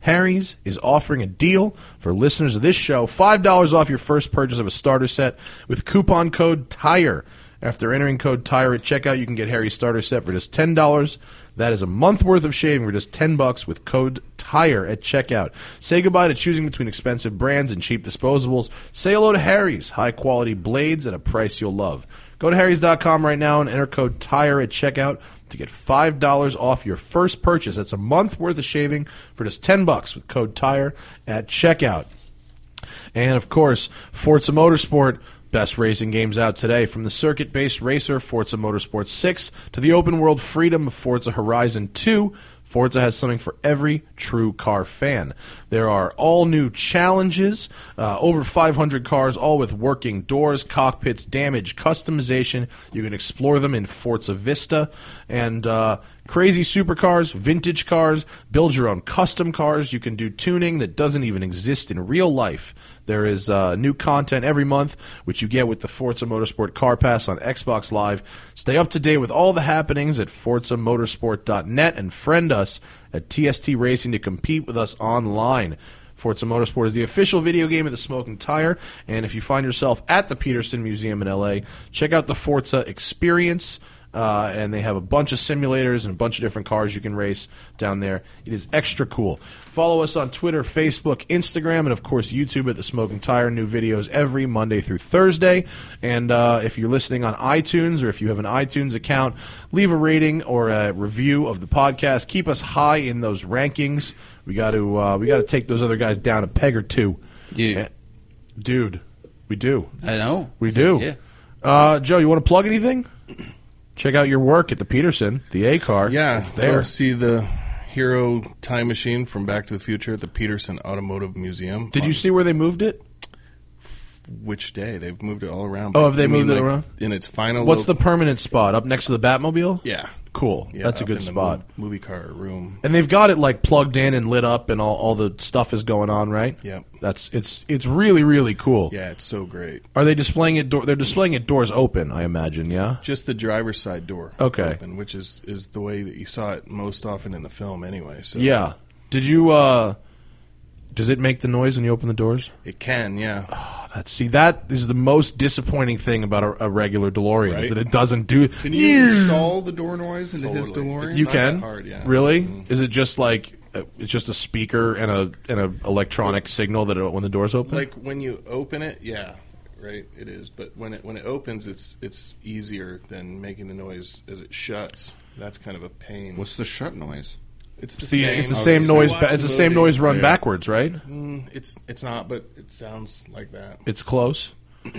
[SPEAKER 2] Harry's is offering a deal for listeners of this show $5 off your first purchase of a starter set with coupon code TIRE. After entering code TIRE at checkout, you can get Harry's starter set for just $10. That is a month worth of shaving for just 10 bucks with code TIRE at checkout. Say goodbye to choosing between expensive brands and cheap disposables. Say hello to Harry's, high quality blades at a price you'll love. Go to harrys.com right now and enter code TIRE at checkout to get $5 off your first purchase. That's a month worth of shaving for just 10 bucks with code TIRE at checkout. And of course, Forza Motorsport. Best racing games out today, from the circuit based racer Forza Motorsport 6 to the open world freedom of Forza Horizon 2. Forza has something for every true car fan. There are all new challenges, uh, over 500 cars, all with working doors, cockpits, damage, customization. You can explore them in Forza Vista. And uh, crazy supercars, vintage cars, build your own custom cars. You can do tuning that doesn't even exist in real life. There is uh, new content every month, which you get with the Forza Motorsport Car Pass on Xbox Live. Stay up to date with all the happenings at ForzaMotorsport.net and friend us at TST Racing to compete with us online. Forza Motorsport is the official video game of the Smoking Tire, and if you find yourself at the Peterson Museum in LA, check out the Forza Experience. Uh, and they have a bunch of simulators and a bunch of different cars you can race down there. It is extra cool. Follow us on Twitter, Facebook, Instagram, and of course YouTube at the Smoking Tire. New videos every Monday through Thursday. And uh, if you're listening on iTunes or if you have an iTunes account, leave a rating or a review of the podcast. Keep us high in those rankings. We got to uh, we got to take those other guys down a peg or two. Eh,
[SPEAKER 6] Yeah.
[SPEAKER 2] dude, we do.
[SPEAKER 6] I know.
[SPEAKER 2] We do.
[SPEAKER 6] Yeah.
[SPEAKER 2] Uh, Joe, you want to plug anything? Check out your work at the Peterson, the A car.
[SPEAKER 4] Yeah,
[SPEAKER 2] it's there.
[SPEAKER 4] go see the Hero Time Machine from Back to the Future at the Peterson Automotive Museum.
[SPEAKER 2] Did you
[SPEAKER 4] On
[SPEAKER 2] see where they moved it?
[SPEAKER 4] which day they've moved it all around?
[SPEAKER 2] Oh, have they
[SPEAKER 4] I mean,
[SPEAKER 2] moved it
[SPEAKER 4] like,
[SPEAKER 2] around?
[SPEAKER 4] In its final.
[SPEAKER 2] What's the
[SPEAKER 4] lo-
[SPEAKER 2] permanent spot up next to the Batmobile?
[SPEAKER 4] Yeah.
[SPEAKER 2] cool.
[SPEAKER 4] Yeah,
[SPEAKER 2] That's a
[SPEAKER 4] up
[SPEAKER 2] good
[SPEAKER 4] in the
[SPEAKER 2] spot.
[SPEAKER 4] mo- Movie car room.
[SPEAKER 2] And they've got it like plugged in and lit up, and all, all the stuff is going on, right?
[SPEAKER 4] Yep.
[SPEAKER 2] That's it's it's really really cool.
[SPEAKER 4] Yeah, it's so great.
[SPEAKER 2] Are they displaying it? Door, they're displaying it doors open, I imagine. Yeah.
[SPEAKER 4] Just the driver's side door.
[SPEAKER 2] Okay.
[SPEAKER 4] Open, which is is the way that you saw it most often in the film, anyway. So
[SPEAKER 2] Yeah. Did you? uh Does it make the noise when you open the doors?
[SPEAKER 4] it can. Yeah,
[SPEAKER 2] Oh, that's see that is the most disappointing thing about a, a regular DeLorean is
[SPEAKER 4] Right.
[SPEAKER 2] that it doesn't do.
[SPEAKER 5] Can you install the door noise into his
[SPEAKER 4] Totally.
[SPEAKER 5] DeLorean?
[SPEAKER 4] It's
[SPEAKER 2] You
[SPEAKER 4] not
[SPEAKER 2] can
[SPEAKER 4] that hard, yeah. Mm-hmm.
[SPEAKER 2] really? Is it just like uh, it's just a speaker and a and a electronic signal that it, when the doors open?
[SPEAKER 4] like when you open it, yeah, right. It is, but when it when it opens, it's it's easier than making the noise as it shuts. That's kind of a pain.
[SPEAKER 5] What's the shut noise?
[SPEAKER 4] It's the
[SPEAKER 2] it's the,
[SPEAKER 4] same.
[SPEAKER 2] it's the
[SPEAKER 4] I was
[SPEAKER 2] same
[SPEAKER 4] just gonna
[SPEAKER 2] noise.
[SPEAKER 4] watch
[SPEAKER 2] Ba- it's the same
[SPEAKER 4] movie.
[SPEAKER 2] noise run
[SPEAKER 5] Yeah.
[SPEAKER 2] backwards, right?
[SPEAKER 4] Mm, it's it's not, but it sounds like that.
[SPEAKER 2] It's close.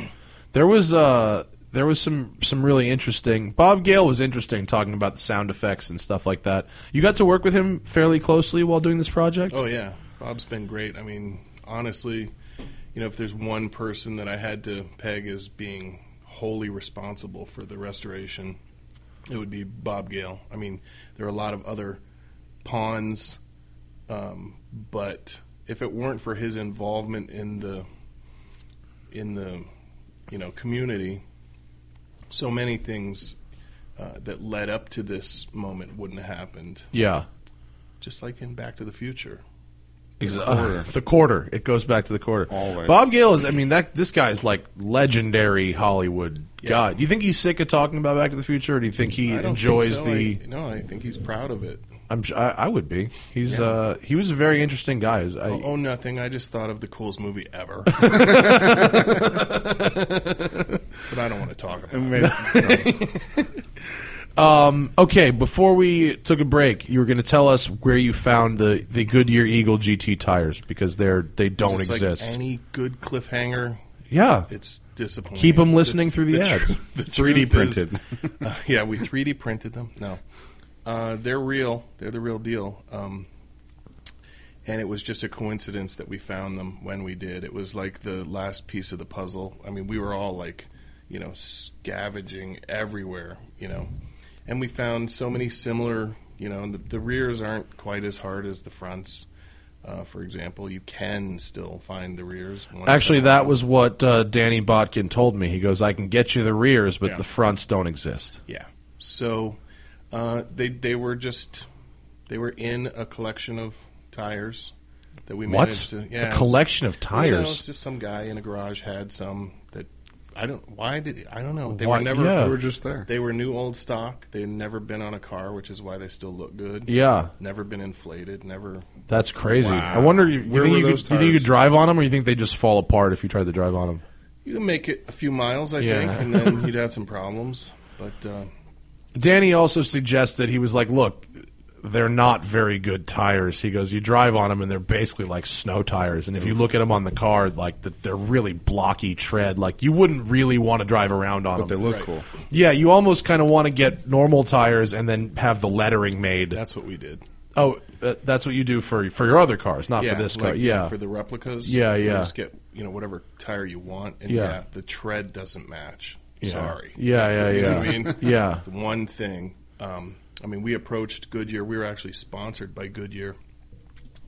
[SPEAKER 2] There was uh there was some some really interesting. Bob Gale was interesting talking about the sound effects and stuff like that. You got to work with him fairly closely while doing this project.
[SPEAKER 4] Oh yeah, Bob's been great. I mean, honestly, you know, if there's one person that I had to peg as being wholly responsible for the restoration, it would be Bob Gale. I mean, there are a lot of other pawns, um, but if it weren't for his involvement in the in the you know community, so many things uh, that led up to this moment wouldn't have happened.
[SPEAKER 2] Yeah.
[SPEAKER 4] Just like in Back to the Future.
[SPEAKER 2] Exactly. The quarter. It goes back to the quarter.
[SPEAKER 5] Always.
[SPEAKER 2] Bob Gale is. I mean, that this guy's like legendary Hollywood
[SPEAKER 4] Yeah.
[SPEAKER 2] guy. Do you think he's sick of talking about Back to the Future, or do you think he
[SPEAKER 4] I don't
[SPEAKER 2] enjoys
[SPEAKER 4] think so.
[SPEAKER 2] the?
[SPEAKER 4] I, no, I think he's proud of it.
[SPEAKER 2] I'm. su- I, I would be. He's.
[SPEAKER 4] Yeah.
[SPEAKER 2] uh He was a very interesting guy. I,
[SPEAKER 4] Oh, oh, nothing. I just thought of the coolest movie ever. but I don't want to talk about it. oh.
[SPEAKER 2] Okay, before we took a break, you were going to tell us where you found the the Goodyear Eagle GT tires because they're they don't
[SPEAKER 4] Just like
[SPEAKER 2] exist.
[SPEAKER 4] any good cliffhanger,
[SPEAKER 2] yeah.
[SPEAKER 4] it's disappointing.
[SPEAKER 2] Keep 'em listening through the ads.
[SPEAKER 4] tr- the
[SPEAKER 2] 3D
[SPEAKER 4] truth
[SPEAKER 2] printed.
[SPEAKER 4] is- uh, yeah, we 3D printed them. No, uh, they're real. They're the real deal. Um, and it was just a coincidence that we found them when we did. It was like the last piece of the puzzle. I mean, we were all like, you know, scavenging everywhere, you know, and we found so many similar. You know, the, the rears aren't quite as hard as the fronts. Uh, for example, you can still find the rears. once
[SPEAKER 2] Actually,
[SPEAKER 4] in a
[SPEAKER 2] that
[SPEAKER 4] while.
[SPEAKER 2] was what uh, Danny Botkin told me. He goes, "I can get you the rears, but
[SPEAKER 4] Yeah.
[SPEAKER 2] the fronts don't exist."
[SPEAKER 4] Yeah. So uh, they they were just they were in a collection of tires that we
[SPEAKER 2] What?
[SPEAKER 4] managed
[SPEAKER 2] A
[SPEAKER 4] to yeah
[SPEAKER 2] collection of
[SPEAKER 4] You know,
[SPEAKER 2] tires?
[SPEAKER 4] it's just some guy in a garage had some that I don't why did I don't know they
[SPEAKER 2] Why-
[SPEAKER 4] were never
[SPEAKER 2] yeah.
[SPEAKER 5] They were just there.
[SPEAKER 4] they were new old stock they had never been on a car which is why they still look good
[SPEAKER 2] Yeah.
[SPEAKER 4] never been inflated never
[SPEAKER 2] That's crazy.
[SPEAKER 5] Wow.
[SPEAKER 2] I wonder. You, you,
[SPEAKER 5] Where
[SPEAKER 2] think
[SPEAKER 5] were
[SPEAKER 2] you, could,
[SPEAKER 5] those
[SPEAKER 2] you think you
[SPEAKER 5] tires?
[SPEAKER 2] could drive on them, or you think they just fall apart if you tried to drive on them?
[SPEAKER 4] you can make it a few miles I
[SPEAKER 2] Yeah.
[SPEAKER 4] think and then you'd have some problems but uh,
[SPEAKER 2] Danny also suggested he was like, "Look, they're not very good tires." He goes, "You drive on them, and they're basically like snow tires. And if you look at them on the car, like the, they're really blocky tread. Like you wouldn't really want to drive around on
[SPEAKER 5] but they
[SPEAKER 2] them.
[SPEAKER 5] look cool.
[SPEAKER 2] yeah, you almost kind of want to get normal tires and then have the lettering made.
[SPEAKER 4] that's what we did
[SPEAKER 2] oh, uh, that's what you do for for your other cars, not for this car.
[SPEAKER 4] like,
[SPEAKER 2] yeah,
[SPEAKER 4] for the replicas.
[SPEAKER 2] Yeah,
[SPEAKER 4] you
[SPEAKER 2] yeah.
[SPEAKER 4] Just get you know whatever tire you want, and
[SPEAKER 2] Yeah.
[SPEAKER 4] yeah, the tread doesn't match.
[SPEAKER 2] Yeah.
[SPEAKER 4] Sorry.
[SPEAKER 2] Yeah,
[SPEAKER 4] That's the-
[SPEAKER 2] yeah,
[SPEAKER 4] you know
[SPEAKER 2] yeah.
[SPEAKER 4] what I mean,
[SPEAKER 2] Yeah.
[SPEAKER 4] The one thing. Um, I mean, we approached Goodyear. We were actually sponsored by Goodyear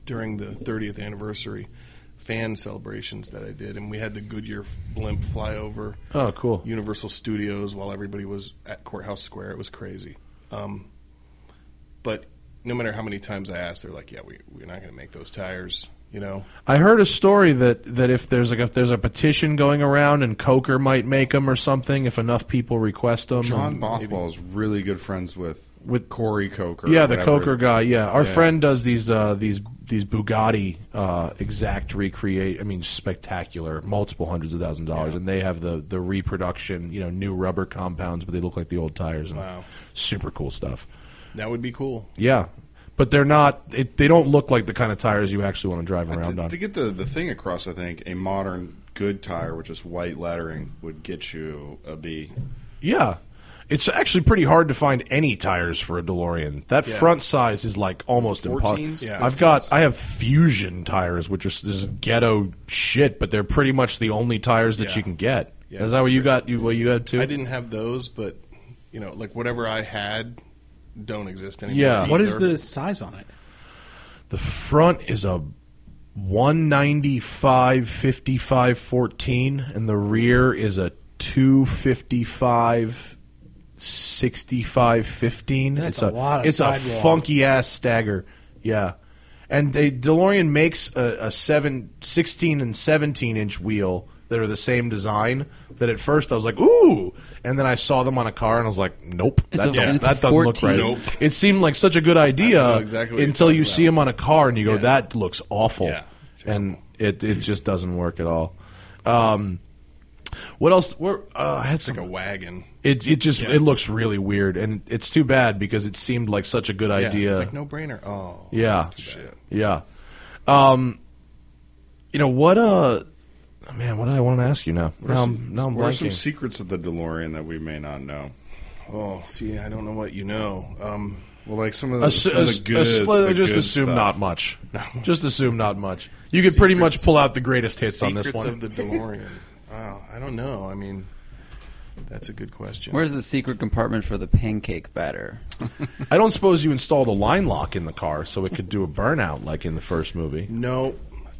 [SPEAKER 4] during the 30th anniversary fan celebrations that I did, and we had the Goodyear f- blimp fly over.
[SPEAKER 2] Oh, cool.
[SPEAKER 4] Universal Studios while everybody was at Courthouse Square. It was crazy. Um, but no matter how many times I asked, they're like, "Yeah, we, we're not going to make those tires." You know,
[SPEAKER 2] I heard a story that, that if there's like if there's a petition going around and Coker might make them or something if enough people request um, them.
[SPEAKER 5] John
[SPEAKER 2] and-
[SPEAKER 5] Bothwell is really good friends with
[SPEAKER 2] With-
[SPEAKER 5] Corey Coker.
[SPEAKER 2] yeah,
[SPEAKER 5] or
[SPEAKER 2] the
[SPEAKER 5] whatever.
[SPEAKER 2] Coker guy. Yeah, our
[SPEAKER 5] Yeah.
[SPEAKER 2] friend does these uh, these these Bugatti uh, exact recreate. I mean, spectacular, multiple hundreds of thousand dollars, and they have the the reproduction. You know, new rubber compounds, but they look like the old tires. And
[SPEAKER 4] Wow.
[SPEAKER 2] super cool stuff.
[SPEAKER 4] that would be cool.
[SPEAKER 2] Yeah, but they're not. It, they don't look like the kind of tires you actually want to drive
[SPEAKER 5] Uh,
[SPEAKER 2] around
[SPEAKER 5] to,
[SPEAKER 2] on.
[SPEAKER 5] to get the, the thing across, I think a modern good tire, which is white lettering, would get you a B.
[SPEAKER 2] Yeah. It's actually pretty hard to find any tires for a DeLorean. That front size is like almost
[SPEAKER 5] 14s?
[SPEAKER 2] impossible.
[SPEAKER 5] Yeah.
[SPEAKER 2] I've got I have fusion tires, which are s- this is ghetto shit, but they're pretty much the only tires that
[SPEAKER 4] Yeah.
[SPEAKER 2] you can get.
[SPEAKER 4] Yeah,
[SPEAKER 2] is
[SPEAKER 4] it's
[SPEAKER 2] that what you got? You what you had too?
[SPEAKER 4] I didn't have those, but you know, like whatever I had don't exist anymore.
[SPEAKER 2] Yeah.
[SPEAKER 3] What is
[SPEAKER 4] either.
[SPEAKER 3] the size on it?
[SPEAKER 2] The front is a 195 55 14 and the rear is a 255 65 15.
[SPEAKER 3] That's
[SPEAKER 2] it's
[SPEAKER 3] a lot of
[SPEAKER 2] It's a
[SPEAKER 3] sidewall.
[SPEAKER 2] funky ass stagger. Yeah. And they DeLorean makes a, a seven, 16 and 17 inch wheel that are the same design that at first I was like, "Ooh." And then I saw them on a car and I was like, "Nope."
[SPEAKER 6] It's
[SPEAKER 2] that
[SPEAKER 6] a-
[SPEAKER 2] don't-
[SPEAKER 6] and it's a
[SPEAKER 2] that doesn't look right.
[SPEAKER 6] 14. Nope.
[SPEAKER 2] It seemed like such a good
[SPEAKER 4] I
[SPEAKER 2] idea
[SPEAKER 4] know exactly what you're
[SPEAKER 2] until
[SPEAKER 4] talking
[SPEAKER 2] you see
[SPEAKER 4] about.
[SPEAKER 2] them on a car and you go,
[SPEAKER 4] Yeah.
[SPEAKER 2] "That looks awful,"
[SPEAKER 4] Yeah.
[SPEAKER 2] and it it just doesn't work at all. Um, what else? Where uh, I had
[SPEAKER 4] It's like a
[SPEAKER 2] some.
[SPEAKER 4] wagon
[SPEAKER 2] It it just it looks really weird, and it's too bad because it seemed like such a good
[SPEAKER 4] Yeah,
[SPEAKER 2] idea.
[SPEAKER 4] It's like no brainer. Oh,
[SPEAKER 2] Yeah.
[SPEAKER 4] Shit.
[SPEAKER 2] Yeah. Um, you know what? Uh, man, what did I want to ask you now? Now, I'm- now I'm
[SPEAKER 5] What are some
[SPEAKER 2] blanking.
[SPEAKER 5] secrets of the DeLorean that we may not know?
[SPEAKER 4] Oh, see, I don't know what you know. Um,
[SPEAKER 5] Well, like some of the,
[SPEAKER 2] Ass-
[SPEAKER 5] some of the
[SPEAKER 2] ass-
[SPEAKER 5] goods,
[SPEAKER 2] ass-
[SPEAKER 5] the
[SPEAKER 2] just
[SPEAKER 5] good
[SPEAKER 2] assume
[SPEAKER 5] stuff.
[SPEAKER 2] not much. Just assume not much. You could pretty much
[SPEAKER 4] Secrets-
[SPEAKER 2] pull out the greatest hits on this
[SPEAKER 4] secrets
[SPEAKER 2] one.
[SPEAKER 4] of the DeLorean. Wow, I don't know. I mean, that's a good question.
[SPEAKER 6] Where's the secret compartment for the pancake batter?
[SPEAKER 2] I don't suppose you installed a line lock in the car so it could do a burnout like in the first movie.
[SPEAKER 4] No,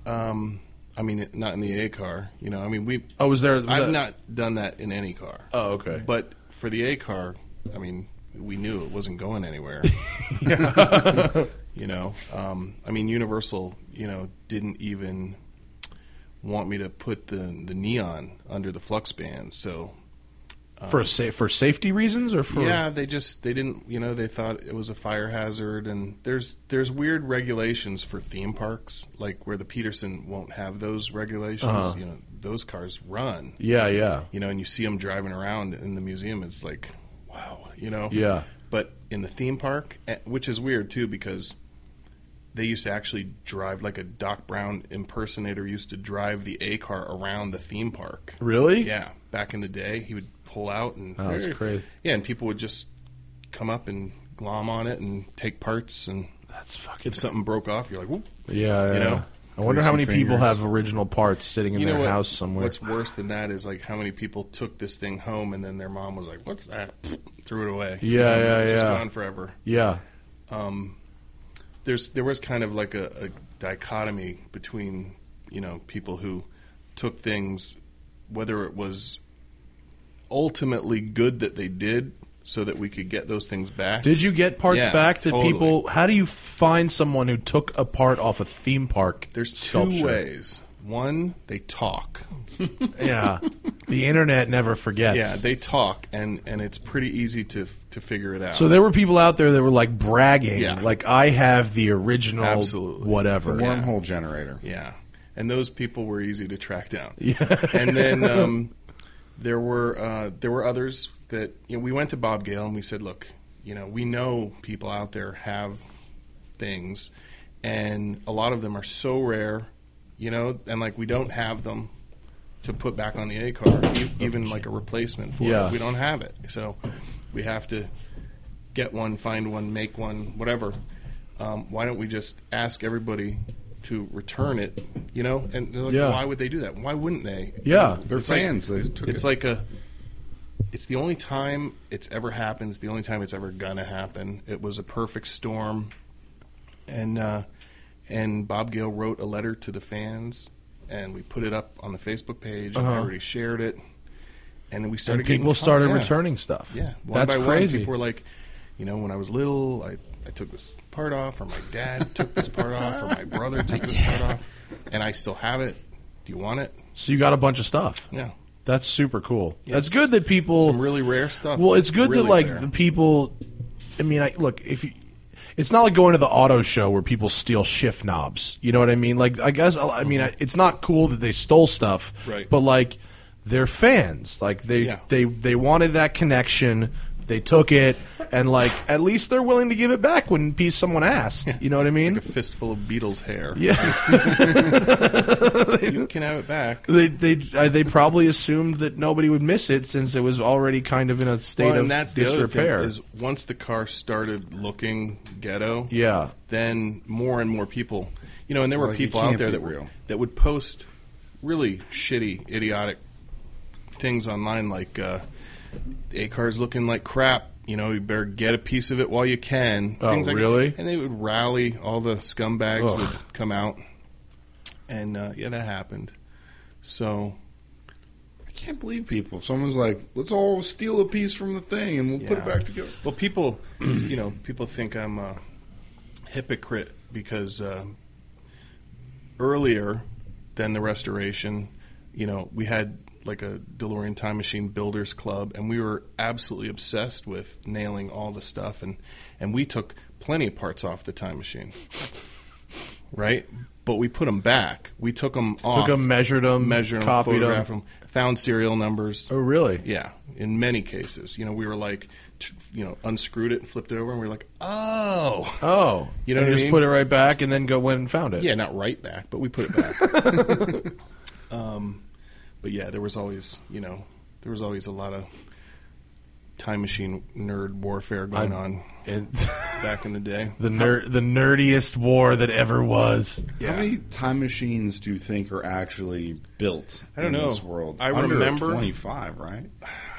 [SPEAKER 4] um, I mean it- not in the A car. You know, I mean we.
[SPEAKER 2] Oh, was there? was
[SPEAKER 4] I've
[SPEAKER 2] that-
[SPEAKER 4] not done that in any car.
[SPEAKER 2] Oh, okay.
[SPEAKER 4] But for the A car, I mean, we knew it wasn't going anywhere. you know, um, I mean, Universal, you know, didn't even want me to put the the neon under the flux band, so
[SPEAKER 2] for a sa- for safety reasons or for
[SPEAKER 4] Yeah, they just they didn't you know they thought it was a fire hazard and there's there's weird regulations for theme parks like where the Peterson won't have those regulations. You know those cars run.
[SPEAKER 2] yeah yeah
[SPEAKER 4] You know, and you see them driving around in the museum. It's like, wow, you know.
[SPEAKER 2] Yeah.
[SPEAKER 4] But in the theme park, eh, which is weird too, because they used to actually drive like a Doc Brown impersonator used to drive the A car around the theme park.
[SPEAKER 2] really
[SPEAKER 4] Yeah, back in the day, he would pull out and
[SPEAKER 2] Oh, that's crazy.
[SPEAKER 4] Yeah, and people would just come up and glom on it and take parts. And
[SPEAKER 2] that's fucking
[SPEAKER 4] if something broke off, you're like, whoop.
[SPEAKER 2] yeah, yeah.
[SPEAKER 4] You know?
[SPEAKER 2] I wonder how many
[SPEAKER 5] Greasy
[SPEAKER 2] people
[SPEAKER 5] fingers.
[SPEAKER 2] have original parts sitting in
[SPEAKER 4] you
[SPEAKER 2] their
[SPEAKER 4] know what?
[SPEAKER 2] house somewhere.
[SPEAKER 4] What's worse than that is like how many people took this thing home and then their mom was like, "What's that?" Threw it away.
[SPEAKER 2] Yeah, yeah,
[SPEAKER 4] it's just
[SPEAKER 2] yeah.
[SPEAKER 4] gone forever. Um,
[SPEAKER 2] yeah
[SPEAKER 4] There's there was kind of like a, a dichotomy between you know people who took things, whether it was ultimately good that they did so that we could get those things back.
[SPEAKER 2] Did you get parts
[SPEAKER 4] Yeah,
[SPEAKER 2] back that
[SPEAKER 4] totally.
[SPEAKER 2] people? How do you find someone who took a part off a theme park?
[SPEAKER 4] There's two
[SPEAKER 2] sculpture?
[SPEAKER 4] ways. One, they talk.
[SPEAKER 2] Yeah, the internet never forgets.
[SPEAKER 4] Yeah, they talk, and and it's pretty easy to f- to figure it out.
[SPEAKER 2] so there were people out there that were like bragging,
[SPEAKER 4] Yeah.
[SPEAKER 2] like I have the original,
[SPEAKER 4] Absolutely.
[SPEAKER 2] whatever.
[SPEAKER 4] The
[SPEAKER 2] Yeah.
[SPEAKER 4] worm-
[SPEAKER 5] Wormhole generator.
[SPEAKER 4] Yeah, and those people were easy to track down. Yeah, and then um, there were uh, there were others that you know we went to Bob Gale and we said, look, you know, we know people out there have things, and a lot of them are so rare, you know, and like we don't have them to put back on the A car, e- even like a replacement for
[SPEAKER 2] Yeah.
[SPEAKER 4] it. We don't have it, so we have to get one, find one, make one, whatever. Um, why don't we just ask everybody to return it? You know, and they're like,
[SPEAKER 2] Yeah.
[SPEAKER 4] why would they do that? Why wouldn't they?
[SPEAKER 2] Yeah.
[SPEAKER 5] They're
[SPEAKER 4] It's like-
[SPEAKER 5] fans. they took
[SPEAKER 4] it's
[SPEAKER 5] it.
[SPEAKER 4] like a. It's the only time it's ever happened. It's the only time it's ever gonna happen. It was a perfect storm, and uh, and Bob Gale wrote a letter to the fans, and we put it up on the Facebook page,
[SPEAKER 2] Uh-huh.
[SPEAKER 4] and everybody shared it, and then we started.
[SPEAKER 2] And people
[SPEAKER 4] getting,
[SPEAKER 2] started
[SPEAKER 4] yeah.
[SPEAKER 2] returning stuff.
[SPEAKER 4] Yeah, one
[SPEAKER 2] that's
[SPEAKER 4] by
[SPEAKER 2] crazy.
[SPEAKER 4] One, people were like, you know, when I was little, I, I took this part off, or my dad took this part off, or my brother took this part off, and I still have it. Do you want it?
[SPEAKER 2] so you got a bunch of stuff.
[SPEAKER 4] Yeah.
[SPEAKER 2] That's super cool. That's
[SPEAKER 4] Yes.
[SPEAKER 2] good that people
[SPEAKER 4] Some really rare stuff.
[SPEAKER 2] Well, it's good
[SPEAKER 4] Really
[SPEAKER 2] that like
[SPEAKER 4] rare.
[SPEAKER 2] the people. I mean, I look if you. It's not like going to the auto show where people steal shift knobs. You know what I mean? Like, I guess I mean I- it's not cool that they stole stuff,
[SPEAKER 4] Uh-huh. Right.
[SPEAKER 2] But like, they're fans. Like they
[SPEAKER 4] Yeah.
[SPEAKER 2] they they wanted that connection. They took it, and like at least they're willing to give it back when pe- someone asked. You know what I mean?
[SPEAKER 4] Like a fistful of Beatles hair.
[SPEAKER 2] yeah.
[SPEAKER 4] You can have it back.
[SPEAKER 2] they they uh, they probably assumed that nobody would miss it since it was already kind of in a state
[SPEAKER 4] Well,
[SPEAKER 2] of
[SPEAKER 4] and that's the other thing
[SPEAKER 2] disrepair.
[SPEAKER 4] is once the car started looking ghetto,
[SPEAKER 2] Yeah.
[SPEAKER 4] then more and more people, you know, and there were
[SPEAKER 5] Like, it
[SPEAKER 4] people out
[SPEAKER 5] can't
[SPEAKER 4] there
[SPEAKER 5] be
[SPEAKER 4] that were
[SPEAKER 5] real.
[SPEAKER 4] that would post really shitty, idiotic things online, like uh, a car's looking like crap. You know, you better get a piece of it while you can.
[SPEAKER 2] Oh,
[SPEAKER 4] like
[SPEAKER 2] really?
[SPEAKER 4] And they would rally. All the scumbags
[SPEAKER 2] Ugh.
[SPEAKER 4] would come out, and uh, yeah, that happened. So
[SPEAKER 5] I can't believe people. Someone's like, let's all steal a piece from the thing and we'll put it
[SPEAKER 4] Yeah.
[SPEAKER 5] back together.
[SPEAKER 4] Well, people, you know, people think I'm a hypocrite because um earlier than the restoration, you know, we had like a DeLorean Time Machine Builders Club, and we were absolutely obsessed with nailing all the stuff, and and we took plenty of parts off the time machine, right? But we put them back. We took them off.
[SPEAKER 2] 'em, measured 'em,
[SPEAKER 4] measured 'em,
[SPEAKER 2] copied 'em.
[SPEAKER 4] photographed 'em, found serial numbers.
[SPEAKER 2] oh, really?
[SPEAKER 4] Yeah, in many cases, you know, we were like, t- you know, unscrewed it and flipped it over, and we were like, oh,
[SPEAKER 2] Oh,
[SPEAKER 4] You know
[SPEAKER 2] and
[SPEAKER 4] what I
[SPEAKER 2] just
[SPEAKER 4] mean?
[SPEAKER 2] put it right back, and then go went and found it.
[SPEAKER 4] yeah, not right back, but we put it back. um, but yeah, there was always, you know, there was always a lot of time machine nerd warfare going on
[SPEAKER 2] And
[SPEAKER 4] back in the day.
[SPEAKER 2] the ner- the nerdiest war that ever was.
[SPEAKER 5] How many time machines do you think are actually built
[SPEAKER 4] I don't
[SPEAKER 5] in
[SPEAKER 4] know.
[SPEAKER 5] this world?
[SPEAKER 4] I
[SPEAKER 5] Under
[SPEAKER 4] remember-
[SPEAKER 5] 25, right?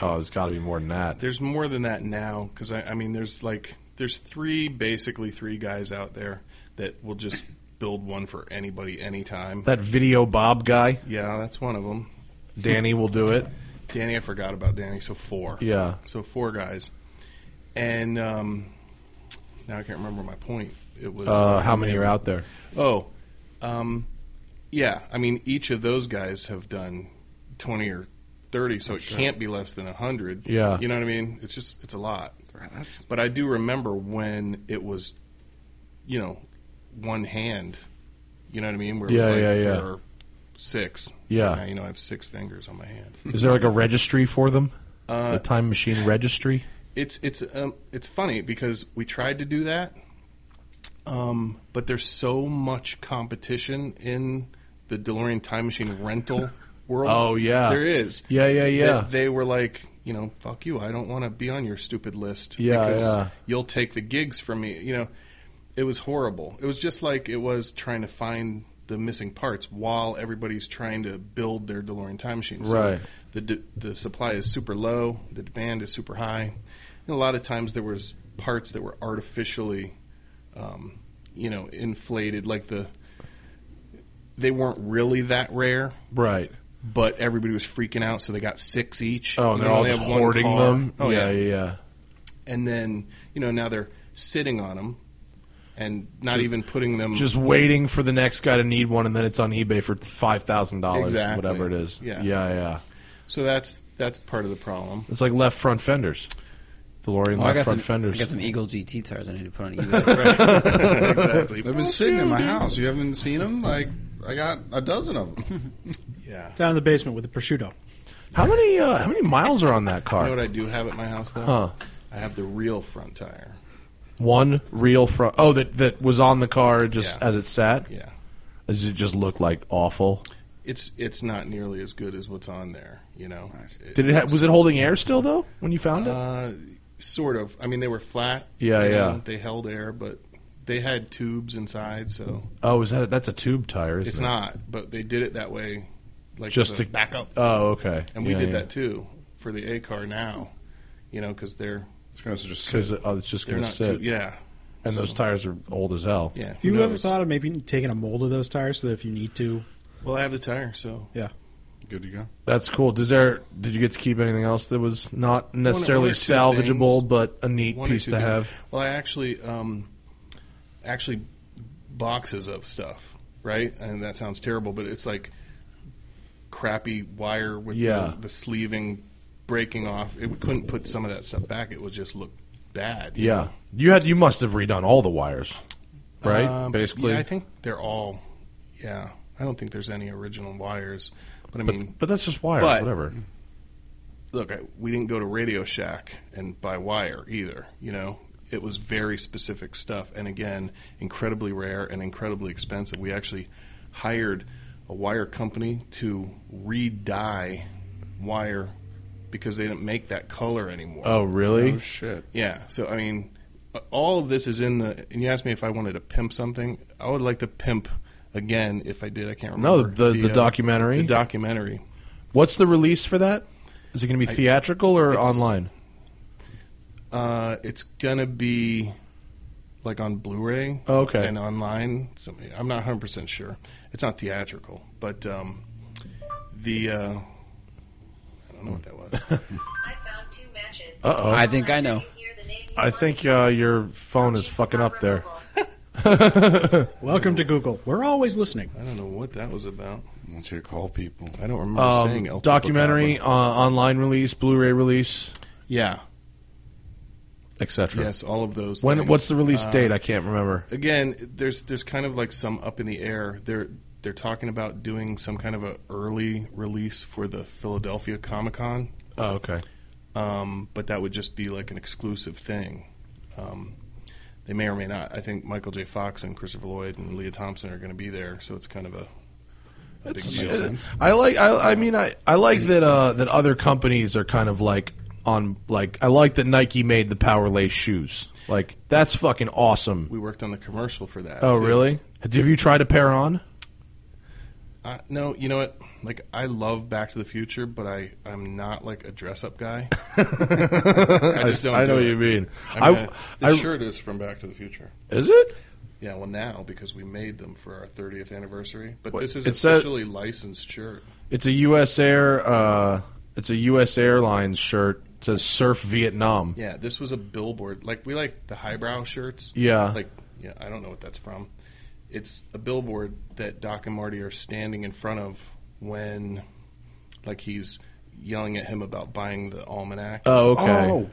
[SPEAKER 2] Oh, it's got to be more than that.
[SPEAKER 4] There's more than that now because I, I mean, there's like there's three basically three guys out there that will just build one for anybody anytime.
[SPEAKER 2] That video Bob guy,
[SPEAKER 4] yeah, that's one of them.
[SPEAKER 2] Danny will do it.
[SPEAKER 4] Danny, I forgot about Danny. So four.
[SPEAKER 2] Yeah.
[SPEAKER 4] So four guys, and um, now I can't remember my point. It was
[SPEAKER 2] Uh, how many are out there?
[SPEAKER 4] Oh, um, yeah. I mean, each of those guys have done twenty or thirty, so it can't be less than hundred.
[SPEAKER 2] Yeah.
[SPEAKER 4] You know what I mean? It's just it's a lot.
[SPEAKER 5] That's
[SPEAKER 4] But I do remember when it was, you know, one hand. You know what I mean? Where it
[SPEAKER 2] Yeah,
[SPEAKER 4] was like
[SPEAKER 2] yeah, yeah.
[SPEAKER 4] there are six.
[SPEAKER 2] Yeah.
[SPEAKER 4] Now, you know, I have six fingers on my hand.
[SPEAKER 2] Is there like a registry for them?
[SPEAKER 4] Uh,
[SPEAKER 2] the time machine registry.
[SPEAKER 4] it's it's um, it's funny because we tried to do that, um, but there's so much competition in the DeLorean time machine rental world.
[SPEAKER 2] Oh, yeah.
[SPEAKER 4] there is.
[SPEAKER 2] Yeah, yeah,
[SPEAKER 4] that
[SPEAKER 2] yeah.
[SPEAKER 4] they were like, you know, fuck you. I don't want to be on your stupid list.
[SPEAKER 2] Yeah,
[SPEAKER 4] because
[SPEAKER 2] yeah.
[SPEAKER 4] You'll take the gigs from me. You know, it was horrible. It was just like it was trying to find the missing parts while everybody's trying to build their DeLorean time machine. So
[SPEAKER 2] Right.
[SPEAKER 4] the d- the supply is super low, the demand is super high, and a lot of times there was parts that were artificially, um, you know, inflated. Like the they weren't really that rare,
[SPEAKER 2] Right.
[SPEAKER 4] but everybody was freaking out, so they got six each.
[SPEAKER 2] Oh, and
[SPEAKER 4] You
[SPEAKER 2] they're
[SPEAKER 4] know,
[SPEAKER 2] all
[SPEAKER 4] they
[SPEAKER 2] just
[SPEAKER 4] have one
[SPEAKER 2] hoarding
[SPEAKER 4] car.
[SPEAKER 2] them.
[SPEAKER 4] Oh
[SPEAKER 2] yeah, yeah,
[SPEAKER 4] and then you know now they're sitting on them and not even putting them
[SPEAKER 2] Just waiting for the next guy to need one, and then it's on eBay for five thousand dollars,
[SPEAKER 4] Exactly.
[SPEAKER 2] whatever it is.
[SPEAKER 4] Yeah.
[SPEAKER 2] yeah, yeah.
[SPEAKER 4] So that's that's part of the problem.
[SPEAKER 2] It's like left front fenders, DeLorean
[SPEAKER 6] Oh, I
[SPEAKER 2] left
[SPEAKER 6] got
[SPEAKER 2] front
[SPEAKER 6] some.
[SPEAKER 2] fenders.
[SPEAKER 6] I got some Eagle GT tires I need to put on eBay.
[SPEAKER 4] exactly.
[SPEAKER 5] They've been sitting in my house. You haven't seen them? Like, I got a dozen of them.
[SPEAKER 4] Yeah.
[SPEAKER 3] Down in the basement with the prosciutto.
[SPEAKER 2] How many uh, how many miles are on that
[SPEAKER 4] e- You
[SPEAKER 2] car?
[SPEAKER 4] know what I do have at my house though?
[SPEAKER 2] Huh.
[SPEAKER 4] I have the real front tire.
[SPEAKER 2] One real front. Oh, that that was on the car just
[SPEAKER 4] Yeah.
[SPEAKER 2] as it sat.
[SPEAKER 4] Yeah.
[SPEAKER 2] Does it just look like awful?
[SPEAKER 4] It's it's not nearly as good as what's on there. You know.
[SPEAKER 2] Did it ha- was it holding air still though when you found it?
[SPEAKER 4] Uh, sort of. I mean, they were flat.
[SPEAKER 2] Yeah,
[SPEAKER 4] you know,
[SPEAKER 2] yeah.
[SPEAKER 4] They held air, but they had tubes inside, so
[SPEAKER 2] oh, is that a, that's a tube tire? Isn't
[SPEAKER 4] it's
[SPEAKER 2] it?
[SPEAKER 4] not. But they did it that way, like
[SPEAKER 2] Just
[SPEAKER 4] the
[SPEAKER 2] to-
[SPEAKER 4] backup.
[SPEAKER 2] Oh, okay.
[SPEAKER 4] and we
[SPEAKER 2] Yeah,
[SPEAKER 4] did
[SPEAKER 2] yeah.
[SPEAKER 4] that too for the A car now. You know, because they're
[SPEAKER 5] It's kind of just
[SPEAKER 2] because oh, it's just
[SPEAKER 4] they're
[SPEAKER 2] going to
[SPEAKER 4] not
[SPEAKER 2] sit.
[SPEAKER 4] too. Yeah.
[SPEAKER 2] And those tires are old as hell.
[SPEAKER 4] Yeah.
[SPEAKER 3] Have
[SPEAKER 4] who
[SPEAKER 3] you ever
[SPEAKER 4] knows?
[SPEAKER 3] thought of maybe taking a mold of those tires so that if you need to,
[SPEAKER 4] Well, I have the tire, so
[SPEAKER 3] yeah.
[SPEAKER 5] good to go.
[SPEAKER 2] That's cool. Does there? Did you get to keep anything else that was not necessarily
[SPEAKER 4] one or two
[SPEAKER 2] salvageable,
[SPEAKER 4] things.
[SPEAKER 2] but a neat
[SPEAKER 4] one or
[SPEAKER 2] piece
[SPEAKER 4] two
[SPEAKER 2] to
[SPEAKER 4] things.
[SPEAKER 2] have?
[SPEAKER 4] Well, I actually, um, actually, boxes of stuff, right? And that sounds terrible, but it's like crappy wire with
[SPEAKER 2] Yeah.
[SPEAKER 4] the, the sleeving breaking off. It, we couldn't put some of that stuff back. It would just look bad. you
[SPEAKER 2] Yeah, you had. You must have redone all the wires,
[SPEAKER 4] know?
[SPEAKER 2] right?
[SPEAKER 4] Um,
[SPEAKER 2] Basically,
[SPEAKER 4] yeah, I think they're all. Yeah, I don't think there's any original wires, but I mean,
[SPEAKER 2] but, but that's just wires,
[SPEAKER 4] but-
[SPEAKER 2] whatever.
[SPEAKER 4] look, I, we didn't go to Radio Shack and buy wire either. You know, it was very specific stuff, and again, incredibly rare and incredibly expensive. We actually hired a wire company to re-dye wire because they didn't make that color anymore.
[SPEAKER 2] Oh, really?
[SPEAKER 5] Oh, shit.
[SPEAKER 4] Yeah. So I mean, all of this is in the. And you asked me if I wanted to pimp something. I would like to pimp again if I did. I can't
[SPEAKER 2] No,
[SPEAKER 4] remember.
[SPEAKER 2] the- the documentary?
[SPEAKER 4] The documentary.
[SPEAKER 2] What's the release for that? Is it going to be theatrical or
[SPEAKER 4] it's-
[SPEAKER 2] online?
[SPEAKER 4] Uh, it's gonna be like on Blu-ray,
[SPEAKER 2] Oh, Okay.
[SPEAKER 4] and online. So I'm not 100 percent sure. It's not theatrical, but um, the uh, I don't know what that was.
[SPEAKER 7] I found two matches.
[SPEAKER 2] Uh-oh.
[SPEAKER 6] I think I know.
[SPEAKER 2] I think uh, your phone is fucking up there.
[SPEAKER 3] Welcome to Google. We're always listening.
[SPEAKER 4] I don't know what that was about.
[SPEAKER 5] I want you to call people.
[SPEAKER 4] I don't remember saying El
[SPEAKER 2] Um,
[SPEAKER 4] Chupacabra.
[SPEAKER 2] documentary, uh, online release, Blu-ray release,
[SPEAKER 4] Yeah.
[SPEAKER 2] etc.
[SPEAKER 4] Yes, all of those.
[SPEAKER 2] When?
[SPEAKER 4] things.
[SPEAKER 2] What's the release
[SPEAKER 4] Uh,
[SPEAKER 2] date? I can't remember.
[SPEAKER 4] Again, there's there's kind of like some up in the air. They're they're talking about doing some kind of a early release for the Philadelphia Comic Con.
[SPEAKER 2] Oh, okay.
[SPEAKER 4] um, but that would just be like an exclusive thing. Um, they may or may not. I think Michael J. Fox and Christopher Lloyd and Leah Thompson are going to be there, so it's kind of a, a big
[SPEAKER 2] It's-
[SPEAKER 4] deal.
[SPEAKER 2] uh, I like. I, I mean, I, I like that uh, that other companies are kind of like on like. I like that Nike made the Power Lace shoes. Like that's fucking awesome.
[SPEAKER 4] we worked on the commercial for that.
[SPEAKER 2] Oh
[SPEAKER 4] too.
[SPEAKER 2] really? Have you tried a pair on?
[SPEAKER 4] I, no, you know what? Like I love Back to the Future, but I I'm not like a dress up guy. I just don't.
[SPEAKER 2] I
[SPEAKER 4] do
[SPEAKER 2] know what
[SPEAKER 4] it.
[SPEAKER 2] you mean.
[SPEAKER 4] I mean,
[SPEAKER 2] I-
[SPEAKER 4] I- the
[SPEAKER 2] I-
[SPEAKER 4] shirt is from Back to the Future.
[SPEAKER 2] Is it?
[SPEAKER 4] Yeah, well now because we made them for our 30th anniversary, but
[SPEAKER 2] What-
[SPEAKER 4] this is
[SPEAKER 2] it's a-
[SPEAKER 4] officially licensed shirt.
[SPEAKER 2] It's a U.S. Air. Uh, it's a U.S. Airlines shirt. It says Surf Vietnam.
[SPEAKER 4] Yeah, this was a billboard. Like we like the highbrow shirts.
[SPEAKER 2] Yeah.
[SPEAKER 4] Like yeah, I don't know what that's from. It's a billboard that Doc and Marty are standing in front of when like he's yelling at him about buying the almanac,
[SPEAKER 2] Oh okay.
[SPEAKER 5] Oh,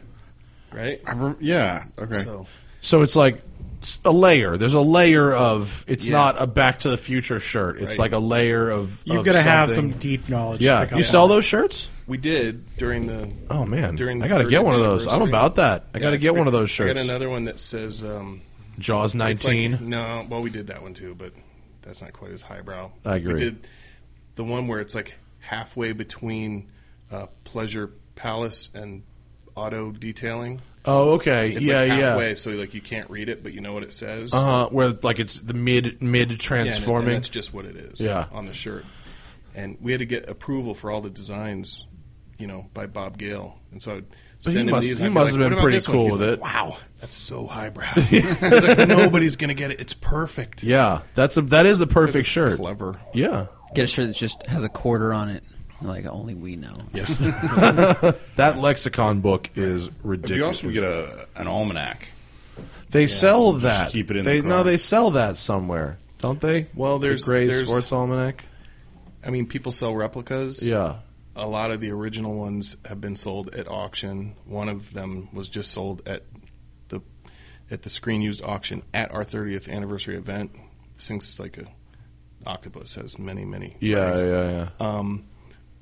[SPEAKER 4] right?
[SPEAKER 5] I rem- yeah. Okay.
[SPEAKER 4] So
[SPEAKER 2] So it's like s- a layer. There's a layer of. It's
[SPEAKER 4] Yeah.
[SPEAKER 2] not a Back to the Future shirt. It's
[SPEAKER 4] Right.
[SPEAKER 2] like a layer of.
[SPEAKER 3] You've
[SPEAKER 2] of
[SPEAKER 3] got to have some
[SPEAKER 2] something.
[SPEAKER 3] deep knowledge. to pick
[SPEAKER 2] Yeah.
[SPEAKER 3] up
[SPEAKER 2] You
[SPEAKER 3] on
[SPEAKER 2] sell
[SPEAKER 3] that.
[SPEAKER 2] those shirts?
[SPEAKER 4] we did during the
[SPEAKER 2] Oh man,
[SPEAKER 4] during the
[SPEAKER 2] I gotta get
[SPEAKER 4] 30th
[SPEAKER 2] one of those. I'm
[SPEAKER 4] anniversary.
[SPEAKER 2] about that. I
[SPEAKER 4] Yeah,
[SPEAKER 2] gotta
[SPEAKER 4] it's
[SPEAKER 2] get
[SPEAKER 4] pretty-
[SPEAKER 2] one of those
[SPEAKER 4] I
[SPEAKER 2] shirts.
[SPEAKER 4] got another one that says um
[SPEAKER 2] Jaws
[SPEAKER 4] It's like-
[SPEAKER 2] 19.
[SPEAKER 4] no, well, we did that one too, but that's not quite as highbrow.
[SPEAKER 2] I agree.
[SPEAKER 4] We did the one where it's like halfway between uh, Pleasure Palace and auto detailing.
[SPEAKER 2] oh, okay,
[SPEAKER 4] It's
[SPEAKER 2] yeah,
[SPEAKER 4] like halfway,
[SPEAKER 2] yeah.
[SPEAKER 4] so like you can't read it, but you know what it says.
[SPEAKER 2] Uh huh. Where like it's the mid mid
[SPEAKER 4] Yeah, and it- and
[SPEAKER 2] transforming.
[SPEAKER 4] that's just what it is.
[SPEAKER 2] Yeah.
[SPEAKER 4] on the shirt. And we had to get approval for all the designs, you know, by Bob Gale. And so I would send
[SPEAKER 2] he
[SPEAKER 4] him
[SPEAKER 2] must-
[SPEAKER 4] these. and
[SPEAKER 2] he
[SPEAKER 4] I'd be
[SPEAKER 2] must have
[SPEAKER 4] like,
[SPEAKER 2] been
[SPEAKER 4] "What about
[SPEAKER 2] pretty
[SPEAKER 4] this one?"
[SPEAKER 2] cool
[SPEAKER 4] He's
[SPEAKER 2] with
[SPEAKER 4] like,
[SPEAKER 2] it.
[SPEAKER 4] Wow, that's so highbrow. He's like, nobody's gonna get it. It's perfect.
[SPEAKER 2] yeah, that's a that is the perfect
[SPEAKER 4] It's
[SPEAKER 2] shirt.
[SPEAKER 4] Clever.
[SPEAKER 2] Yeah,
[SPEAKER 6] Get a shirt that just has a quarter on it. And like only we know.
[SPEAKER 4] Yes.
[SPEAKER 2] That lexicon book is ridiculous.
[SPEAKER 5] You also get a an almanac.
[SPEAKER 2] They sell that.
[SPEAKER 5] keep it in
[SPEAKER 2] they,
[SPEAKER 5] the
[SPEAKER 2] No,
[SPEAKER 5] car.
[SPEAKER 2] they sell that somewhere, don't they?
[SPEAKER 4] Well, there's-
[SPEAKER 2] the Gray
[SPEAKER 4] there's-
[SPEAKER 2] Sports Almanac.
[SPEAKER 4] I mean, people sell replicas.
[SPEAKER 2] Yeah,
[SPEAKER 4] A lot of the original ones have been sold at auction. One of them was just sold at the at the screen used auction at our 30th anniversary event. Since like a octopus has many many
[SPEAKER 2] yeah,
[SPEAKER 4] legs.
[SPEAKER 2] yeah, yeah.
[SPEAKER 4] Um,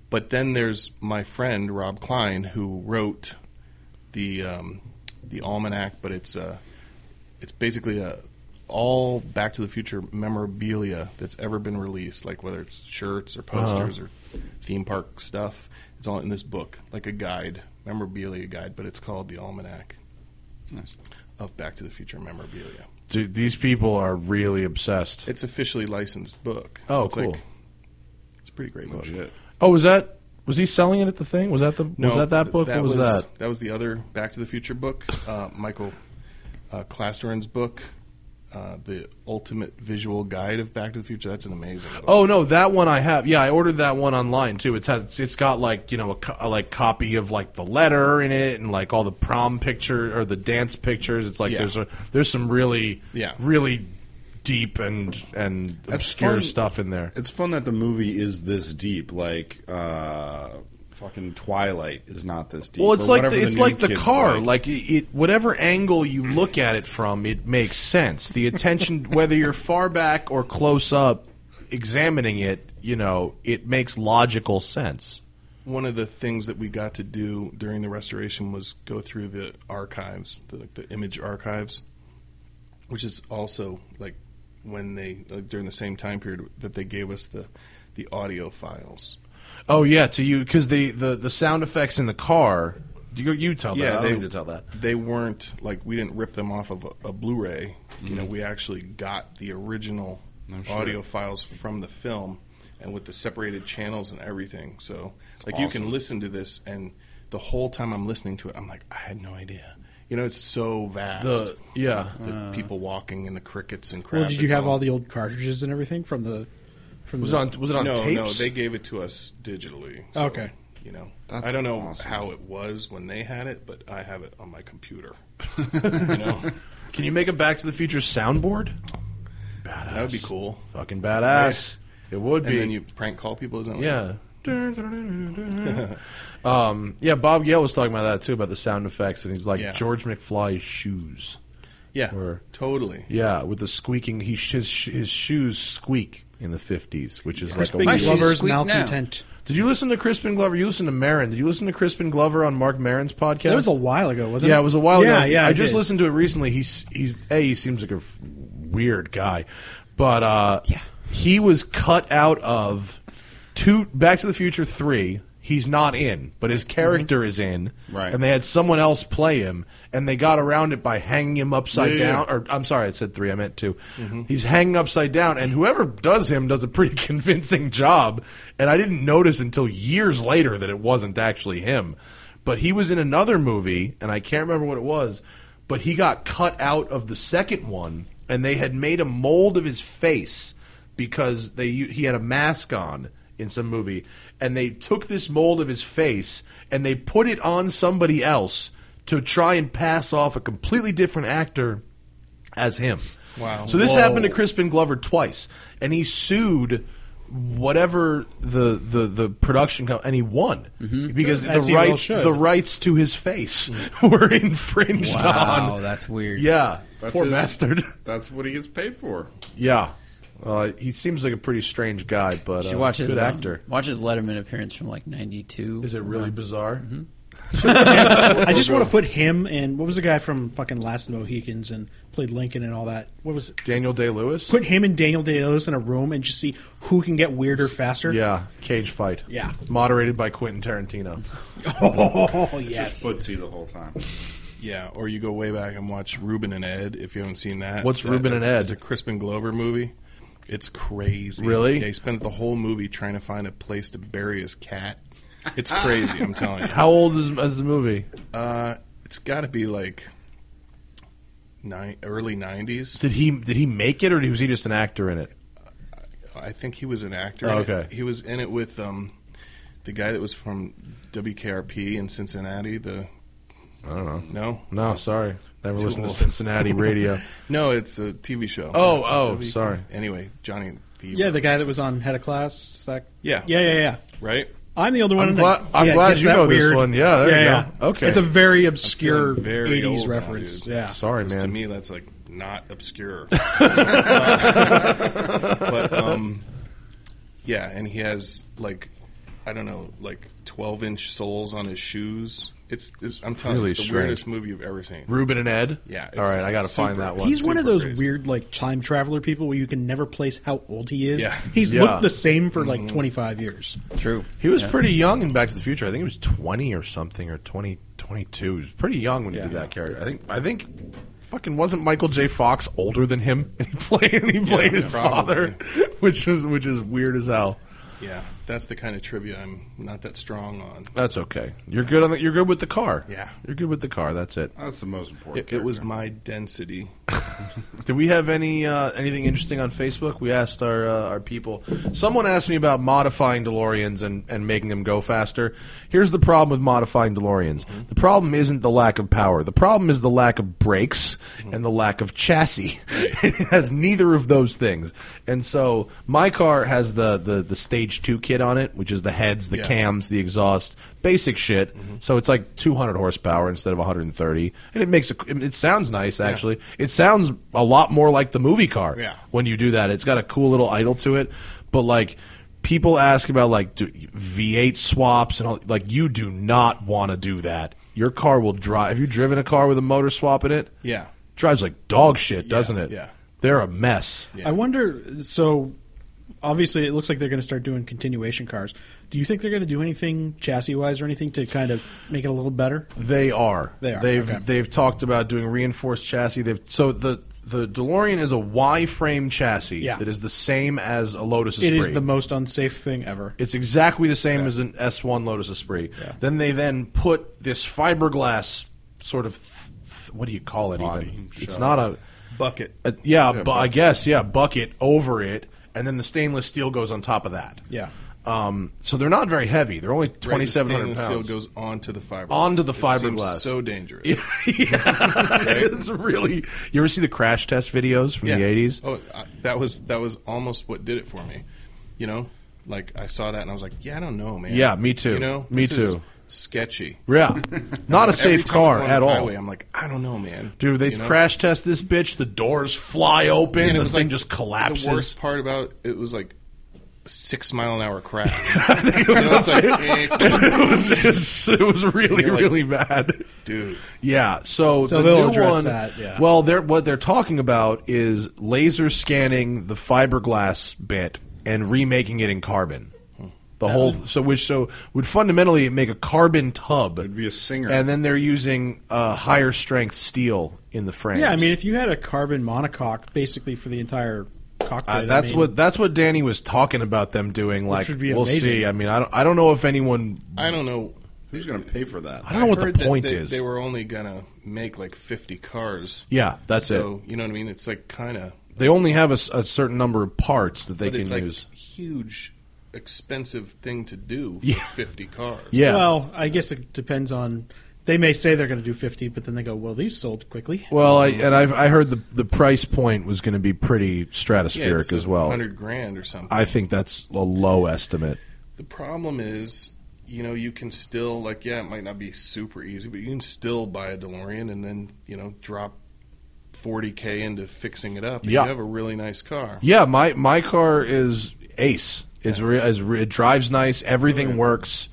[SPEAKER 4] but then there's my friend Rob Klein who wrote the um, the almanac, but it's uh, it's basically a all Back to the Future memorabilia that's ever been released, like whether it's shirts or posters
[SPEAKER 2] Uh-huh.
[SPEAKER 4] or theme park stuff. It's all in this book, like a guide, memorabilia guide, but it's called the Almanac
[SPEAKER 5] Nice.
[SPEAKER 4] of Back to the Future memorabilia.
[SPEAKER 2] Dude, these people are really obsessed.
[SPEAKER 4] It's officially licensed book.
[SPEAKER 2] Oh,
[SPEAKER 4] it's
[SPEAKER 2] cool.
[SPEAKER 4] it's a pretty great book.
[SPEAKER 5] Legit.
[SPEAKER 2] Oh, was that? Was he selling it at the thing? Was that the? was that that
[SPEAKER 4] th-
[SPEAKER 2] book? what was, that?
[SPEAKER 4] That was the other Back to the Future book, uh, Michael uh, Klasterin's book, uh, the Ultimate Visual Guide of Back to the Future. That's an amazing. Book.
[SPEAKER 2] Oh no, that one I have. Yeah, I ordered that one online too. It's has it's got like you know a, co- a, like copy of like the letter in it and like all the prom picture or the dance pictures. It's like
[SPEAKER 4] Yeah.
[SPEAKER 2] there's a there's some really
[SPEAKER 4] Yeah.
[SPEAKER 2] really deep and and
[SPEAKER 5] That's
[SPEAKER 2] obscure
[SPEAKER 5] fun.
[SPEAKER 2] stuff in there.
[SPEAKER 5] It's fun that the movie is this deep. Like, uh, fucking Twilight is not this deep.
[SPEAKER 2] Well, it's
[SPEAKER 5] or
[SPEAKER 2] like
[SPEAKER 5] whatever
[SPEAKER 2] the, it's
[SPEAKER 5] new
[SPEAKER 2] like the
[SPEAKER 5] kids
[SPEAKER 2] car. Like, it, it, whatever angle you look at it from, it makes sense. The attention, whether you're far back or close up, examining it, you know, it makes logical sense.
[SPEAKER 4] One of the things that we got to do during the restoration was go through the archives, the, like, the image archives, which is also like when they like during the same time period that they gave us the the audio files.
[SPEAKER 2] Oh yeah, to you because the, the the sound effects in the car. You, you tell that. I don't need to tell that.
[SPEAKER 4] They weren't like we didn't rip them off of a, a Blu-ray. You
[SPEAKER 2] Mm-hmm.
[SPEAKER 4] know, we actually got the original
[SPEAKER 5] I'm sure.
[SPEAKER 4] audio files from the film, and with the separated channels and everything. So, like, you can
[SPEAKER 5] awesome.
[SPEAKER 4] listen to this, and the whole time I'm listening to it, I'm like, I had no idea. You know, it's so vast.
[SPEAKER 2] The yeah. Uh.
[SPEAKER 4] The people walking and the crickets and crap.
[SPEAKER 3] Well, did you
[SPEAKER 4] it's
[SPEAKER 3] have all the old cartridges and everything from the from
[SPEAKER 2] Was it
[SPEAKER 3] the,
[SPEAKER 2] on was it on
[SPEAKER 4] no,
[SPEAKER 2] tapes?
[SPEAKER 4] no, they gave it to us digitally.
[SPEAKER 3] Okay.
[SPEAKER 4] You know,
[SPEAKER 5] That's
[SPEAKER 4] I don't know
[SPEAKER 5] awesome.
[SPEAKER 4] how it was when they had it, but I have it on my computer. you know,
[SPEAKER 2] Can you make a Back to the Future soundboard? Badass.
[SPEAKER 4] that would be cool.
[SPEAKER 2] Fucking badass. It would
[SPEAKER 4] And
[SPEAKER 2] be.
[SPEAKER 4] then you prank call people, isn't it?
[SPEAKER 2] yeah. um, yeah, Bob Gale was talking about that too about the sound effects, and he's like
[SPEAKER 4] Yeah.
[SPEAKER 2] George McFly's shoes.
[SPEAKER 4] yeah,
[SPEAKER 2] Or-
[SPEAKER 4] totally.
[SPEAKER 2] Yeah, with the squeaking, he his his shoes squeak in the fifties, which is like a
[SPEAKER 3] Crispin
[SPEAKER 6] My shoes
[SPEAKER 3] Glover's
[SPEAKER 6] squeak now.
[SPEAKER 3] malcontent?
[SPEAKER 2] Did you listen to Crispin Glover? You listened to Marin. Did you listen to Crispin Glover on Mark Marin's podcast?
[SPEAKER 3] That was a while ago, wasn't it?
[SPEAKER 2] yeah, it was a while
[SPEAKER 3] yeah,
[SPEAKER 2] ago.
[SPEAKER 3] Yeah,
[SPEAKER 2] I, just
[SPEAKER 3] did.
[SPEAKER 2] listened to it recently. He's he's a he seems like a f- weird guy, but uh,
[SPEAKER 6] Yeah.
[SPEAKER 2] he was cut out of two Back to the Future three. He's not in, but
[SPEAKER 3] Mm-hmm.
[SPEAKER 2] his character is in.
[SPEAKER 5] Right.
[SPEAKER 2] and they had someone else play him, and they got around it by hanging him upside
[SPEAKER 5] Yeah, yeah,
[SPEAKER 2] down. Or I'm sorry, I said three. I meant 2 He's hanging upside down, and whoever does him does a pretty convincing job. And I didn't notice until years later that it wasn't actually him. But he was in another movie, and I can't remember what it was. But he got cut out of the second one, and they had made a mold of his face because they he had a mask on in some movie, and they took this mold of his face and they put it on somebody else to try and pass off a completely different actor as him.
[SPEAKER 4] Wow.
[SPEAKER 2] So this
[SPEAKER 4] Whoa.
[SPEAKER 2] happened to Crispin Glover twice, and he sued whatever the the, the production company, and he won because
[SPEAKER 3] As
[SPEAKER 2] the
[SPEAKER 3] he well
[SPEAKER 2] rights
[SPEAKER 3] should.
[SPEAKER 2] the rights to his face were infringed
[SPEAKER 6] Wow,
[SPEAKER 2] on.
[SPEAKER 6] that's weird.
[SPEAKER 2] yeah,
[SPEAKER 5] That's
[SPEAKER 2] poor
[SPEAKER 5] his-
[SPEAKER 2] bastard.
[SPEAKER 5] That's what he gets paid for.
[SPEAKER 2] yeah. Uh, he seems like a pretty strange guy, but uh,
[SPEAKER 6] You should watch his
[SPEAKER 2] good
[SPEAKER 6] um,
[SPEAKER 2] actor.
[SPEAKER 6] watch his Letterman appearance from like '92.
[SPEAKER 2] Is it really bizarre?
[SPEAKER 3] I just want to put him and what was the guy from fucking Last of the Mohicans and played Lincoln and all that. What was it?
[SPEAKER 2] Daniel Day Lewis?
[SPEAKER 3] Put him and Daniel Day Lewis in a room and just see who can get weirder faster.
[SPEAKER 2] Yeah, cage fight.
[SPEAKER 3] Yeah.
[SPEAKER 2] moderated by Quentin Tarantino.
[SPEAKER 3] Oh yes.
[SPEAKER 5] Just footsie the whole time.
[SPEAKER 4] Yeah, or you go way back and watch Reuben and Ed if you haven't seen that.
[SPEAKER 2] What's
[SPEAKER 4] That-
[SPEAKER 2] Reuben and
[SPEAKER 4] it's-
[SPEAKER 2] Ed?
[SPEAKER 4] It's a Crispin Glover movie. It's crazy.
[SPEAKER 2] Really?
[SPEAKER 4] Yeah, he spends the whole movie trying to find a place to bury his cat. It's crazy, I'm telling you.
[SPEAKER 2] How old is, is the movie?
[SPEAKER 4] Uh, it's got to be like nine, early 90s.
[SPEAKER 2] Did he did he make it or was he just an actor in it?
[SPEAKER 4] I think he was an actor.
[SPEAKER 2] Oh, okay.
[SPEAKER 4] He was in it with um, the guy that was from WKRP in Cincinnati. The
[SPEAKER 2] I don't know.
[SPEAKER 4] no,
[SPEAKER 2] No, sorry. Never
[SPEAKER 4] Too
[SPEAKER 2] listened to
[SPEAKER 4] old.
[SPEAKER 2] Cincinnati radio.
[SPEAKER 4] no, it's a TV show.
[SPEAKER 2] Oh, oh,
[SPEAKER 4] WK
[SPEAKER 2] sorry.
[SPEAKER 4] Anyway, Johnny. Fever.
[SPEAKER 3] Yeah, the guy that was on head of class. Sec-
[SPEAKER 4] Yeah.
[SPEAKER 3] yeah, yeah, yeah.
[SPEAKER 4] right.
[SPEAKER 3] I'm the only one.
[SPEAKER 2] I'm
[SPEAKER 3] that-
[SPEAKER 2] glad- I'm
[SPEAKER 3] yeah,
[SPEAKER 2] glad
[SPEAKER 3] gets
[SPEAKER 2] you
[SPEAKER 3] that
[SPEAKER 2] know this
[SPEAKER 3] weird.
[SPEAKER 2] one. Yeah, there you go. Okay.
[SPEAKER 3] it's a very obscure
[SPEAKER 4] feeling very old
[SPEAKER 3] '80s
[SPEAKER 4] now,
[SPEAKER 3] reference.
[SPEAKER 4] dude.
[SPEAKER 3] yeah,
[SPEAKER 2] sorry,
[SPEAKER 4] 'Cause
[SPEAKER 2] man.
[SPEAKER 4] To me, that's like not obscure. but um, yeah, and he has like I don't know, like twelve inch soles on his shoes. It's, it's I'm telling
[SPEAKER 2] Really
[SPEAKER 4] you, it's the
[SPEAKER 2] strange.
[SPEAKER 4] weirdest movie you've ever seen.
[SPEAKER 2] Ruben and Ed.
[SPEAKER 4] Yeah, it's
[SPEAKER 2] All right, I got to
[SPEAKER 4] super-
[SPEAKER 2] find that one.
[SPEAKER 3] he's one of
[SPEAKER 4] super
[SPEAKER 3] those
[SPEAKER 4] crazy.
[SPEAKER 3] weird like time traveler people where you can never place how old he is.
[SPEAKER 4] Yeah.
[SPEAKER 3] He's
[SPEAKER 2] Yeah. Mm-hmm.
[SPEAKER 3] looked the same for like 25 years.
[SPEAKER 6] True.
[SPEAKER 2] He was
[SPEAKER 6] Yeah.
[SPEAKER 2] pretty young in Back to the Future. I think he was 20 or something or 20, 22. He was pretty young when he did that character. I think I think fucking wasn't Michael J. Fox older than him and he played and he played his
[SPEAKER 4] probably.
[SPEAKER 2] father, which is which is weird as hell.
[SPEAKER 4] Yeah, that's the kind of trivia I'm not that strong on.
[SPEAKER 2] That's okay. You're good on the, you're good with the car.
[SPEAKER 4] Yeah.
[SPEAKER 2] You're good with the car. That's it.
[SPEAKER 5] That's the most important.
[SPEAKER 4] It, it was
[SPEAKER 5] character.
[SPEAKER 4] my density.
[SPEAKER 2] Do we have any uh, anything interesting on Facebook? We asked our uh, our people. Someone asked me about modifying DeLoreans and, and making them go faster. Here's the problem with modifying DeLoreans. The problem isn't the lack of power. The problem is the lack of brakes and the lack of chassis. it has neither of those things. And so my car has the, the, the stage two kit on it, which is the heads, the
[SPEAKER 4] Yeah.
[SPEAKER 2] cams, the exhaust, basic shit.
[SPEAKER 4] Mm-hmm.
[SPEAKER 2] So it's like 200 horsepower instead of 130, and it makes a, it sounds nice actually. It sounds a lot more like the movie car
[SPEAKER 4] Yeah.
[SPEAKER 2] when you do that. It's got a cool little idle to it, but like people ask about like do, V8 swaps and all, like you do not want to do that. Your car will drive. Have you driven a car with a motor swap in it?
[SPEAKER 4] Yeah.
[SPEAKER 2] drives like dog shit, doesn't it?
[SPEAKER 4] yeah.
[SPEAKER 2] they're a mess.
[SPEAKER 4] Yeah.
[SPEAKER 3] I wonder. So, obviously, it looks like they're going to start doing continuation cars. Do you think they're going to do anything chassis wise or anything to kind of make it a little better?
[SPEAKER 2] They are.
[SPEAKER 3] They are,
[SPEAKER 2] They've
[SPEAKER 3] okay.
[SPEAKER 2] they've talked about doing reinforced chassis. They've so the the DeLorean is a Y-frame chassis
[SPEAKER 3] Yeah.
[SPEAKER 2] that is the same as a Lotus
[SPEAKER 3] It
[SPEAKER 2] Esprit.
[SPEAKER 3] is the most unsafe thing ever.
[SPEAKER 2] It's exactly the same as an S1 Lotus Esprit. Then they then put this fiberglass sort of th- th- what do you call it? even it's not a,
[SPEAKER 4] Bucket.
[SPEAKER 2] a- yeah, bu- I guess yeah bucket over it, and then the stainless steel goes on top of that.
[SPEAKER 3] Yeah.
[SPEAKER 2] Um, so they're not very heavy. They're only
[SPEAKER 4] Right,
[SPEAKER 2] twenty
[SPEAKER 4] the
[SPEAKER 2] seven hundred
[SPEAKER 4] stainless
[SPEAKER 2] pounds.
[SPEAKER 4] Steel goes onto the fiber.
[SPEAKER 2] Onto the
[SPEAKER 4] It seems
[SPEAKER 2] fiberglass.
[SPEAKER 4] So dangerous.
[SPEAKER 2] yeah, it's really. You ever see the crash test videos from
[SPEAKER 4] Yeah.
[SPEAKER 2] the eighties?
[SPEAKER 4] Oh, I, that was that was almost what did it for me. You know, like I saw that and I was like, yeah, I don't know, man.
[SPEAKER 2] Yeah, me too.
[SPEAKER 4] You know,
[SPEAKER 2] Me
[SPEAKER 4] This is
[SPEAKER 2] too.
[SPEAKER 4] sketchy.
[SPEAKER 2] Yeah, not a
[SPEAKER 4] Every
[SPEAKER 2] safe
[SPEAKER 4] time I go
[SPEAKER 2] car
[SPEAKER 4] on the
[SPEAKER 2] at all.
[SPEAKER 4] highway, I'm like, I don't know, man.
[SPEAKER 2] Dude, they
[SPEAKER 4] You know?
[SPEAKER 2] crash test this bitch. The doors fly open.
[SPEAKER 4] And
[SPEAKER 2] the
[SPEAKER 4] it was
[SPEAKER 2] thing
[SPEAKER 4] like
[SPEAKER 2] just
[SPEAKER 4] The worst
[SPEAKER 2] collapses.
[SPEAKER 4] part about it was like six mile an hour crash. You know, it's like, eh,
[SPEAKER 2] it was just, it was really
[SPEAKER 4] You're like-
[SPEAKER 2] really bad.
[SPEAKER 4] dude.
[SPEAKER 2] Yeah, so,
[SPEAKER 3] So
[SPEAKER 2] the
[SPEAKER 3] they'll
[SPEAKER 2] new
[SPEAKER 3] address
[SPEAKER 2] one.
[SPEAKER 3] that, yeah.
[SPEAKER 2] Well, they're what they're talking about is laser scanning the fiberglass bit and remaking it in carbon. The whole so which so would fundamentally make a carbon tub. It'd
[SPEAKER 5] be a singer.
[SPEAKER 2] and then they're using uh, higher strength steel in the frame.
[SPEAKER 3] Yeah, I mean, if you had a carbon monocoque basically for the entire cockpit, I
[SPEAKER 2] Uh, that's
[SPEAKER 3] mean,
[SPEAKER 2] what that's what Danny was talking about them doing. Like
[SPEAKER 3] would be
[SPEAKER 2] we'll
[SPEAKER 3] amazing.
[SPEAKER 2] see. I mean, I don't I don't know if anyone.
[SPEAKER 4] I don't know.
[SPEAKER 5] Who's going to pay for that?
[SPEAKER 2] I don't know what
[SPEAKER 4] Heard
[SPEAKER 2] the
[SPEAKER 4] that
[SPEAKER 2] point
[SPEAKER 4] they,
[SPEAKER 2] is.
[SPEAKER 4] They were only gonna make like 50 cars.
[SPEAKER 2] yeah, that's it.
[SPEAKER 4] so you know what I mean. It's like kind of,
[SPEAKER 2] They only have a, s- a certain number of parts that they
[SPEAKER 4] but
[SPEAKER 2] can
[SPEAKER 4] it's like
[SPEAKER 2] use.
[SPEAKER 4] huge, expensive thing to do. for
[SPEAKER 2] Yeah.
[SPEAKER 4] 50 cars.
[SPEAKER 2] Yeah.
[SPEAKER 3] Well, I guess it depends on. They may say they're going to do 50, but then they go, well, these sold quickly.
[SPEAKER 2] Well, I, and I've, I heard the the price point was going to be pretty stratospheric as well.
[SPEAKER 4] Hundred grand or something.
[SPEAKER 2] I think that's a low estimate.
[SPEAKER 4] the problem is, you know, you can still like, yeah, it might not be super easy, but you can still buy a DeLorean and then you know drop forty k into fixing it up. and
[SPEAKER 2] Yeah.
[SPEAKER 4] you have a really nice car.
[SPEAKER 2] Yeah, my my car is ace. Is re, is re, it drives nice. Everything works,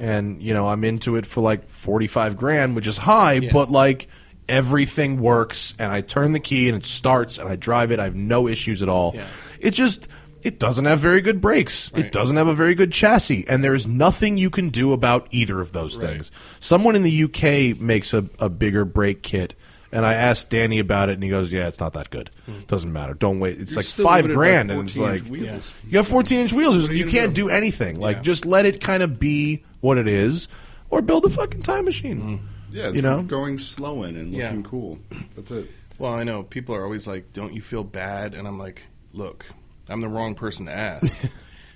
[SPEAKER 2] and you know I'm into it for like forty five grand, which is high, but like everything works, and I turn the key and it starts, and I drive it. I have no issues at all.
[SPEAKER 4] Yeah.
[SPEAKER 2] It just it doesn't have very good brakes. It
[SPEAKER 4] Right.
[SPEAKER 2] doesn't have a very good chassis, and there is nothing you can do about either of those
[SPEAKER 4] Right.
[SPEAKER 2] things. Someone in the UK makes a, a bigger brake kit. And I asked Danny about it, and he goes, "Yeah, it's not that good.
[SPEAKER 4] Hmm.
[SPEAKER 2] Doesn't matter. Don't wait. It's
[SPEAKER 5] You're
[SPEAKER 2] like
[SPEAKER 5] still
[SPEAKER 2] five
[SPEAKER 5] limited by
[SPEAKER 2] grand, and it's
[SPEAKER 5] 14
[SPEAKER 2] like
[SPEAKER 5] -inch wheels.
[SPEAKER 2] you have fourteen inch wheels.
[SPEAKER 5] are you
[SPEAKER 2] You
[SPEAKER 5] gonna
[SPEAKER 2] can't
[SPEAKER 5] do?
[SPEAKER 2] do anything. Like
[SPEAKER 4] Yeah.
[SPEAKER 2] just let it kind of be what it is, or build a fucking time machine.
[SPEAKER 5] Mm. Yeah, it's
[SPEAKER 2] you know.
[SPEAKER 5] going slow in and
[SPEAKER 4] Yeah.
[SPEAKER 5] looking cool. That's it.
[SPEAKER 4] Well, I know people are always like, "Don't you feel bad?" And I'm like, "Look, I'm the wrong person to ask."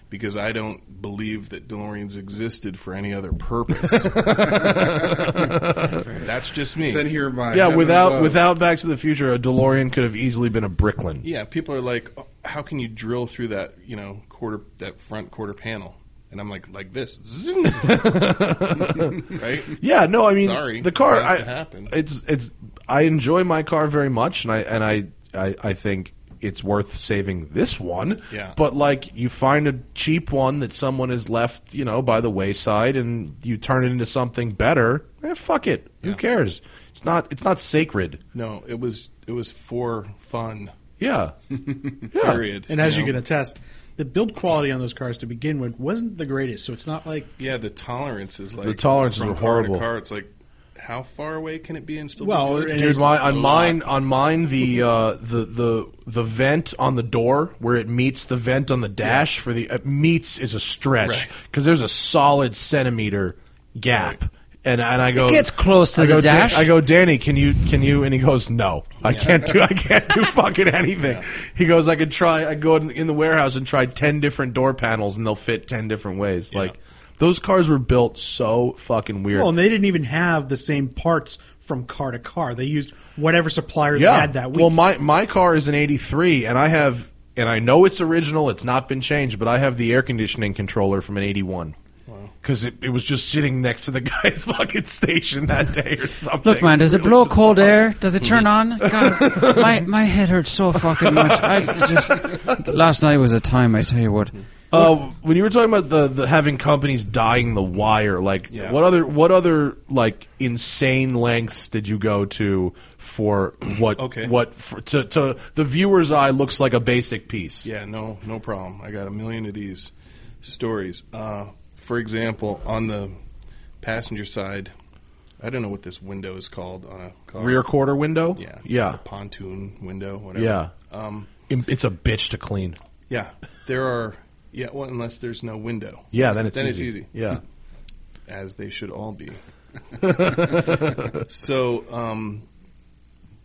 [SPEAKER 4] because I don't believe that DeLoreans existed for any other purpose. That's just me.
[SPEAKER 5] Sent here by
[SPEAKER 2] Yeah,
[SPEAKER 5] heaven
[SPEAKER 2] without
[SPEAKER 5] above.
[SPEAKER 2] without Back to the Future, a DeLorean could have easily been a Bricklin.
[SPEAKER 4] Yeah, people are like, "Oh, how can you drill through that, you know, quarter that front quarter panel? And I'm like, like this, Zing. right?
[SPEAKER 2] Yeah, no, I mean
[SPEAKER 4] Sorry,
[SPEAKER 2] the car.
[SPEAKER 4] it has
[SPEAKER 2] I,
[SPEAKER 4] to happen.
[SPEAKER 2] It's it's. I enjoy my car very much, and I and I, I I think it's worth saving this one.
[SPEAKER 4] Yeah.
[SPEAKER 2] But like, you find a cheap one that someone has left, you know, by the wayside, and you turn it into something better. Eh, fuck it. Who cares? It's not. It's not sacred.
[SPEAKER 4] No, it was it was for fun.
[SPEAKER 2] Yeah. yeah.
[SPEAKER 4] Period.
[SPEAKER 3] And as
[SPEAKER 4] you
[SPEAKER 3] you can
[SPEAKER 4] know?
[SPEAKER 3] attest, the build quality on those cars to begin with wasn't the greatest. So it's not like
[SPEAKER 4] yeah, the tolerance is like
[SPEAKER 2] The tolerances
[SPEAKER 4] from
[SPEAKER 2] were
[SPEAKER 4] car to
[SPEAKER 2] horrible.
[SPEAKER 4] car, it's like how far away can it be and still
[SPEAKER 3] Well,
[SPEAKER 4] be good?
[SPEAKER 3] and
[SPEAKER 2] Dude,
[SPEAKER 3] it's-
[SPEAKER 2] my, on
[SPEAKER 4] A
[SPEAKER 2] mine,
[SPEAKER 4] lot.
[SPEAKER 2] on mine, the uh, the the the vent on the door where it meets the vent on the dash for the uh, meets is a stretch
[SPEAKER 4] Right.
[SPEAKER 2] because there's a solid centimeter gap, and and I go
[SPEAKER 6] gets close to
[SPEAKER 2] I
[SPEAKER 6] the
[SPEAKER 2] go, Dan-
[SPEAKER 6] dash.
[SPEAKER 2] I go, Danny, can you can you? And he goes, No, I can't do I can't do fucking anything. He goes, I could try. I go in, in the warehouse and try ten different door panels, and they'll fit ten different ways. Like those cars were built so fucking weird.
[SPEAKER 3] well, and they didn't even have the same parts from car to car. They used whatever supplier
[SPEAKER 2] yeah.
[SPEAKER 3] they had that week.
[SPEAKER 2] Well, my my car is an '83, and I have, and I know it's original. It's not been changed, but I have the air conditioning controller from an '81. Because it, it was just sitting next to the guy's fucking station that day or something.
[SPEAKER 6] Look, man, does it
[SPEAKER 2] Really
[SPEAKER 6] blow
[SPEAKER 2] bizarre.
[SPEAKER 6] cold air? Does it turn on? God, my my head hurts so fucking much. I just last night was a time. I tell you what.
[SPEAKER 2] Uh, when you were talking about the, the having companies dying the wire, like
[SPEAKER 4] Yeah.
[SPEAKER 2] what other what other like insane lengths did you go to for what
[SPEAKER 4] Okay.
[SPEAKER 2] what for, to to the viewer's eye looks like a basic piece?
[SPEAKER 4] Yeah, no, no problem. I got a million of these stories. Uh, for example, on the passenger side, I don't know what this window is called on a car.
[SPEAKER 2] Rear quarter window.
[SPEAKER 4] Yeah,
[SPEAKER 2] yeah,
[SPEAKER 4] the pontoon window, whatever.
[SPEAKER 2] Yeah.
[SPEAKER 4] um,
[SPEAKER 2] Im- it's a bitch to clean.
[SPEAKER 4] yeah. There are yeah. Well, unless there's no window.
[SPEAKER 2] Yeah, then it's
[SPEAKER 4] then
[SPEAKER 2] easy.
[SPEAKER 4] it's easy.
[SPEAKER 2] Yeah,
[SPEAKER 4] as they should all be. so, um,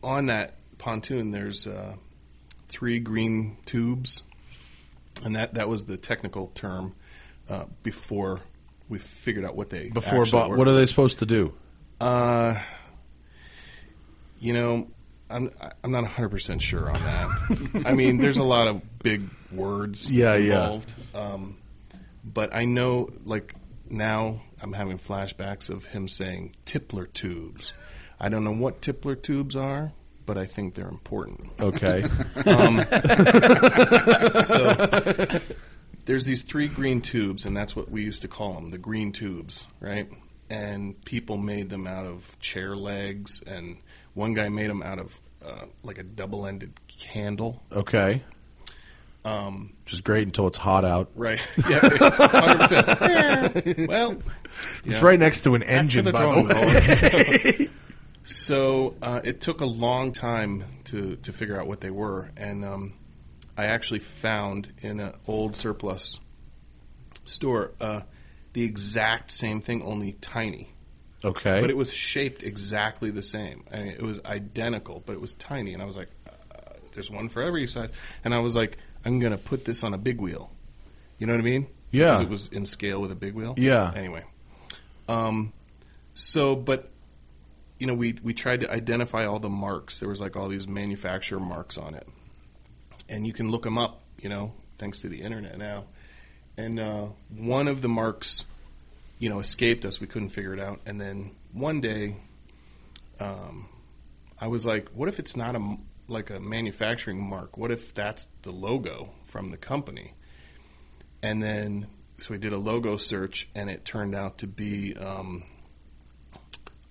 [SPEAKER 4] on that pontoon, there's uh, three green tubes, and that that was the technical term uh, before we figured out what they
[SPEAKER 2] before
[SPEAKER 4] actually
[SPEAKER 2] bo-
[SPEAKER 4] were.
[SPEAKER 2] what are they supposed to do?
[SPEAKER 4] Uh, you know, I'm I'm not 100 percent sure on that. I mean, there's a lot of big words
[SPEAKER 2] Yeah, yeah.
[SPEAKER 4] involved. Um, but I know, like now, I'm having flashbacks of him saying tippler tubes. I don't know what tippler tubes are, but I think they're important.
[SPEAKER 2] Okay,
[SPEAKER 4] Um, so there's these three green tubes, and that's what we used to call them, the green tubes, right? And people made them out of chair legs, and one guy made them out of uh, like a double-ended candle,
[SPEAKER 2] okay,
[SPEAKER 4] um,
[SPEAKER 2] just great until it's hot out.
[SPEAKER 4] right? Yeah, 100%. well,
[SPEAKER 2] It's
[SPEAKER 4] yeah.
[SPEAKER 2] right next to an
[SPEAKER 4] Back to
[SPEAKER 2] engine.
[SPEAKER 4] the
[SPEAKER 2] by the
[SPEAKER 4] drawing
[SPEAKER 2] way.
[SPEAKER 4] board. so uh, it took a long time to, to figure out what they were, and um, I actually found in an old surplus store uh, the exact same thing, only tiny.
[SPEAKER 2] Okay,
[SPEAKER 4] But it was shaped exactly the same. I mean, it was identical, but it was tiny, and I was like, uh, "There's one for every size," and I was like, "I'm gonna put this on a big wheel." You know what I mean?
[SPEAKER 2] Yeah.
[SPEAKER 4] Because it was in scale with a big wheel.
[SPEAKER 2] Yeah.
[SPEAKER 4] Anyway, um, so but you know we we tried to identify all the marks. There was like all these manufacturer marks on it, and you can look them up. You know, thanks to the internet now. And uh, one of the marks, you know, escaped us. We couldn't figure it out. And then one day, um, I was like, "What if it's not a m- like a manufacturing mark? What if that's the logo from the company?" And then, so we did a logo search, and it turned out to be um,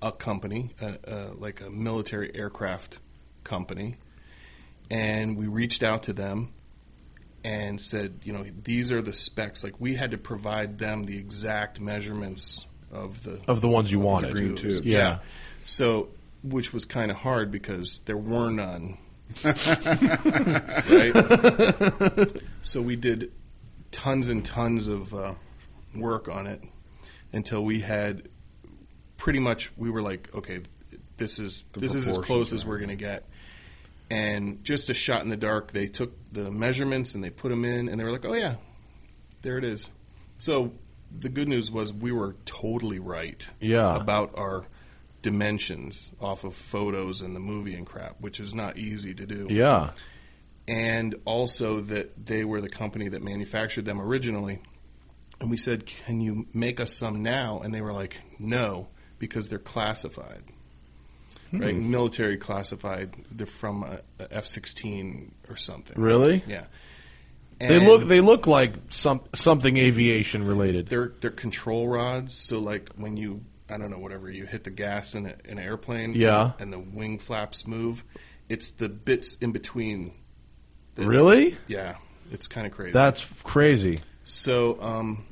[SPEAKER 4] a company, uh, uh, like a military aircraft company. And we reached out to them and said, you know, these are the specs. Like we had to provide them the exact measurements of the
[SPEAKER 2] of the ones you wanted.
[SPEAKER 4] green tubes.
[SPEAKER 2] Yeah.
[SPEAKER 4] Yeah. so, which was kind of hard because there were none. right? so we did tons and tons of uh, work on it until we had pretty much we were like, okay, this is
[SPEAKER 5] The
[SPEAKER 4] this is as
[SPEAKER 5] proportions
[SPEAKER 4] close
[SPEAKER 5] are
[SPEAKER 4] as we're going to get. And just a shot in the dark, they took the measurements and they put them in, and they were like, oh yeah, There it is. So the good news was we were totally right
[SPEAKER 2] Yeah.
[SPEAKER 4] about our dimensions off of photos and the movie and crap, which is not easy to do.
[SPEAKER 2] Yeah.
[SPEAKER 4] And also that they were the company that manufactured them originally. And we said, "Can you make us some now?" And they were like, "No, because they're classified." Right?
[SPEAKER 2] Hmm.
[SPEAKER 4] Military classified. They're from a, a F-16 or something.
[SPEAKER 2] Really?
[SPEAKER 4] And
[SPEAKER 2] They look they look like some something aviation related.
[SPEAKER 4] they're they're control rods. So like when you I don't know whatever you hit the gas in, a, in an airplane,
[SPEAKER 2] Yeah.
[SPEAKER 4] and the wing flaps move. It's the bits in between. that-
[SPEAKER 2] Really?
[SPEAKER 4] Yeah, it's kind of crazy.
[SPEAKER 2] That's crazy.
[SPEAKER 4] so um.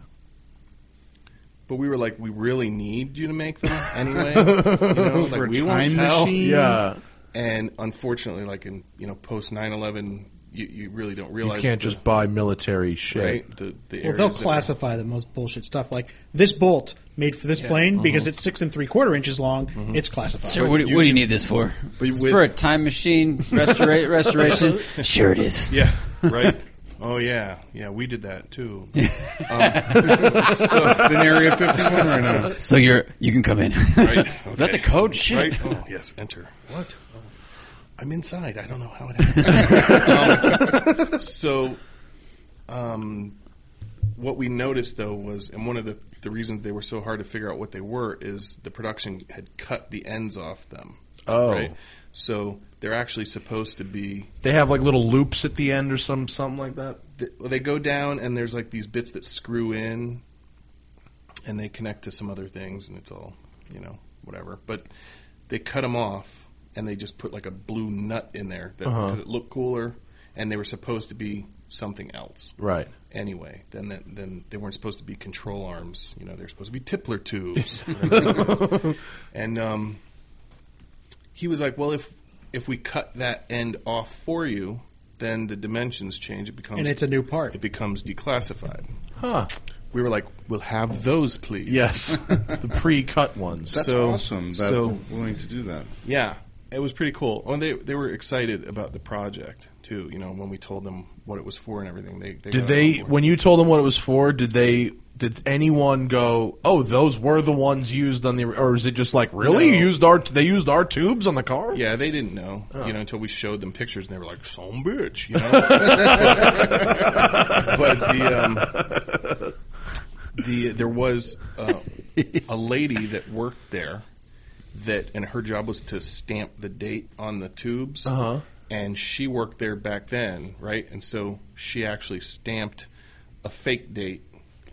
[SPEAKER 4] But we were like, we really need you to make them anyway. you know,
[SPEAKER 5] For a
[SPEAKER 4] like we won't
[SPEAKER 5] time
[SPEAKER 4] tell.
[SPEAKER 5] machine?
[SPEAKER 2] Yeah.
[SPEAKER 4] And unfortunately, like in you know post 9-11, you, you really don't
[SPEAKER 2] You
[SPEAKER 4] realize
[SPEAKER 2] can't
[SPEAKER 4] the-
[SPEAKER 2] just buy military shit.
[SPEAKER 4] right the, the
[SPEAKER 3] Well, they'll
[SPEAKER 4] areas that-
[SPEAKER 3] classify the most bullshit stuff. Like this bolt made for this
[SPEAKER 4] Yeah.
[SPEAKER 3] plane because it's six and three quarter inches long.
[SPEAKER 2] Mm-hmm.
[SPEAKER 3] It's classified.
[SPEAKER 6] Sir, what, do-
[SPEAKER 4] you
[SPEAKER 6] what do you
[SPEAKER 4] can-
[SPEAKER 6] need this for?
[SPEAKER 4] But
[SPEAKER 6] It's
[SPEAKER 4] with-
[SPEAKER 6] for a time machine restora- restoration? Sure it is.
[SPEAKER 4] Yeah, right. oh yeah, yeah. We did that too. um, so it's in Area 51 right now.
[SPEAKER 6] So you're you can come in.
[SPEAKER 4] Right.
[SPEAKER 6] Is that
[SPEAKER 4] okay.
[SPEAKER 6] the code?
[SPEAKER 4] Right.
[SPEAKER 6] Shit.
[SPEAKER 4] Oh yes. Enter. What? Oh, I'm inside. I don't know how it happened. um, so, um, what we noticed though was, and one of the the reasons they were so hard to figure out what they were is the production had cut the ends off them.
[SPEAKER 2] Oh.
[SPEAKER 4] Right. So they're actually supposed to be
[SPEAKER 2] They have like little loops at the end or some something like that.
[SPEAKER 4] th- well, they go down and there's like these bits that screw in and they connect to some other things and it's all you know whatever but they cut them off and they just put like a blue nut in there because
[SPEAKER 2] Uh-huh.
[SPEAKER 4] it looked cooler and they were supposed to be something else
[SPEAKER 2] Right.
[SPEAKER 4] anyway then that, then they weren't supposed to be control arms you know they're supposed to be tippler tubes and um, he was like well if if we cut that end off for you then the dimensions change it becomes
[SPEAKER 3] and it's a new part.
[SPEAKER 4] it becomes declassified.
[SPEAKER 2] Huh.
[SPEAKER 4] We were like, we'll have those, please.
[SPEAKER 2] Yes. the pre-cut ones.
[SPEAKER 5] That's
[SPEAKER 4] So-
[SPEAKER 5] awesome that
[SPEAKER 4] so-
[SPEAKER 5] they're willing to do that.
[SPEAKER 4] Yeah. It was pretty cool. Oh, and they, they were excited about the project, too, you know, when we told them what it was for and everything. They, they
[SPEAKER 2] Did
[SPEAKER 4] got
[SPEAKER 2] they
[SPEAKER 4] on board.
[SPEAKER 2] when you told them what it was for, did they did anyone go, "Oh, those were the ones used on the or is it just like, "Really? You
[SPEAKER 4] No.
[SPEAKER 2] used our they used our tubes on the car?"
[SPEAKER 4] Yeah, they didn't know,
[SPEAKER 2] Oh.
[SPEAKER 4] you know, until we showed them pictures and they were like, some bitch, you know? but the, um, the, there was uh, a lady that worked there that, and her job was to stamp the date on the tubes.
[SPEAKER 2] Uh-huh.
[SPEAKER 4] and she worked there back then, right? And so she actually stamped a fake date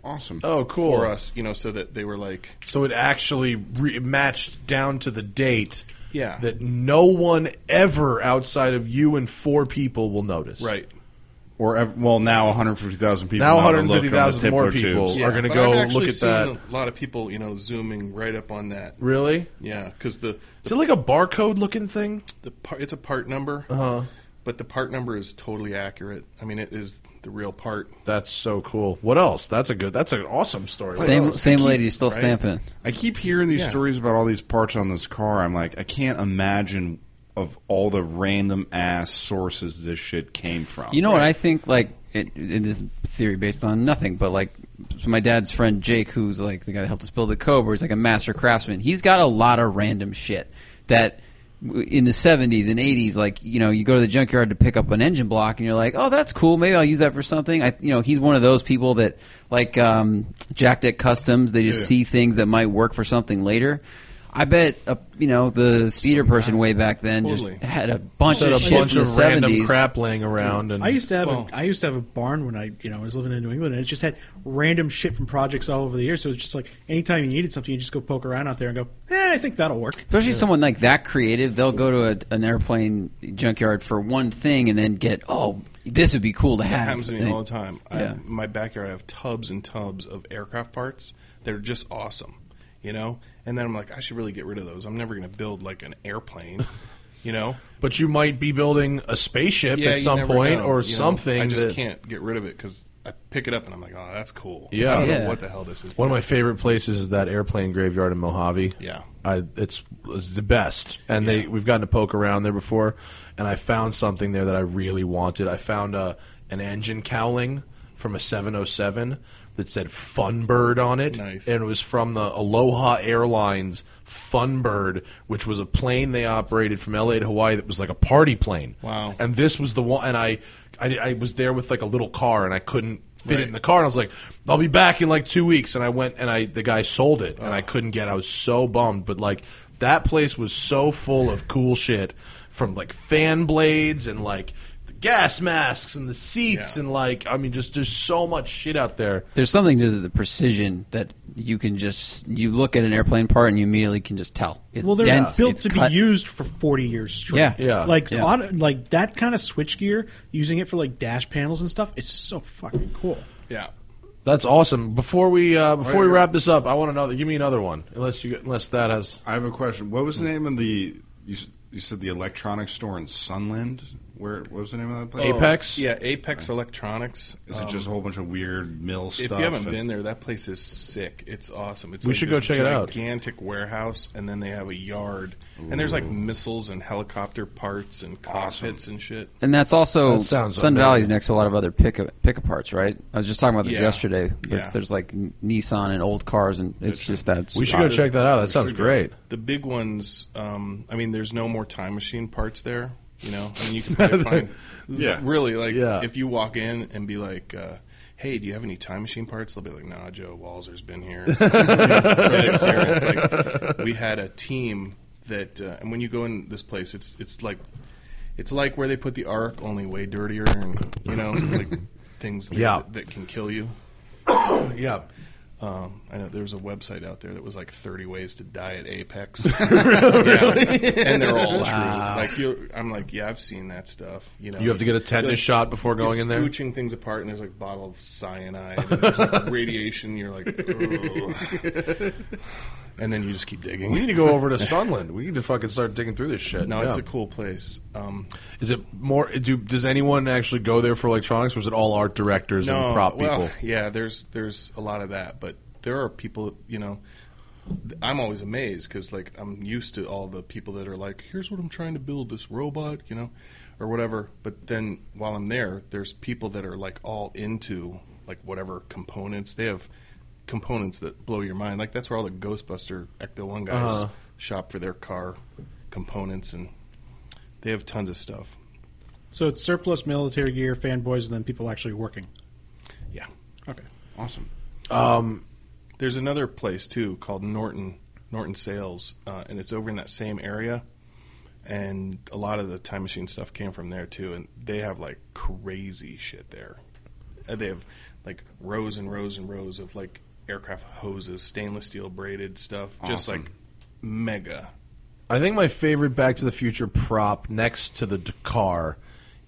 [SPEAKER 5] Awesome.
[SPEAKER 2] Oh, cool.
[SPEAKER 4] for us, you know, so that they were like,
[SPEAKER 2] So it actually re- matched down to the date.
[SPEAKER 4] Yeah.
[SPEAKER 2] That no one ever outside of you and four people will notice.
[SPEAKER 4] right.
[SPEAKER 5] Or ev- well, now 150,000 people.
[SPEAKER 2] Now
[SPEAKER 5] know how to look on the
[SPEAKER 2] 150,000 more
[SPEAKER 5] Tipler
[SPEAKER 2] people.
[SPEAKER 5] tubes.
[SPEAKER 2] Yeah. Are gonna
[SPEAKER 4] but
[SPEAKER 2] go
[SPEAKER 4] I've actually
[SPEAKER 2] look at
[SPEAKER 4] seen
[SPEAKER 2] that.
[SPEAKER 4] A lot of people, you know, zooming right up on that.
[SPEAKER 2] Really?
[SPEAKER 4] Yeah, because the
[SPEAKER 2] Is it like a barcode looking thing?
[SPEAKER 4] the part, it's a part number,
[SPEAKER 2] Uh-huh.
[SPEAKER 4] but the part number is totally accurate. I mean, it is the real part.
[SPEAKER 2] That's so cool. What else? That's a good. That's an awesome story.
[SPEAKER 6] Same
[SPEAKER 4] Well,
[SPEAKER 6] same
[SPEAKER 4] keep-
[SPEAKER 6] lady still
[SPEAKER 4] right?
[SPEAKER 6] stamping.
[SPEAKER 5] I keep hearing these
[SPEAKER 4] Yeah.
[SPEAKER 5] stories about all these parts on this car. I'm like, I can't imagine of all the random ass sources this shit came from.
[SPEAKER 6] You know what I think? Like it, it is theory based on nothing, but like so my dad's friend Jake, who's like the guy that helped us build the Cobra, is like a master craftsman. He's got a lot of random shit that w- in the 70s and 80s like you know you go to the junkyard to pick up an engine block and you're like oh that's cool maybe i'll use that for something i you know he's one of those people that like um jacked at customs they just see things that might work for something later i bet uh, you know the theater person way back then
[SPEAKER 4] Totally.
[SPEAKER 6] just had a bunch
[SPEAKER 2] Said
[SPEAKER 6] of
[SPEAKER 2] a
[SPEAKER 6] shit
[SPEAKER 2] bunch
[SPEAKER 6] from
[SPEAKER 2] of
[SPEAKER 6] the
[SPEAKER 2] random
[SPEAKER 6] 70s
[SPEAKER 2] crap laying around, and
[SPEAKER 3] I used to have
[SPEAKER 4] Well-
[SPEAKER 3] a, I used to have a barn when I you know was living in New England and it just had random shit from projects all over the years. So it's just like anytime you needed something, you just go poke around out there and go, eh, I think that'll work.
[SPEAKER 6] Especially someone like that creative, they'll go to a, an airplane junkyard for one thing and then get, oh, this would be cool to
[SPEAKER 4] That
[SPEAKER 6] have.
[SPEAKER 4] happens to me all the time. I,
[SPEAKER 6] Yeah.
[SPEAKER 4] in my backyard, I have tubs and tubs of aircraft parts that are just awesome, you know. And then I'm like, I should really get rid of those. I'm never going to build like an airplane, you know.
[SPEAKER 2] but you might be building a spaceship
[SPEAKER 4] Yeah,
[SPEAKER 2] at
[SPEAKER 4] you
[SPEAKER 2] some
[SPEAKER 4] never
[SPEAKER 2] point
[SPEAKER 4] know,
[SPEAKER 2] or
[SPEAKER 4] you know?
[SPEAKER 2] something.
[SPEAKER 4] I just
[SPEAKER 2] that-
[SPEAKER 4] can't get rid of it because I pick it up and I'm like, oh, that's cool.
[SPEAKER 2] Yeah.
[SPEAKER 4] I don't
[SPEAKER 6] Yeah.
[SPEAKER 4] know what the hell this is.
[SPEAKER 2] One of my favorite places is that airplane graveyard in Mojave.
[SPEAKER 4] Yeah.
[SPEAKER 2] I, it's, it's the best, and they we've gotten to poke around there before, and I found something there that I really wanted. I found a an uh, engine cowling from a 707 that said Funbird on it.
[SPEAKER 4] Nice.
[SPEAKER 2] And it was from the Aloha Airlines Funbird, which was a plane they operated from LA to Hawaii that was like a party plane.
[SPEAKER 4] Wow.
[SPEAKER 2] And this was the one, and I, I, I was there with like a little car, and I couldn't fit it
[SPEAKER 4] Right.
[SPEAKER 2] in the car. And I was like, I'll be back in like two weeks. And I went, and I the guy sold it, and I couldn't get. I was so bummed, but like that place was so full of cool shit from like fan blades and like the gas masks and the seats
[SPEAKER 4] Yeah.
[SPEAKER 2] and like I mean, just there's so much shit out there.
[SPEAKER 6] There's something to the precision that you can just you look at an airplane part and you immediately can just tell. It's
[SPEAKER 3] well, they're
[SPEAKER 6] dense,
[SPEAKER 3] built
[SPEAKER 6] it's
[SPEAKER 3] to
[SPEAKER 6] cut.
[SPEAKER 3] be used for 40 years straight.
[SPEAKER 6] Yeah. Yeah.
[SPEAKER 3] Like
[SPEAKER 6] Yeah.
[SPEAKER 3] auto- like that kind of switch gear, using it for like dash panels and stuff, it's so fucking cool.
[SPEAKER 4] Yeah.
[SPEAKER 2] That's awesome. Before we uh, before we
[SPEAKER 5] yeah.
[SPEAKER 2] wrap this up, I want another. Give me another one, unless you unless that has.
[SPEAKER 5] I have a question. What was the name of the you, s- you said the electronics store in Sunland? Where what was the name of that place?
[SPEAKER 2] Apex?
[SPEAKER 4] Yeah, Apex Electronics.
[SPEAKER 5] Is it
[SPEAKER 4] Um,
[SPEAKER 5] just a whole bunch of weird mill
[SPEAKER 4] If
[SPEAKER 5] stuff?
[SPEAKER 4] you haven't
[SPEAKER 5] and-
[SPEAKER 4] been there, that place is sick. It's awesome. It's
[SPEAKER 2] We
[SPEAKER 4] like
[SPEAKER 2] should go
[SPEAKER 4] this
[SPEAKER 2] check it out.
[SPEAKER 4] Gigantic warehouse, and then they have a yard, and there's like missiles and helicopter parts and cockpits and shit.
[SPEAKER 6] And that's also
[SPEAKER 2] That sounds
[SPEAKER 6] Sun
[SPEAKER 2] amazing.
[SPEAKER 6] Valley's next to a lot of other pick pick parts, right? I was just talking about this
[SPEAKER 4] Yeah.
[SPEAKER 6] yesterday. There's,
[SPEAKER 4] Yeah.
[SPEAKER 6] there's like N- Nissan and old cars, and it's just that.
[SPEAKER 2] We should
[SPEAKER 6] spot.
[SPEAKER 2] go check that out. That sounds
[SPEAKER 5] should go.
[SPEAKER 2] great.
[SPEAKER 4] The big ones. Um, I mean, there's no more time machine parts there. You know, I mean, you can probably find.
[SPEAKER 5] Yeah.
[SPEAKER 4] Really, like
[SPEAKER 2] Yeah.
[SPEAKER 4] if you walk in and be like. Uh, Hey, do you have any time machine parts? They'll be like, Nah, Joe Walzer's been here. It's not dead serious. Like, we had a team that, uh, and when you go in this place, it's it's like it's like where they put the Ark, only way dirtier, and you know, like things that,
[SPEAKER 2] Yeah.
[SPEAKER 4] that, can kill you.
[SPEAKER 2] Yeah.
[SPEAKER 4] Um, I know there was a website out there that was like 30 ways to die at Apex. Yeah. And they're all true. Like you're, I'm like, yeah, I've seen that stuff. You know,
[SPEAKER 2] You have to get a tetanus
[SPEAKER 4] Like,
[SPEAKER 2] shot before
[SPEAKER 4] you're
[SPEAKER 2] going in there?
[SPEAKER 4] Scooching things apart, and there's like a bottle of cyanide, and there's like radiation. You're like, "Ugh." and then you just keep digging.
[SPEAKER 2] We need to go over to Sunland. We need to fucking start digging through this shit.
[SPEAKER 4] No,
[SPEAKER 2] Yeah.
[SPEAKER 4] it's a cool place. Um,
[SPEAKER 2] Is it more? Do does anyone actually go there for electronics, or is it all art directors and prop
[SPEAKER 4] well,
[SPEAKER 2] people?
[SPEAKER 4] Yeah, there's there's a lot of that, but there are people, you know. th- I'm always amazed because like I'm used to all the people that are like, here's what I'm trying to build this robot, you know, or whatever. But then while I'm there, there's people that are like all into like whatever components they have. Components that blow your mind, like that's where all the Ghostbuster Ecto One guys
[SPEAKER 2] Uh-huh.
[SPEAKER 4] shop for their car components, and they have tons of stuff.
[SPEAKER 3] So it's surplus military gear, fanboys, and then people actually working.
[SPEAKER 4] Yeah.
[SPEAKER 3] Okay.
[SPEAKER 5] Awesome.
[SPEAKER 4] There's another place too called Norton Norton Sales, uh, and it's over in that same area. And a lot of the time machine stuff came from there too, and they have like crazy shit there. Uh, They have like rows and rows and rows of like aircraft hoses, stainless steel braided stuff, just
[SPEAKER 5] Awesome.
[SPEAKER 4] like mega.
[SPEAKER 2] I think my favorite Back to the Future prop next to the d- car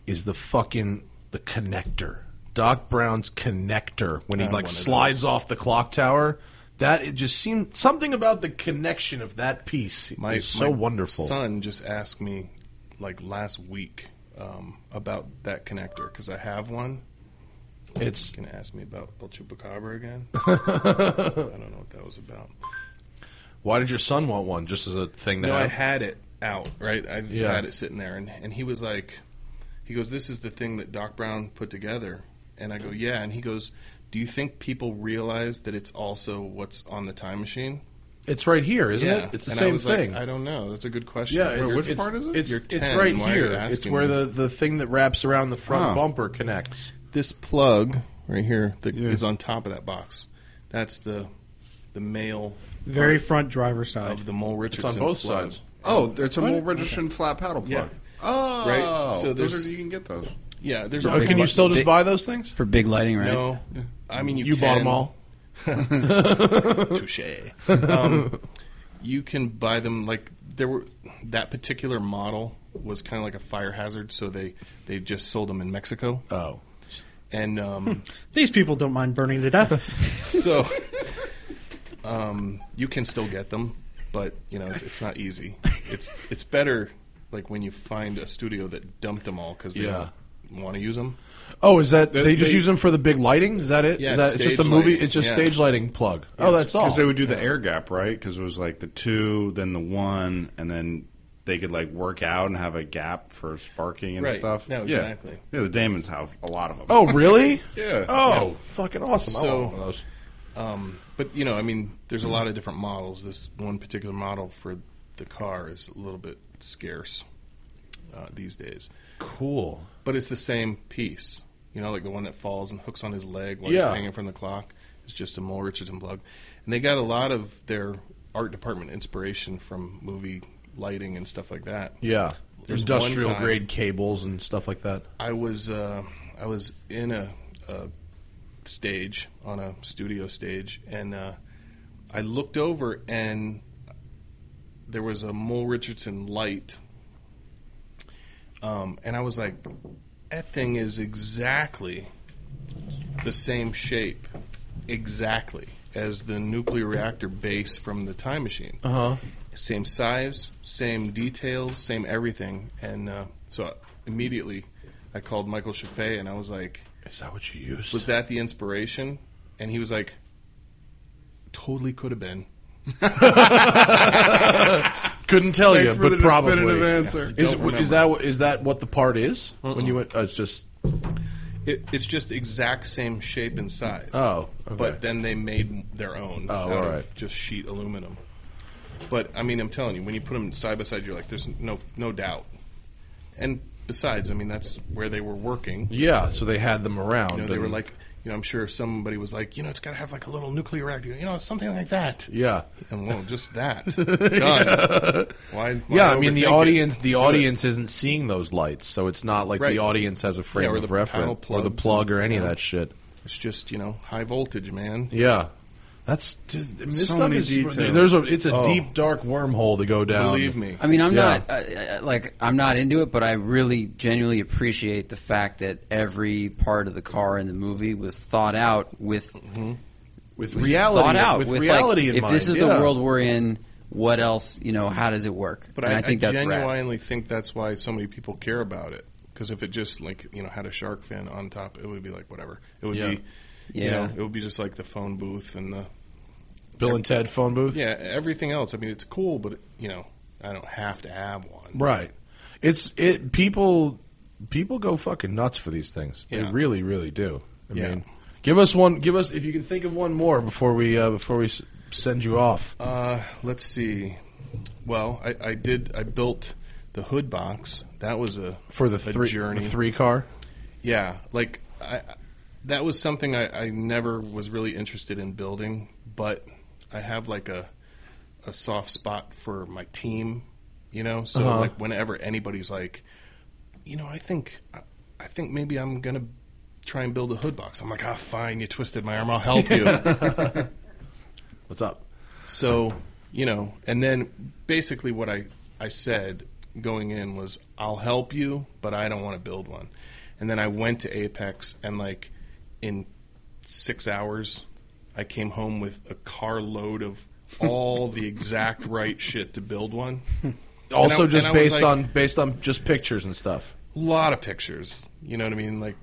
[SPEAKER 2] is the fucking the connector. Doc Brown's connector when he
[SPEAKER 4] Uh, one
[SPEAKER 2] like
[SPEAKER 4] of
[SPEAKER 2] slides
[SPEAKER 4] those.
[SPEAKER 2] off the clock tower. That it just seemed something about the connection of that piece
[SPEAKER 4] My
[SPEAKER 2] is so
[SPEAKER 4] my
[SPEAKER 2] wonderful.
[SPEAKER 4] Son just asked me like last week um, about that connector because I have one.
[SPEAKER 2] It's
[SPEAKER 4] gonna ask me about El Chupacabra again. I don't know what that was about.
[SPEAKER 2] why did your son want one just as a thing to
[SPEAKER 4] No,
[SPEAKER 2] have?
[SPEAKER 4] I had it out, right? I just
[SPEAKER 2] Yeah.
[SPEAKER 4] had it sitting there, and, and he was like, he goes, "This is the thing that Doc Brown put together," and I go, "Yeah," and he goes, "Do you think people realize that it's also what's on the time machine?"
[SPEAKER 2] it's right here, isn't
[SPEAKER 4] yeah,
[SPEAKER 2] it? It's the
[SPEAKER 4] and I
[SPEAKER 2] same
[SPEAKER 4] was
[SPEAKER 2] thing.
[SPEAKER 4] Like, I don't know. That's a good question.
[SPEAKER 2] yeah, it's,
[SPEAKER 4] Where-
[SPEAKER 2] it's- It's,
[SPEAKER 4] You're
[SPEAKER 2] it's
[SPEAKER 4] 10.
[SPEAKER 2] right
[SPEAKER 4] Why are you
[SPEAKER 2] here. It's
[SPEAKER 4] asking
[SPEAKER 2] where
[SPEAKER 4] me?
[SPEAKER 2] the, the thing that wraps around the front
[SPEAKER 5] Huh.
[SPEAKER 2] bumper connects.
[SPEAKER 4] this plug right here that is on top of that box. That's the the male
[SPEAKER 3] Very front driver's side.
[SPEAKER 4] of the Mole Richardson.
[SPEAKER 2] both
[SPEAKER 4] plug.
[SPEAKER 2] sides.
[SPEAKER 5] Oh, it's a mole registered flat paddle
[SPEAKER 4] Yeah.
[SPEAKER 5] plug. Oh,
[SPEAKER 4] Right, so
[SPEAKER 5] those
[SPEAKER 4] there's-
[SPEAKER 5] are, you can get those.
[SPEAKER 4] Yeah, there's.
[SPEAKER 2] Oh,
[SPEAKER 4] a
[SPEAKER 2] can you
[SPEAKER 4] button.
[SPEAKER 2] still just
[SPEAKER 6] They-
[SPEAKER 2] buy those things?
[SPEAKER 6] for big lighting, right?
[SPEAKER 4] No, I mean you.
[SPEAKER 2] You bought them
[SPEAKER 4] can-
[SPEAKER 2] all.
[SPEAKER 4] Touche. Um, you can buy them like there were that particular model was kind of like a fire hazard, so they they just sold them in Mexico.
[SPEAKER 2] Oh.
[SPEAKER 4] And um,
[SPEAKER 3] These people don't mind burning to death.
[SPEAKER 4] so um, you can still get them, but you know it's, it's not easy. It's it's better like when you find a studio that dumped them all because they
[SPEAKER 2] Yeah.
[SPEAKER 4] don't want to use them.
[SPEAKER 2] Oh, is that they, just
[SPEAKER 4] they-
[SPEAKER 2] use them for the big lighting? Is that it?
[SPEAKER 4] Yeah,
[SPEAKER 2] Is that,
[SPEAKER 4] it's
[SPEAKER 2] it's just a
[SPEAKER 4] stage
[SPEAKER 2] movie.
[SPEAKER 4] lighting.
[SPEAKER 2] It's just
[SPEAKER 4] Yeah.
[SPEAKER 2] stage lighting plug. oh, that's all.
[SPEAKER 5] Because they would do the air gap, right? Because it was like the two, then the one, and then they could like work out and have a gap for sparking and
[SPEAKER 4] Right.
[SPEAKER 5] stuff.
[SPEAKER 4] No,
[SPEAKER 5] Yeah.
[SPEAKER 4] exactly.
[SPEAKER 5] Yeah, the Damons have a lot of them.
[SPEAKER 2] Oh, really?
[SPEAKER 5] Yeah.
[SPEAKER 2] Oh, fucking awesome. I
[SPEAKER 4] So-
[SPEAKER 2] want one of those.
[SPEAKER 4] Um, but you know, I mean, there's a lot of different models. This one particular model for the car is a little bit scarce uh, these days.
[SPEAKER 2] Cool.
[SPEAKER 4] But it's the same piece. You know, like the one that falls and hooks on his leg while
[SPEAKER 2] Yeah.
[SPEAKER 4] he's hanging from the clock. It's just a Mole Richardson plug. And they got a lot of their art department inspiration from movie lighting and stuff like that.
[SPEAKER 2] Yeah.
[SPEAKER 4] There's
[SPEAKER 2] Industrial
[SPEAKER 4] one time-
[SPEAKER 2] grade cables and stuff like that.
[SPEAKER 4] I was uh, I was in a, a stage on a studio stage, and uh, I looked over, and there was a Mole Richardson light, um, and I was like, "That thing is exactly the same shape, exactly as the nuclear reactor base from the Time Machine."
[SPEAKER 2] Uh huh.
[SPEAKER 4] same size, same details, same everything. And uh, so immediately I called Michael Chaffee and I was like,
[SPEAKER 2] Is that what you used?
[SPEAKER 4] Was that the inspiration? And he was like, Totally could have been.
[SPEAKER 2] Couldn't tell
[SPEAKER 5] Thanks
[SPEAKER 2] you,
[SPEAKER 5] for
[SPEAKER 2] but
[SPEAKER 5] the
[SPEAKER 2] probably.
[SPEAKER 5] definitive answer.
[SPEAKER 2] Is, it,
[SPEAKER 4] Don't
[SPEAKER 2] is
[SPEAKER 4] remember. Uh-uh.
[SPEAKER 2] that is that what the part is when you went? Oh, it's just
[SPEAKER 4] It, it's just exact same shape and size.
[SPEAKER 2] oh, okay.
[SPEAKER 4] But then they made their own
[SPEAKER 2] Oh,
[SPEAKER 4] out
[SPEAKER 2] all right.
[SPEAKER 4] of just sheet aluminum. But I mean, I'm telling you, when you put them side by side, you're like, there's no no doubt. And besides, I mean, that's where they were working.
[SPEAKER 2] yeah, so they had them around.
[SPEAKER 4] You know, they
[SPEAKER 2] and-
[SPEAKER 4] were like, you know, I'm sure somebody was like, you know, it's got to have like a little nuclear reactor, you know, something like that.
[SPEAKER 2] yeah,
[SPEAKER 4] And well, just that. Done. Why, why
[SPEAKER 2] yeah. I mean, the
[SPEAKER 4] overthink it?
[SPEAKER 2] audience
[SPEAKER 4] Just
[SPEAKER 2] the
[SPEAKER 4] do it.
[SPEAKER 2] audience is isn't seeing those lights, so it's not like
[SPEAKER 4] Right.
[SPEAKER 2] the audience has a frame
[SPEAKER 4] Yeah, or
[SPEAKER 2] of
[SPEAKER 4] the panel
[SPEAKER 2] reference or the
[SPEAKER 4] plugs
[SPEAKER 2] plug or any of
[SPEAKER 4] and-
[SPEAKER 2] that shit.
[SPEAKER 4] It's just you know high voltage, man.
[SPEAKER 2] Yeah, that's just, I mean, this
[SPEAKER 5] So
[SPEAKER 2] stuff
[SPEAKER 5] many
[SPEAKER 2] is
[SPEAKER 5] details.
[SPEAKER 2] there's a it's a
[SPEAKER 4] Oh.
[SPEAKER 2] deep dark wormhole to go down.
[SPEAKER 4] Believe me.
[SPEAKER 6] I mean, I'm
[SPEAKER 2] Yeah.
[SPEAKER 6] not I, I, like I'm not into it, but I really genuinely appreciate the fact that every part of the car in the movie was thought out with
[SPEAKER 2] with
[SPEAKER 6] was
[SPEAKER 2] reality.
[SPEAKER 6] thought out
[SPEAKER 2] with,
[SPEAKER 6] with, like,
[SPEAKER 2] reality in
[SPEAKER 6] if
[SPEAKER 2] mind.
[SPEAKER 6] this is
[SPEAKER 2] yeah.
[SPEAKER 6] the world we're in, what else? You know, how does it work?
[SPEAKER 4] But
[SPEAKER 6] And
[SPEAKER 4] I,
[SPEAKER 6] think
[SPEAKER 4] I
[SPEAKER 6] that's rad.
[SPEAKER 4] genuinely think that's why so many people care about it. Because if it just like you know had a shark fin on top, it would be like whatever. It would
[SPEAKER 2] Yeah.
[SPEAKER 4] be, you
[SPEAKER 6] Yeah.
[SPEAKER 4] know, it would be just like the phone booth and the
[SPEAKER 2] Bill and Ted phone booth.
[SPEAKER 4] yeah everything else. I mean, it's cool, but you know, I don't have to have one.
[SPEAKER 2] Right. It's it people people go fucking nuts for these things. They
[SPEAKER 4] Yeah.
[SPEAKER 2] really really do. I
[SPEAKER 4] Yeah.
[SPEAKER 2] mean, give us one give us if you can think of one more before we uh, before we s- send you off.
[SPEAKER 4] Uh, let's see. Well, I, I did. I built the hood box. That was a
[SPEAKER 2] For the
[SPEAKER 4] a
[SPEAKER 2] three,
[SPEAKER 4] journey.
[SPEAKER 2] the three car,
[SPEAKER 4] Yeah, like I, that was something I, I never was really interested in building, but I have like a a soft spot for my team, you know. So
[SPEAKER 2] Uh-huh.
[SPEAKER 4] like whenever anybody's like, you know, I think I, I think maybe I'm gonna try and build a hood box. I'm like, ah, fine. You twisted my arm. I'll help you.
[SPEAKER 2] what's up?
[SPEAKER 4] So, you know, and then basically what I, I said going in was, I'll help you, but I don't want to build one. And then I went to Apex, and like in six hours, I came home with a carload of all the exact right shit to build one.
[SPEAKER 2] Also,
[SPEAKER 4] I-
[SPEAKER 2] just
[SPEAKER 4] and I was
[SPEAKER 2] based
[SPEAKER 4] like-
[SPEAKER 2] on based on just pictures and stuff.
[SPEAKER 4] A lot of pictures, you know what I mean? Like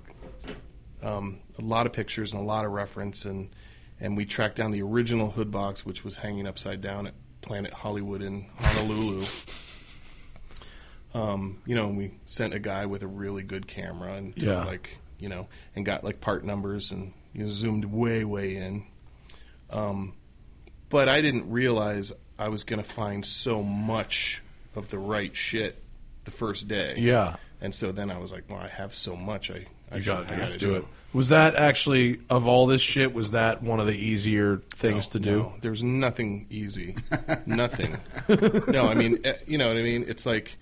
[SPEAKER 4] um, a lot of pictures and a lot of reference, and and we tracked down the original hood box, which was hanging upside down at Planet Hollywood in Honolulu. um, you know, and we sent a guy with a really good camera and took,
[SPEAKER 2] Yeah.
[SPEAKER 4] like you know, and got like part numbers and you know, zoomed way way in. Um, but I didn't realize I was going to find so much of the right shit the first day.
[SPEAKER 2] Yeah.
[SPEAKER 4] And so then I was like, well, I have so much. I, I should- I gotta
[SPEAKER 2] Was that actually of all this shit? Was that one of the easier things
[SPEAKER 4] No,
[SPEAKER 2] to do?
[SPEAKER 4] no, there's nothing easy. nothing. No, I mean, eh, you know what I mean? It's like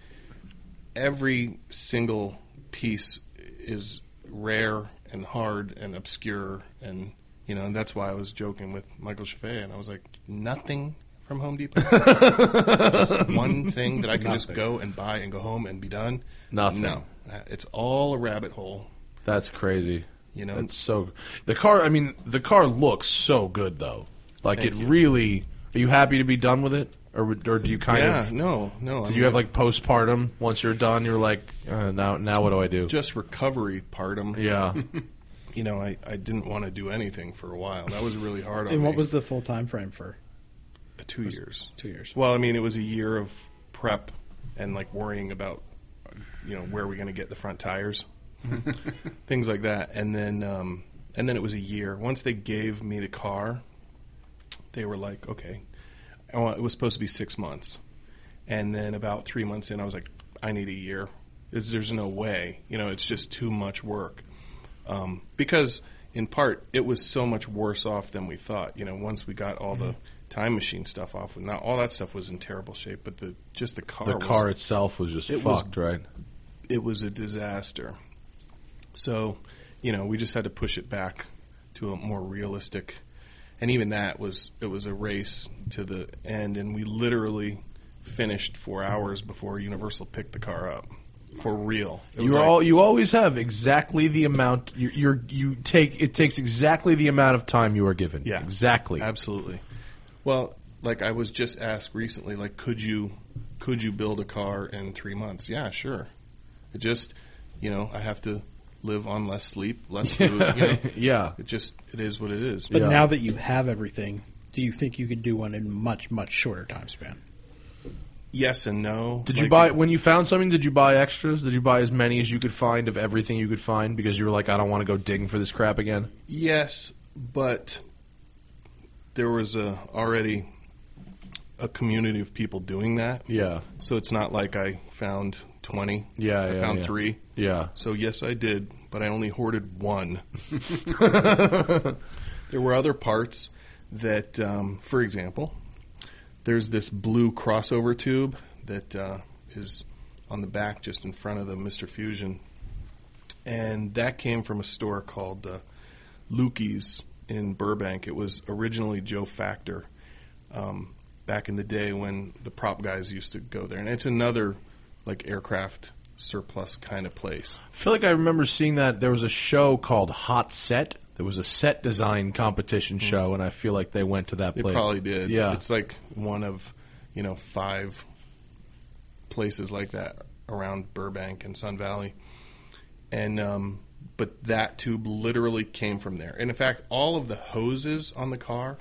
[SPEAKER 4] every single piece is rare and hard and obscure. And, you know, and that's why I was joking with Michael Chaffee. And I was like, nothing from Home Depot. just one thing that I can just go and buy and go home and be done.
[SPEAKER 2] Nothing.
[SPEAKER 4] No. Uh, It's all a rabbit hole.
[SPEAKER 2] That's crazy.
[SPEAKER 4] You know?
[SPEAKER 2] it's so the car. I mean, the car looks so good though. Like
[SPEAKER 4] Thank
[SPEAKER 2] it
[SPEAKER 4] you.
[SPEAKER 2] really. Are you happy to be done with it, or would- or do you kind
[SPEAKER 4] yeah,
[SPEAKER 2] of?
[SPEAKER 4] no, no. I
[SPEAKER 2] Do
[SPEAKER 4] mean,
[SPEAKER 2] you have like postpartum? Once you're done, you're like, uh, now now what do I do?
[SPEAKER 4] just recovery partum?
[SPEAKER 2] yeah,
[SPEAKER 4] you know, I, I didn't want to do anything for a while. That was really hard on
[SPEAKER 3] And
[SPEAKER 4] me. Uh,
[SPEAKER 3] what was the full time frame for?
[SPEAKER 4] two years?
[SPEAKER 3] Two years.
[SPEAKER 4] Well, I mean, it was a year of prep and like worrying about you know where are we going to get the front tires things like that and then um, and then it was a year once they gave me the car they were like okay I want- it was supposed to be six months and then about three months in i was like i need a year There's- there's no way you know it's just too much work um, because in part it was so much worse off than we thought. You know, once we got all the time machine stuff off, and now all that stuff was in terrible shape. But the just the car,
[SPEAKER 2] The
[SPEAKER 4] was-
[SPEAKER 2] car itself was just
[SPEAKER 4] It was-
[SPEAKER 2] fucked, right?
[SPEAKER 4] it was a disaster. So, you know, we just had to push it back to a more realistic. And even that was it was a race to the end, and we literally finished four hours before Universal picked the car up for real. It was
[SPEAKER 2] You
[SPEAKER 4] like-
[SPEAKER 2] all you always have exactly the amount you you're, you take. It takes exactly the amount of time you are given.
[SPEAKER 4] Yeah.
[SPEAKER 2] exactly.
[SPEAKER 4] Absolutely. Well, like I was just asked recently, like could you could you build a car in three months? Yeah, sure. It just you know, I have to live on less sleep, less food. You know?
[SPEAKER 2] yeah,
[SPEAKER 4] It just it is what it is.
[SPEAKER 3] But
[SPEAKER 2] Yeah.
[SPEAKER 3] now that you have everything, do you think you could do one in much much shorter time span?
[SPEAKER 4] yes and no.
[SPEAKER 2] Did
[SPEAKER 4] Like,
[SPEAKER 2] you buy when you found something? Did you buy extras? Did you buy as many as you could find of everything you could find because you were like, I don't want to go digging for this crap again.
[SPEAKER 4] Yes, but there was a already a community of people doing that.
[SPEAKER 2] Yeah,
[SPEAKER 4] So it's not like I found twenty.
[SPEAKER 2] Yeah,
[SPEAKER 4] I
[SPEAKER 2] yeah,
[SPEAKER 4] found
[SPEAKER 2] yeah.
[SPEAKER 4] three.
[SPEAKER 2] yeah.
[SPEAKER 4] So yes, I did, but I only hoarded one. there were other parts that, um, for example, there's this blue crossover tube that uh, is on the back, just in front of the Mister Fusion, and that came from a store called uh, Lukey's in Burbank. It was originally Joe Factor. Um, back in the day when the prop guys used to go there and it's another like aircraft surplus kind of place
[SPEAKER 2] I feel like I remember seeing that there was a show called Hot Set. There was a set design competition show, and I feel like they went to that
[SPEAKER 4] Hmm. They
[SPEAKER 2] place.
[SPEAKER 4] probably did.
[SPEAKER 2] Yeah.
[SPEAKER 4] it's like one of you know five places like that around Burbank and Sun Valley, and um, but that tube literally came from there. And in fact, all of the hoses on the car,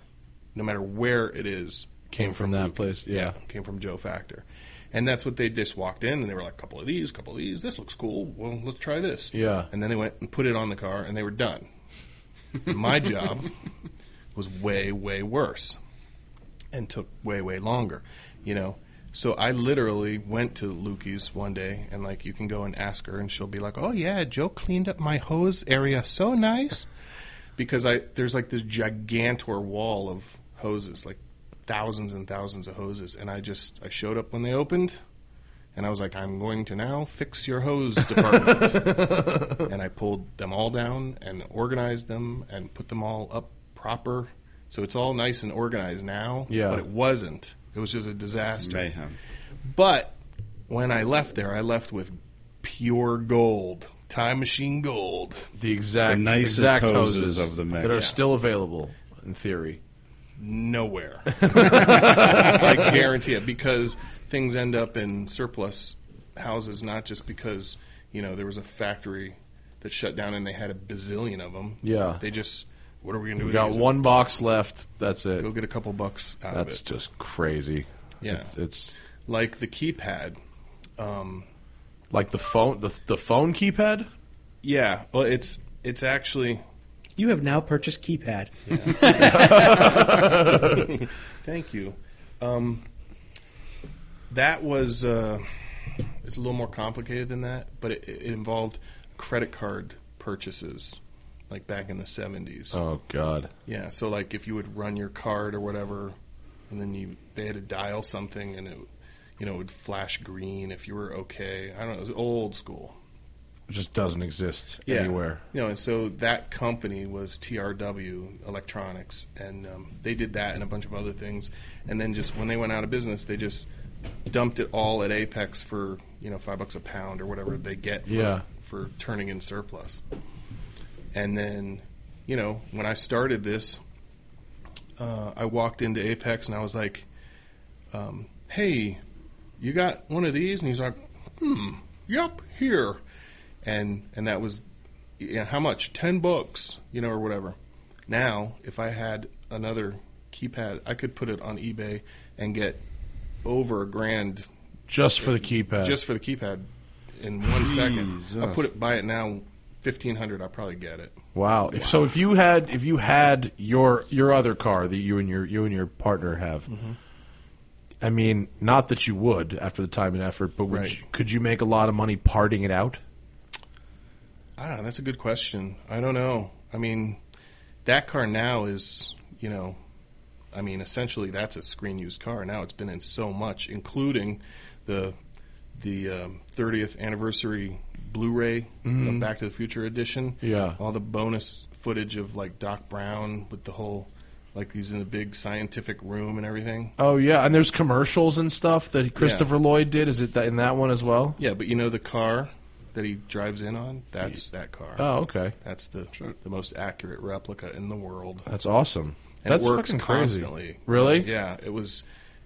[SPEAKER 4] no matter where it is,
[SPEAKER 2] Came from that place, yeah.
[SPEAKER 4] came from Joe Factor. And that's what they just walked in and they were like, couple of these, couple of these. This looks cool. Well, let's try this.
[SPEAKER 2] Yeah.
[SPEAKER 4] And then they went and put it on the car and they were done. My job was way, way worse and took way, way longer, you know. So I literally went to Lukey's one day and like you can go and ask her and she'll be like, Oh yeah, Joe cleaned up my hose area so nice because I there's like this gigantor wall of hoses, like thousands and thousands of hoses, and I just I showed up when they opened, and I was like, I'm going to now fix your hose department, and I pulled them all down and organized them and put them all up proper, so it's all nice and organized now.
[SPEAKER 2] Yeah.
[SPEAKER 4] but it wasn't. It was just a disaster.
[SPEAKER 5] Mayhem.
[SPEAKER 4] But when I left there, I left with pure gold, time machine gold.
[SPEAKER 2] The exact
[SPEAKER 5] The nicest
[SPEAKER 2] exact
[SPEAKER 5] hoses
[SPEAKER 2] hoses
[SPEAKER 5] of the mix.
[SPEAKER 2] that are
[SPEAKER 5] Yeah.
[SPEAKER 2] still available in theory.
[SPEAKER 4] nowhere. I guarantee it because things end up in surplus houses, not just because you know there was a factory that shut down and they had a bazillion of them.
[SPEAKER 2] Yeah.
[SPEAKER 4] they just what are we gonna do?
[SPEAKER 2] We
[SPEAKER 4] with
[SPEAKER 2] got
[SPEAKER 4] these?
[SPEAKER 2] one box left. That's
[SPEAKER 4] Go
[SPEAKER 2] it.
[SPEAKER 4] get a couple bucks out
[SPEAKER 2] That's
[SPEAKER 4] of it.
[SPEAKER 2] just crazy.
[SPEAKER 4] Yeah.
[SPEAKER 2] it's, it's
[SPEAKER 4] Like the keypad. Um,
[SPEAKER 2] like the phone, the the phone keypad.
[SPEAKER 4] yeah, well, it's it's actually.
[SPEAKER 3] You have now purchased keypad.
[SPEAKER 2] Oh,
[SPEAKER 4] Thank you. Um, that was uh, it's a little more complicated than that, but it, it involved credit card purchases, like back in the seventies.
[SPEAKER 2] Oh God.
[SPEAKER 4] Yeah, so like if you would run your card or whatever, and then you they had to dial something, and it you know it would flash green if you were okay. I don't know. It was old school.
[SPEAKER 2] It just doesn't exist
[SPEAKER 4] Yeah.
[SPEAKER 2] anywhere.
[SPEAKER 4] You know, and so that company was TRW Electronics, and um, they did that and a bunch of other things. And then just when they went out of business, they just dumped it all at Apex for you know five bucks a pound or whatever they get for,
[SPEAKER 2] Yeah.
[SPEAKER 4] for turning in surplus. And then, you know, when I started this, uh, I walked into Apex and I was like, um, "Hey, you got one of these?" And he's like, "Hmm, yep, here." And and that was, yeah, how much? Ten bucks, you know, or whatever. Now, if I had another keypad, I could put it on eBay and get over a grand
[SPEAKER 2] just for the keypad.
[SPEAKER 4] just for the keypad in one second.
[SPEAKER 5] Jesus.
[SPEAKER 4] I put it buy it now, fifteen hundred. I probably get it.
[SPEAKER 2] wow. If, so if you had if you had your your other car that you and your you and your partner have,
[SPEAKER 4] Mm-hmm.
[SPEAKER 2] I mean, not that you would after the time and effort, but would
[SPEAKER 4] Right.
[SPEAKER 2] you, could you make a lot of money parting it out?
[SPEAKER 4] Ah, that's a good question. I don't know. I mean, that car now is you know, I mean, essentially that's a screen used car. Now it's been in so much, including the the um, thirtieth anniversary Blu-ray the Back to the Future edition.
[SPEAKER 2] Mm-hmm. Yeah.
[SPEAKER 4] all the bonus footage of like Doc Brown with the whole. Like he's in the big scientific room and everything.
[SPEAKER 2] Oh yeah, and there's commercials and stuff that Christopher Lloyd did. Is it that, in that one as well?
[SPEAKER 4] Yeah, but you know the car that he drives in on? That's that car.
[SPEAKER 2] Oh okay,
[SPEAKER 4] That's the the most accurate replica in the world.
[SPEAKER 2] that's awesome.
[SPEAKER 4] And
[SPEAKER 2] that's
[SPEAKER 4] it works
[SPEAKER 2] fucking crazy.
[SPEAKER 4] constantly. Uh,
[SPEAKER 2] Really?
[SPEAKER 4] Yeah, it was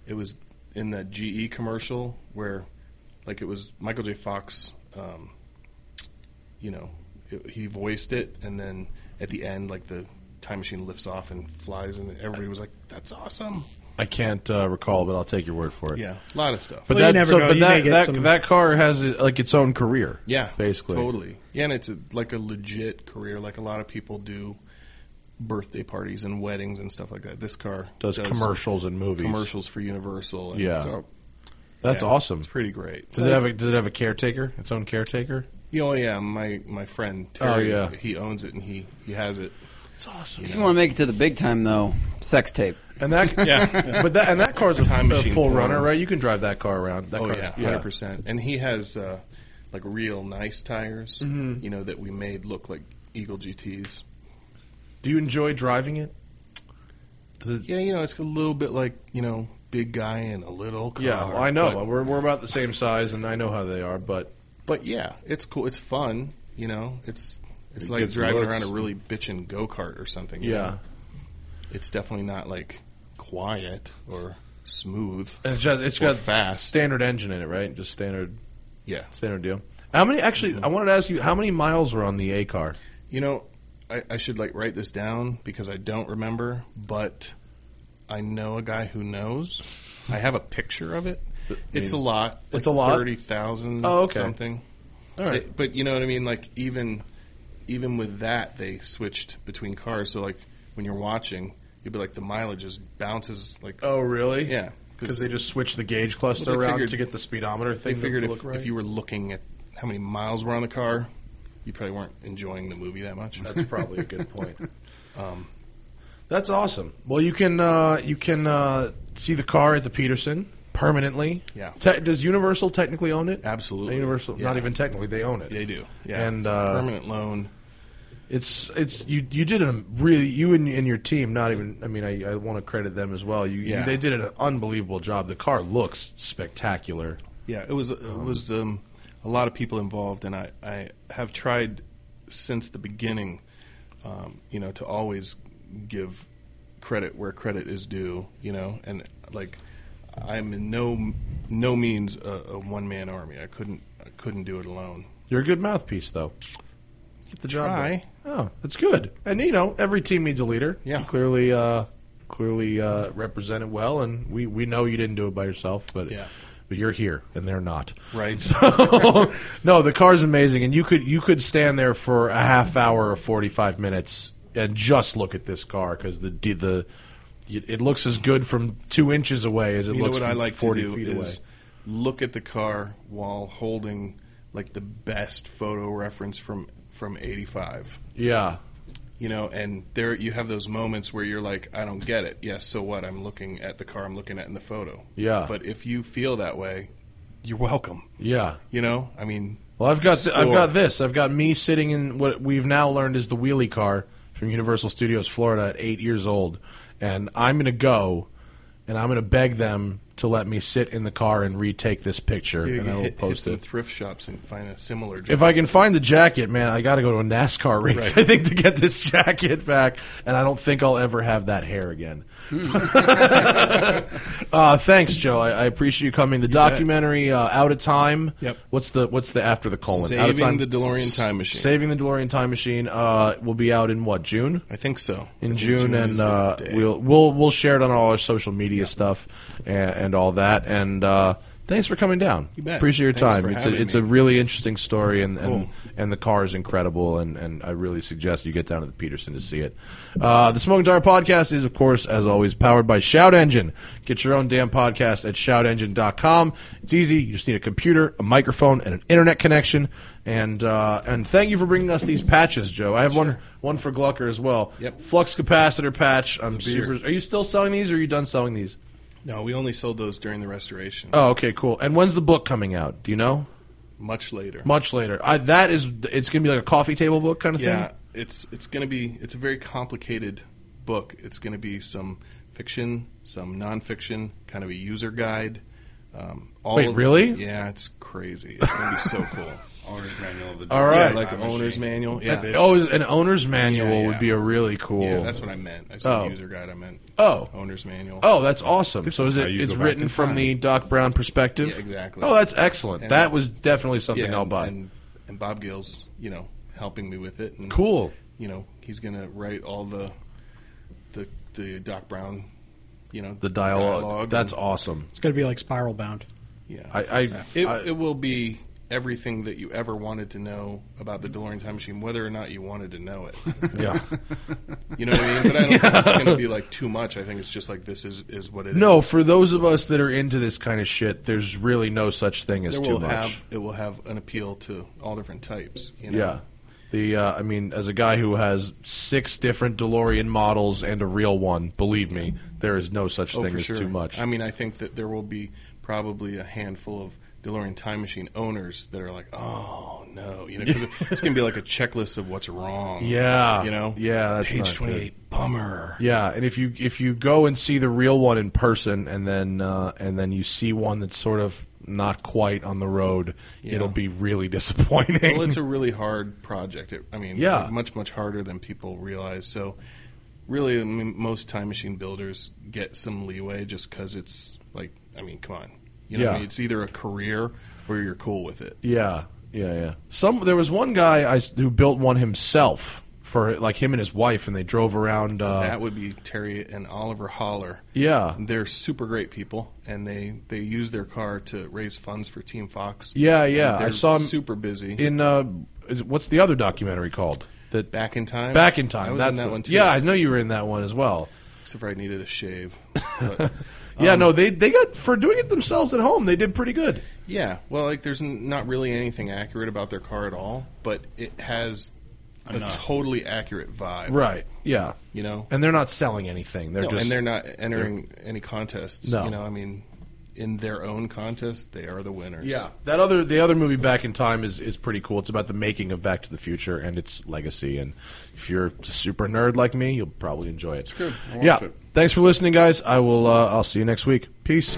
[SPEAKER 4] it was in the GE commercial where like it was Michael J. Fox um, you know, it, he voiced it and then at the end like the time machine lifts off and flies and everybody was like that's awesome.
[SPEAKER 2] I can't uh, recall, but I'll take your word for it.
[SPEAKER 4] Yeah, a lot of stuff.
[SPEAKER 2] But
[SPEAKER 3] Well,
[SPEAKER 2] that,
[SPEAKER 3] you never
[SPEAKER 2] so,
[SPEAKER 3] know.
[SPEAKER 2] but
[SPEAKER 3] You may
[SPEAKER 2] that,
[SPEAKER 3] get
[SPEAKER 2] that,
[SPEAKER 3] some-
[SPEAKER 2] that car has uh, like its own career.
[SPEAKER 4] Yeah,
[SPEAKER 2] basically.
[SPEAKER 4] totally. Yeah, and it's a, like a legit career. Like a lot of people do birthday parties and weddings and stuff like that. This car
[SPEAKER 2] Does, commercials and movies.
[SPEAKER 4] commercials for Universal. And
[SPEAKER 2] Yeah.
[SPEAKER 4] so,
[SPEAKER 2] That's
[SPEAKER 4] yeah,
[SPEAKER 2] awesome.
[SPEAKER 4] It's pretty great.
[SPEAKER 2] Does it have a Does it have a caretaker? Its own caretaker.
[SPEAKER 4] You know, oh, yeah, my my friend Terry,
[SPEAKER 2] Oh, yeah.
[SPEAKER 4] he owns it and he he has it.
[SPEAKER 2] It's awesome.
[SPEAKER 6] If you want to make it to the big time, though, sex tape.
[SPEAKER 2] And that,
[SPEAKER 4] Yeah.
[SPEAKER 2] but that and that car's a,
[SPEAKER 4] Time
[SPEAKER 2] a
[SPEAKER 4] machine
[SPEAKER 2] full
[SPEAKER 4] porn.
[SPEAKER 2] runner, right? You can drive that car around. That
[SPEAKER 4] Oh
[SPEAKER 2] car,
[SPEAKER 4] yeah, hundred percent. And he has uh, like real nice tires,
[SPEAKER 2] Mm-hmm.
[SPEAKER 4] you know, that we made look like Eagle GTS.
[SPEAKER 2] Do you enjoy driving it? Does it
[SPEAKER 4] Yeah, you know, it's a little bit like you know, big guy in a little car.
[SPEAKER 2] yeah, Oh, well, I know.
[SPEAKER 4] but-
[SPEAKER 2] we're we're about the same size, and I know how they are. But
[SPEAKER 4] But yeah, it's cool. It's fun. You know, it's it's
[SPEAKER 5] It
[SPEAKER 4] like
[SPEAKER 5] gets
[SPEAKER 4] driving
[SPEAKER 5] looks.
[SPEAKER 4] around a really bitchin' go kart or something. you
[SPEAKER 2] yeah,
[SPEAKER 4] know? it's definitely not like quiet or smooth.
[SPEAKER 2] And it's just it's
[SPEAKER 4] Or
[SPEAKER 2] got
[SPEAKER 4] fast.
[SPEAKER 2] standard engine in it, right? Just standard
[SPEAKER 4] Yeah,
[SPEAKER 2] standard deal. How many? Actually,
[SPEAKER 4] Mm-hmm.
[SPEAKER 2] I wanted to ask you how many miles were on the A car.
[SPEAKER 4] you know, I, I should like write this down because I don't remember, but I know a guy who knows. I have a picture of it. It's a lot.
[SPEAKER 2] It's
[SPEAKER 4] like
[SPEAKER 2] a lot?
[SPEAKER 4] Thirty thousand.
[SPEAKER 2] Oh, okay.
[SPEAKER 4] Something.
[SPEAKER 2] All right.
[SPEAKER 4] It- but you know what I mean? Like even even with that, they switched between cars. So like when you're watching, you'll be like the mileage just bounces like
[SPEAKER 2] Oh, really?
[SPEAKER 4] yeah
[SPEAKER 2] Because they just switched the gauge cluster
[SPEAKER 4] Well, they
[SPEAKER 2] around
[SPEAKER 4] figured-
[SPEAKER 2] to get the speedometer
[SPEAKER 4] they
[SPEAKER 2] thing.
[SPEAKER 4] figured
[SPEAKER 2] to
[SPEAKER 4] if,
[SPEAKER 2] look right.
[SPEAKER 4] if you were looking at how many miles were on the car, you probably weren't enjoying the movie that much.
[SPEAKER 2] That's probably a good point. Um, That's awesome. Well, you can uh, you can uh, see the car at the Peterson permanently.
[SPEAKER 4] Yeah.
[SPEAKER 2] Te- does Universal technically own it?
[SPEAKER 4] Absolutely.
[SPEAKER 2] Universal,
[SPEAKER 4] Yeah.
[SPEAKER 2] not even technically, they own it.
[SPEAKER 4] They do, yeah.
[SPEAKER 2] And
[SPEAKER 4] it's a
[SPEAKER 2] uh,
[SPEAKER 4] permanent loan.
[SPEAKER 2] It's it's you you did a really you and, and your team not even I mean I, I want to credit them as well you, you-
[SPEAKER 4] Yeah.
[SPEAKER 2] they did an unbelievable job the car looks spectacular
[SPEAKER 4] Yeah, it was it was um, a lot of people involved, and I, I have tried since the beginning, um, you know, to always give credit where credit is due, you know, and like I'm in no no means a, a one man army. I couldn't I couldn't do it alone.
[SPEAKER 2] you're a good mouthpiece though get the job
[SPEAKER 4] Try.
[SPEAKER 2] done. oh that's good and you know every team needs a leader
[SPEAKER 4] Yeah.
[SPEAKER 2] you clearly uh, clearly uh, represented well and we, we know you didn't do it by yourself but
[SPEAKER 4] Yeah.
[SPEAKER 2] but you're here and they're not
[SPEAKER 4] Right.
[SPEAKER 2] So, no, the car's amazing, and you could you could stand there for a half hour or forty five minutes and just look at this car because the the- the it looks as good from two inches away as it
[SPEAKER 4] You know
[SPEAKER 2] looks
[SPEAKER 4] what
[SPEAKER 2] from
[SPEAKER 4] I like
[SPEAKER 2] forty
[SPEAKER 4] to do
[SPEAKER 2] feet
[SPEAKER 4] is look at the car while holding like the best photo reference from from '85.
[SPEAKER 2] away. Yeah,
[SPEAKER 4] You know, and there you have those moments where you're like, I don't get it. Yes, so what? I'm looking at the car I'm looking at in the photo.
[SPEAKER 2] Yeah.
[SPEAKER 4] But if you feel that way, you're welcome.
[SPEAKER 2] yeah.
[SPEAKER 4] You know, I mean,
[SPEAKER 2] Well, I've got th- I've
[SPEAKER 4] Sure.
[SPEAKER 2] got this. I've got me sitting in what we've now learned is the wheelie car from Universal Studios Florida at eight years old, and I'm going to go, and I'm going to beg them to let me sit in the car and retake this picture,
[SPEAKER 4] you
[SPEAKER 2] and I will
[SPEAKER 4] hit, hit
[SPEAKER 2] post
[SPEAKER 4] some
[SPEAKER 2] it.
[SPEAKER 4] thrift shops and find a similar.
[SPEAKER 2] If I can find the jacket, man, I got to go to a NASCAR race,
[SPEAKER 4] Right.
[SPEAKER 2] I think, to get this jacket back. And I don't think I'll ever have that hair again.
[SPEAKER 4] Hmm.
[SPEAKER 2] uh, thanks, Joe. I, I appreciate you coming. The documentary, uh, Out of Time.
[SPEAKER 4] Yep.
[SPEAKER 2] What's the What's the after the colon? Out of
[SPEAKER 4] Saving
[SPEAKER 2] Time-
[SPEAKER 4] the DeLorean Time Machine.
[SPEAKER 2] Saving the DeLorean Time Machine uh, will be out in what June?
[SPEAKER 4] I think so. I
[SPEAKER 2] in
[SPEAKER 4] think
[SPEAKER 2] June,
[SPEAKER 4] is
[SPEAKER 2] and
[SPEAKER 4] the
[SPEAKER 2] uh,
[SPEAKER 4] day.
[SPEAKER 2] we'll we'll we'll share it on all our social media stuff and, and all that. And uh, Thanks for coming down.
[SPEAKER 4] You bet.
[SPEAKER 2] Appreciate your time.
[SPEAKER 4] Thanks for
[SPEAKER 2] It's a,
[SPEAKER 4] having
[SPEAKER 2] it's
[SPEAKER 4] me.
[SPEAKER 2] a really interesting story, and, and,
[SPEAKER 4] Cool.
[SPEAKER 2] and the car is incredible, and, and I really suggest you get down to the Peterson to see it. Uh, the Smoking Tire Podcast is, of course, as always, powered by Shout Engine. Get your own damn podcast at shoutengine.com. It's easy. You just need a computer, a microphone, and an internet connection. And uh, and thank you for bringing us these patches, Joe. I have one one for Glucker as well.
[SPEAKER 4] Yep.
[SPEAKER 2] Flux capacitor patch. I'm
[SPEAKER 4] Beer.
[SPEAKER 2] super. Are you still selling these, or are you done selling these?
[SPEAKER 4] No, we only sold those during the restoration.
[SPEAKER 2] Oh, okay, cool. And when's the book coming out? Do you know?
[SPEAKER 4] much later.
[SPEAKER 2] Much later. I, that is, it's going to be like a coffee table book kind of
[SPEAKER 4] yeah,
[SPEAKER 2] thing.
[SPEAKER 4] it's it's going to be it's a very complicated book. It's going to be some fiction, some nonfiction, kind of a user guide. Um, all
[SPEAKER 2] Wait,
[SPEAKER 4] of-
[SPEAKER 2] really?
[SPEAKER 4] Yeah, it's crazy. It's going to be so cool.
[SPEAKER 5] Owner's manual of the
[SPEAKER 2] All right.
[SPEAKER 4] Yeah, like an owner's manual. Yeah,
[SPEAKER 2] Oh, is- an owner's manual
[SPEAKER 4] Yeah, yeah.
[SPEAKER 2] would be a really cool.
[SPEAKER 4] yeah, that's what I meant. I said
[SPEAKER 2] Oh.
[SPEAKER 4] user guide. I meant
[SPEAKER 2] Oh.
[SPEAKER 4] owner's manual.
[SPEAKER 2] Oh, that's awesome! so
[SPEAKER 5] is
[SPEAKER 2] is
[SPEAKER 5] how
[SPEAKER 2] it?
[SPEAKER 5] you
[SPEAKER 2] It's
[SPEAKER 5] go back
[SPEAKER 2] written
[SPEAKER 5] in
[SPEAKER 2] from
[SPEAKER 5] time.
[SPEAKER 2] the Doc Brown perspective.
[SPEAKER 4] Yeah, exactly.
[SPEAKER 2] Oh, that's excellent.
[SPEAKER 4] And-
[SPEAKER 2] that was definitely something
[SPEAKER 4] yeah,
[SPEAKER 2] I'll
[SPEAKER 4] and-
[SPEAKER 2] buy.
[SPEAKER 4] And, and Bob Gill's, you know, helping me with it. And,
[SPEAKER 2] cool.
[SPEAKER 4] You know, he's going to write all the the the Doc Brown, you know,
[SPEAKER 2] The dialogue. that's
[SPEAKER 4] and-
[SPEAKER 2] awesome.
[SPEAKER 3] It's going to be like spiral bound.
[SPEAKER 4] Yeah.
[SPEAKER 2] I, I,
[SPEAKER 4] It,
[SPEAKER 2] I-
[SPEAKER 4] it will be everything that you ever wanted to know about the DeLorean time machine, whether or not you wanted to know it.
[SPEAKER 2] yeah.
[SPEAKER 4] You know what I mean? But I don't think it's going to be like too much. I think it's just like this is is what it is.
[SPEAKER 2] No, for those of us that are into this kind of shit, there's really no such thing as
[SPEAKER 4] There
[SPEAKER 2] too
[SPEAKER 4] will
[SPEAKER 2] much.
[SPEAKER 4] have it will have an appeal to all different types. You know?
[SPEAKER 2] Yeah. The uh, I mean, as a guy who has six different DeLorean models and a real one, believe me, there is no such
[SPEAKER 4] oh,
[SPEAKER 2] thing
[SPEAKER 4] for
[SPEAKER 2] as
[SPEAKER 4] sure.
[SPEAKER 2] too much.
[SPEAKER 4] I mean, I think that there will be probably a handful of DeLorean time machine owners that are like, oh no, you know, 'cause it's going to be like a checklist of what's wrong.
[SPEAKER 2] Yeah.
[SPEAKER 4] you know,
[SPEAKER 2] Yeah, that's not
[SPEAKER 4] page
[SPEAKER 2] good.
[SPEAKER 4] twenty eight, bummer.
[SPEAKER 2] yeah, and if you if you go and see the real one in person, and then uh, and then you see one that's sort of not quite on the road,
[SPEAKER 4] Yeah.
[SPEAKER 2] it'll be really disappointing.
[SPEAKER 4] Well, it's a really hard project. It, I mean,
[SPEAKER 2] Yeah.
[SPEAKER 4] much much harder than people realize. So, really, I mean, most time machine builders get some leeway just because it's like, I mean, come on, you know, what I
[SPEAKER 2] Yeah.
[SPEAKER 4] mean? it's either a career or you're cool with it.
[SPEAKER 2] Yeah, yeah, yeah. Some there was one guy I s who built one himself for like him and his wife, and they drove around. Uh,
[SPEAKER 4] that would be Terry and Oliver Holler.
[SPEAKER 2] Yeah.
[SPEAKER 4] they're super great people, and they they use their car to raise funds for Team Fox.
[SPEAKER 2] Yeah,
[SPEAKER 4] And
[SPEAKER 2] yeah, I
[SPEAKER 4] they're
[SPEAKER 2] saw 'em
[SPEAKER 4] super busy.
[SPEAKER 2] in uh, is- what's the other documentary called? That
[SPEAKER 4] Back in time.
[SPEAKER 2] Back in time.
[SPEAKER 4] I was
[SPEAKER 2] That's
[SPEAKER 4] in that
[SPEAKER 2] the-
[SPEAKER 4] one too.
[SPEAKER 2] Yeah, I know you were in that one as well.
[SPEAKER 4] except for I needed a shave. But-
[SPEAKER 2] Yeah,
[SPEAKER 4] Um,
[SPEAKER 2] no, they they got for doing it themselves at home. They did pretty good.
[SPEAKER 4] Yeah, well, like there's n- not really anything accurate about their car at all, but it has a totally accurate vibe,
[SPEAKER 2] Yeah.
[SPEAKER 4] You know,
[SPEAKER 2] And they're not selling anything. They're
[SPEAKER 4] No,
[SPEAKER 2] just
[SPEAKER 4] and they're not entering any contests.
[SPEAKER 2] No.
[SPEAKER 4] you know, I mean, in their own contest, they are the winners.
[SPEAKER 2] Yeah, that other the other movie Back in Time is is pretty cool. It's about the making of Back to the Future and its legacy. And if you're a super nerd like me, you'll probably enjoy it. It's
[SPEAKER 5] good. I'll watch
[SPEAKER 2] Yeah.
[SPEAKER 5] it.
[SPEAKER 2] Thanks for listening, guys. I will. Uh, I'll see you next week. Peace.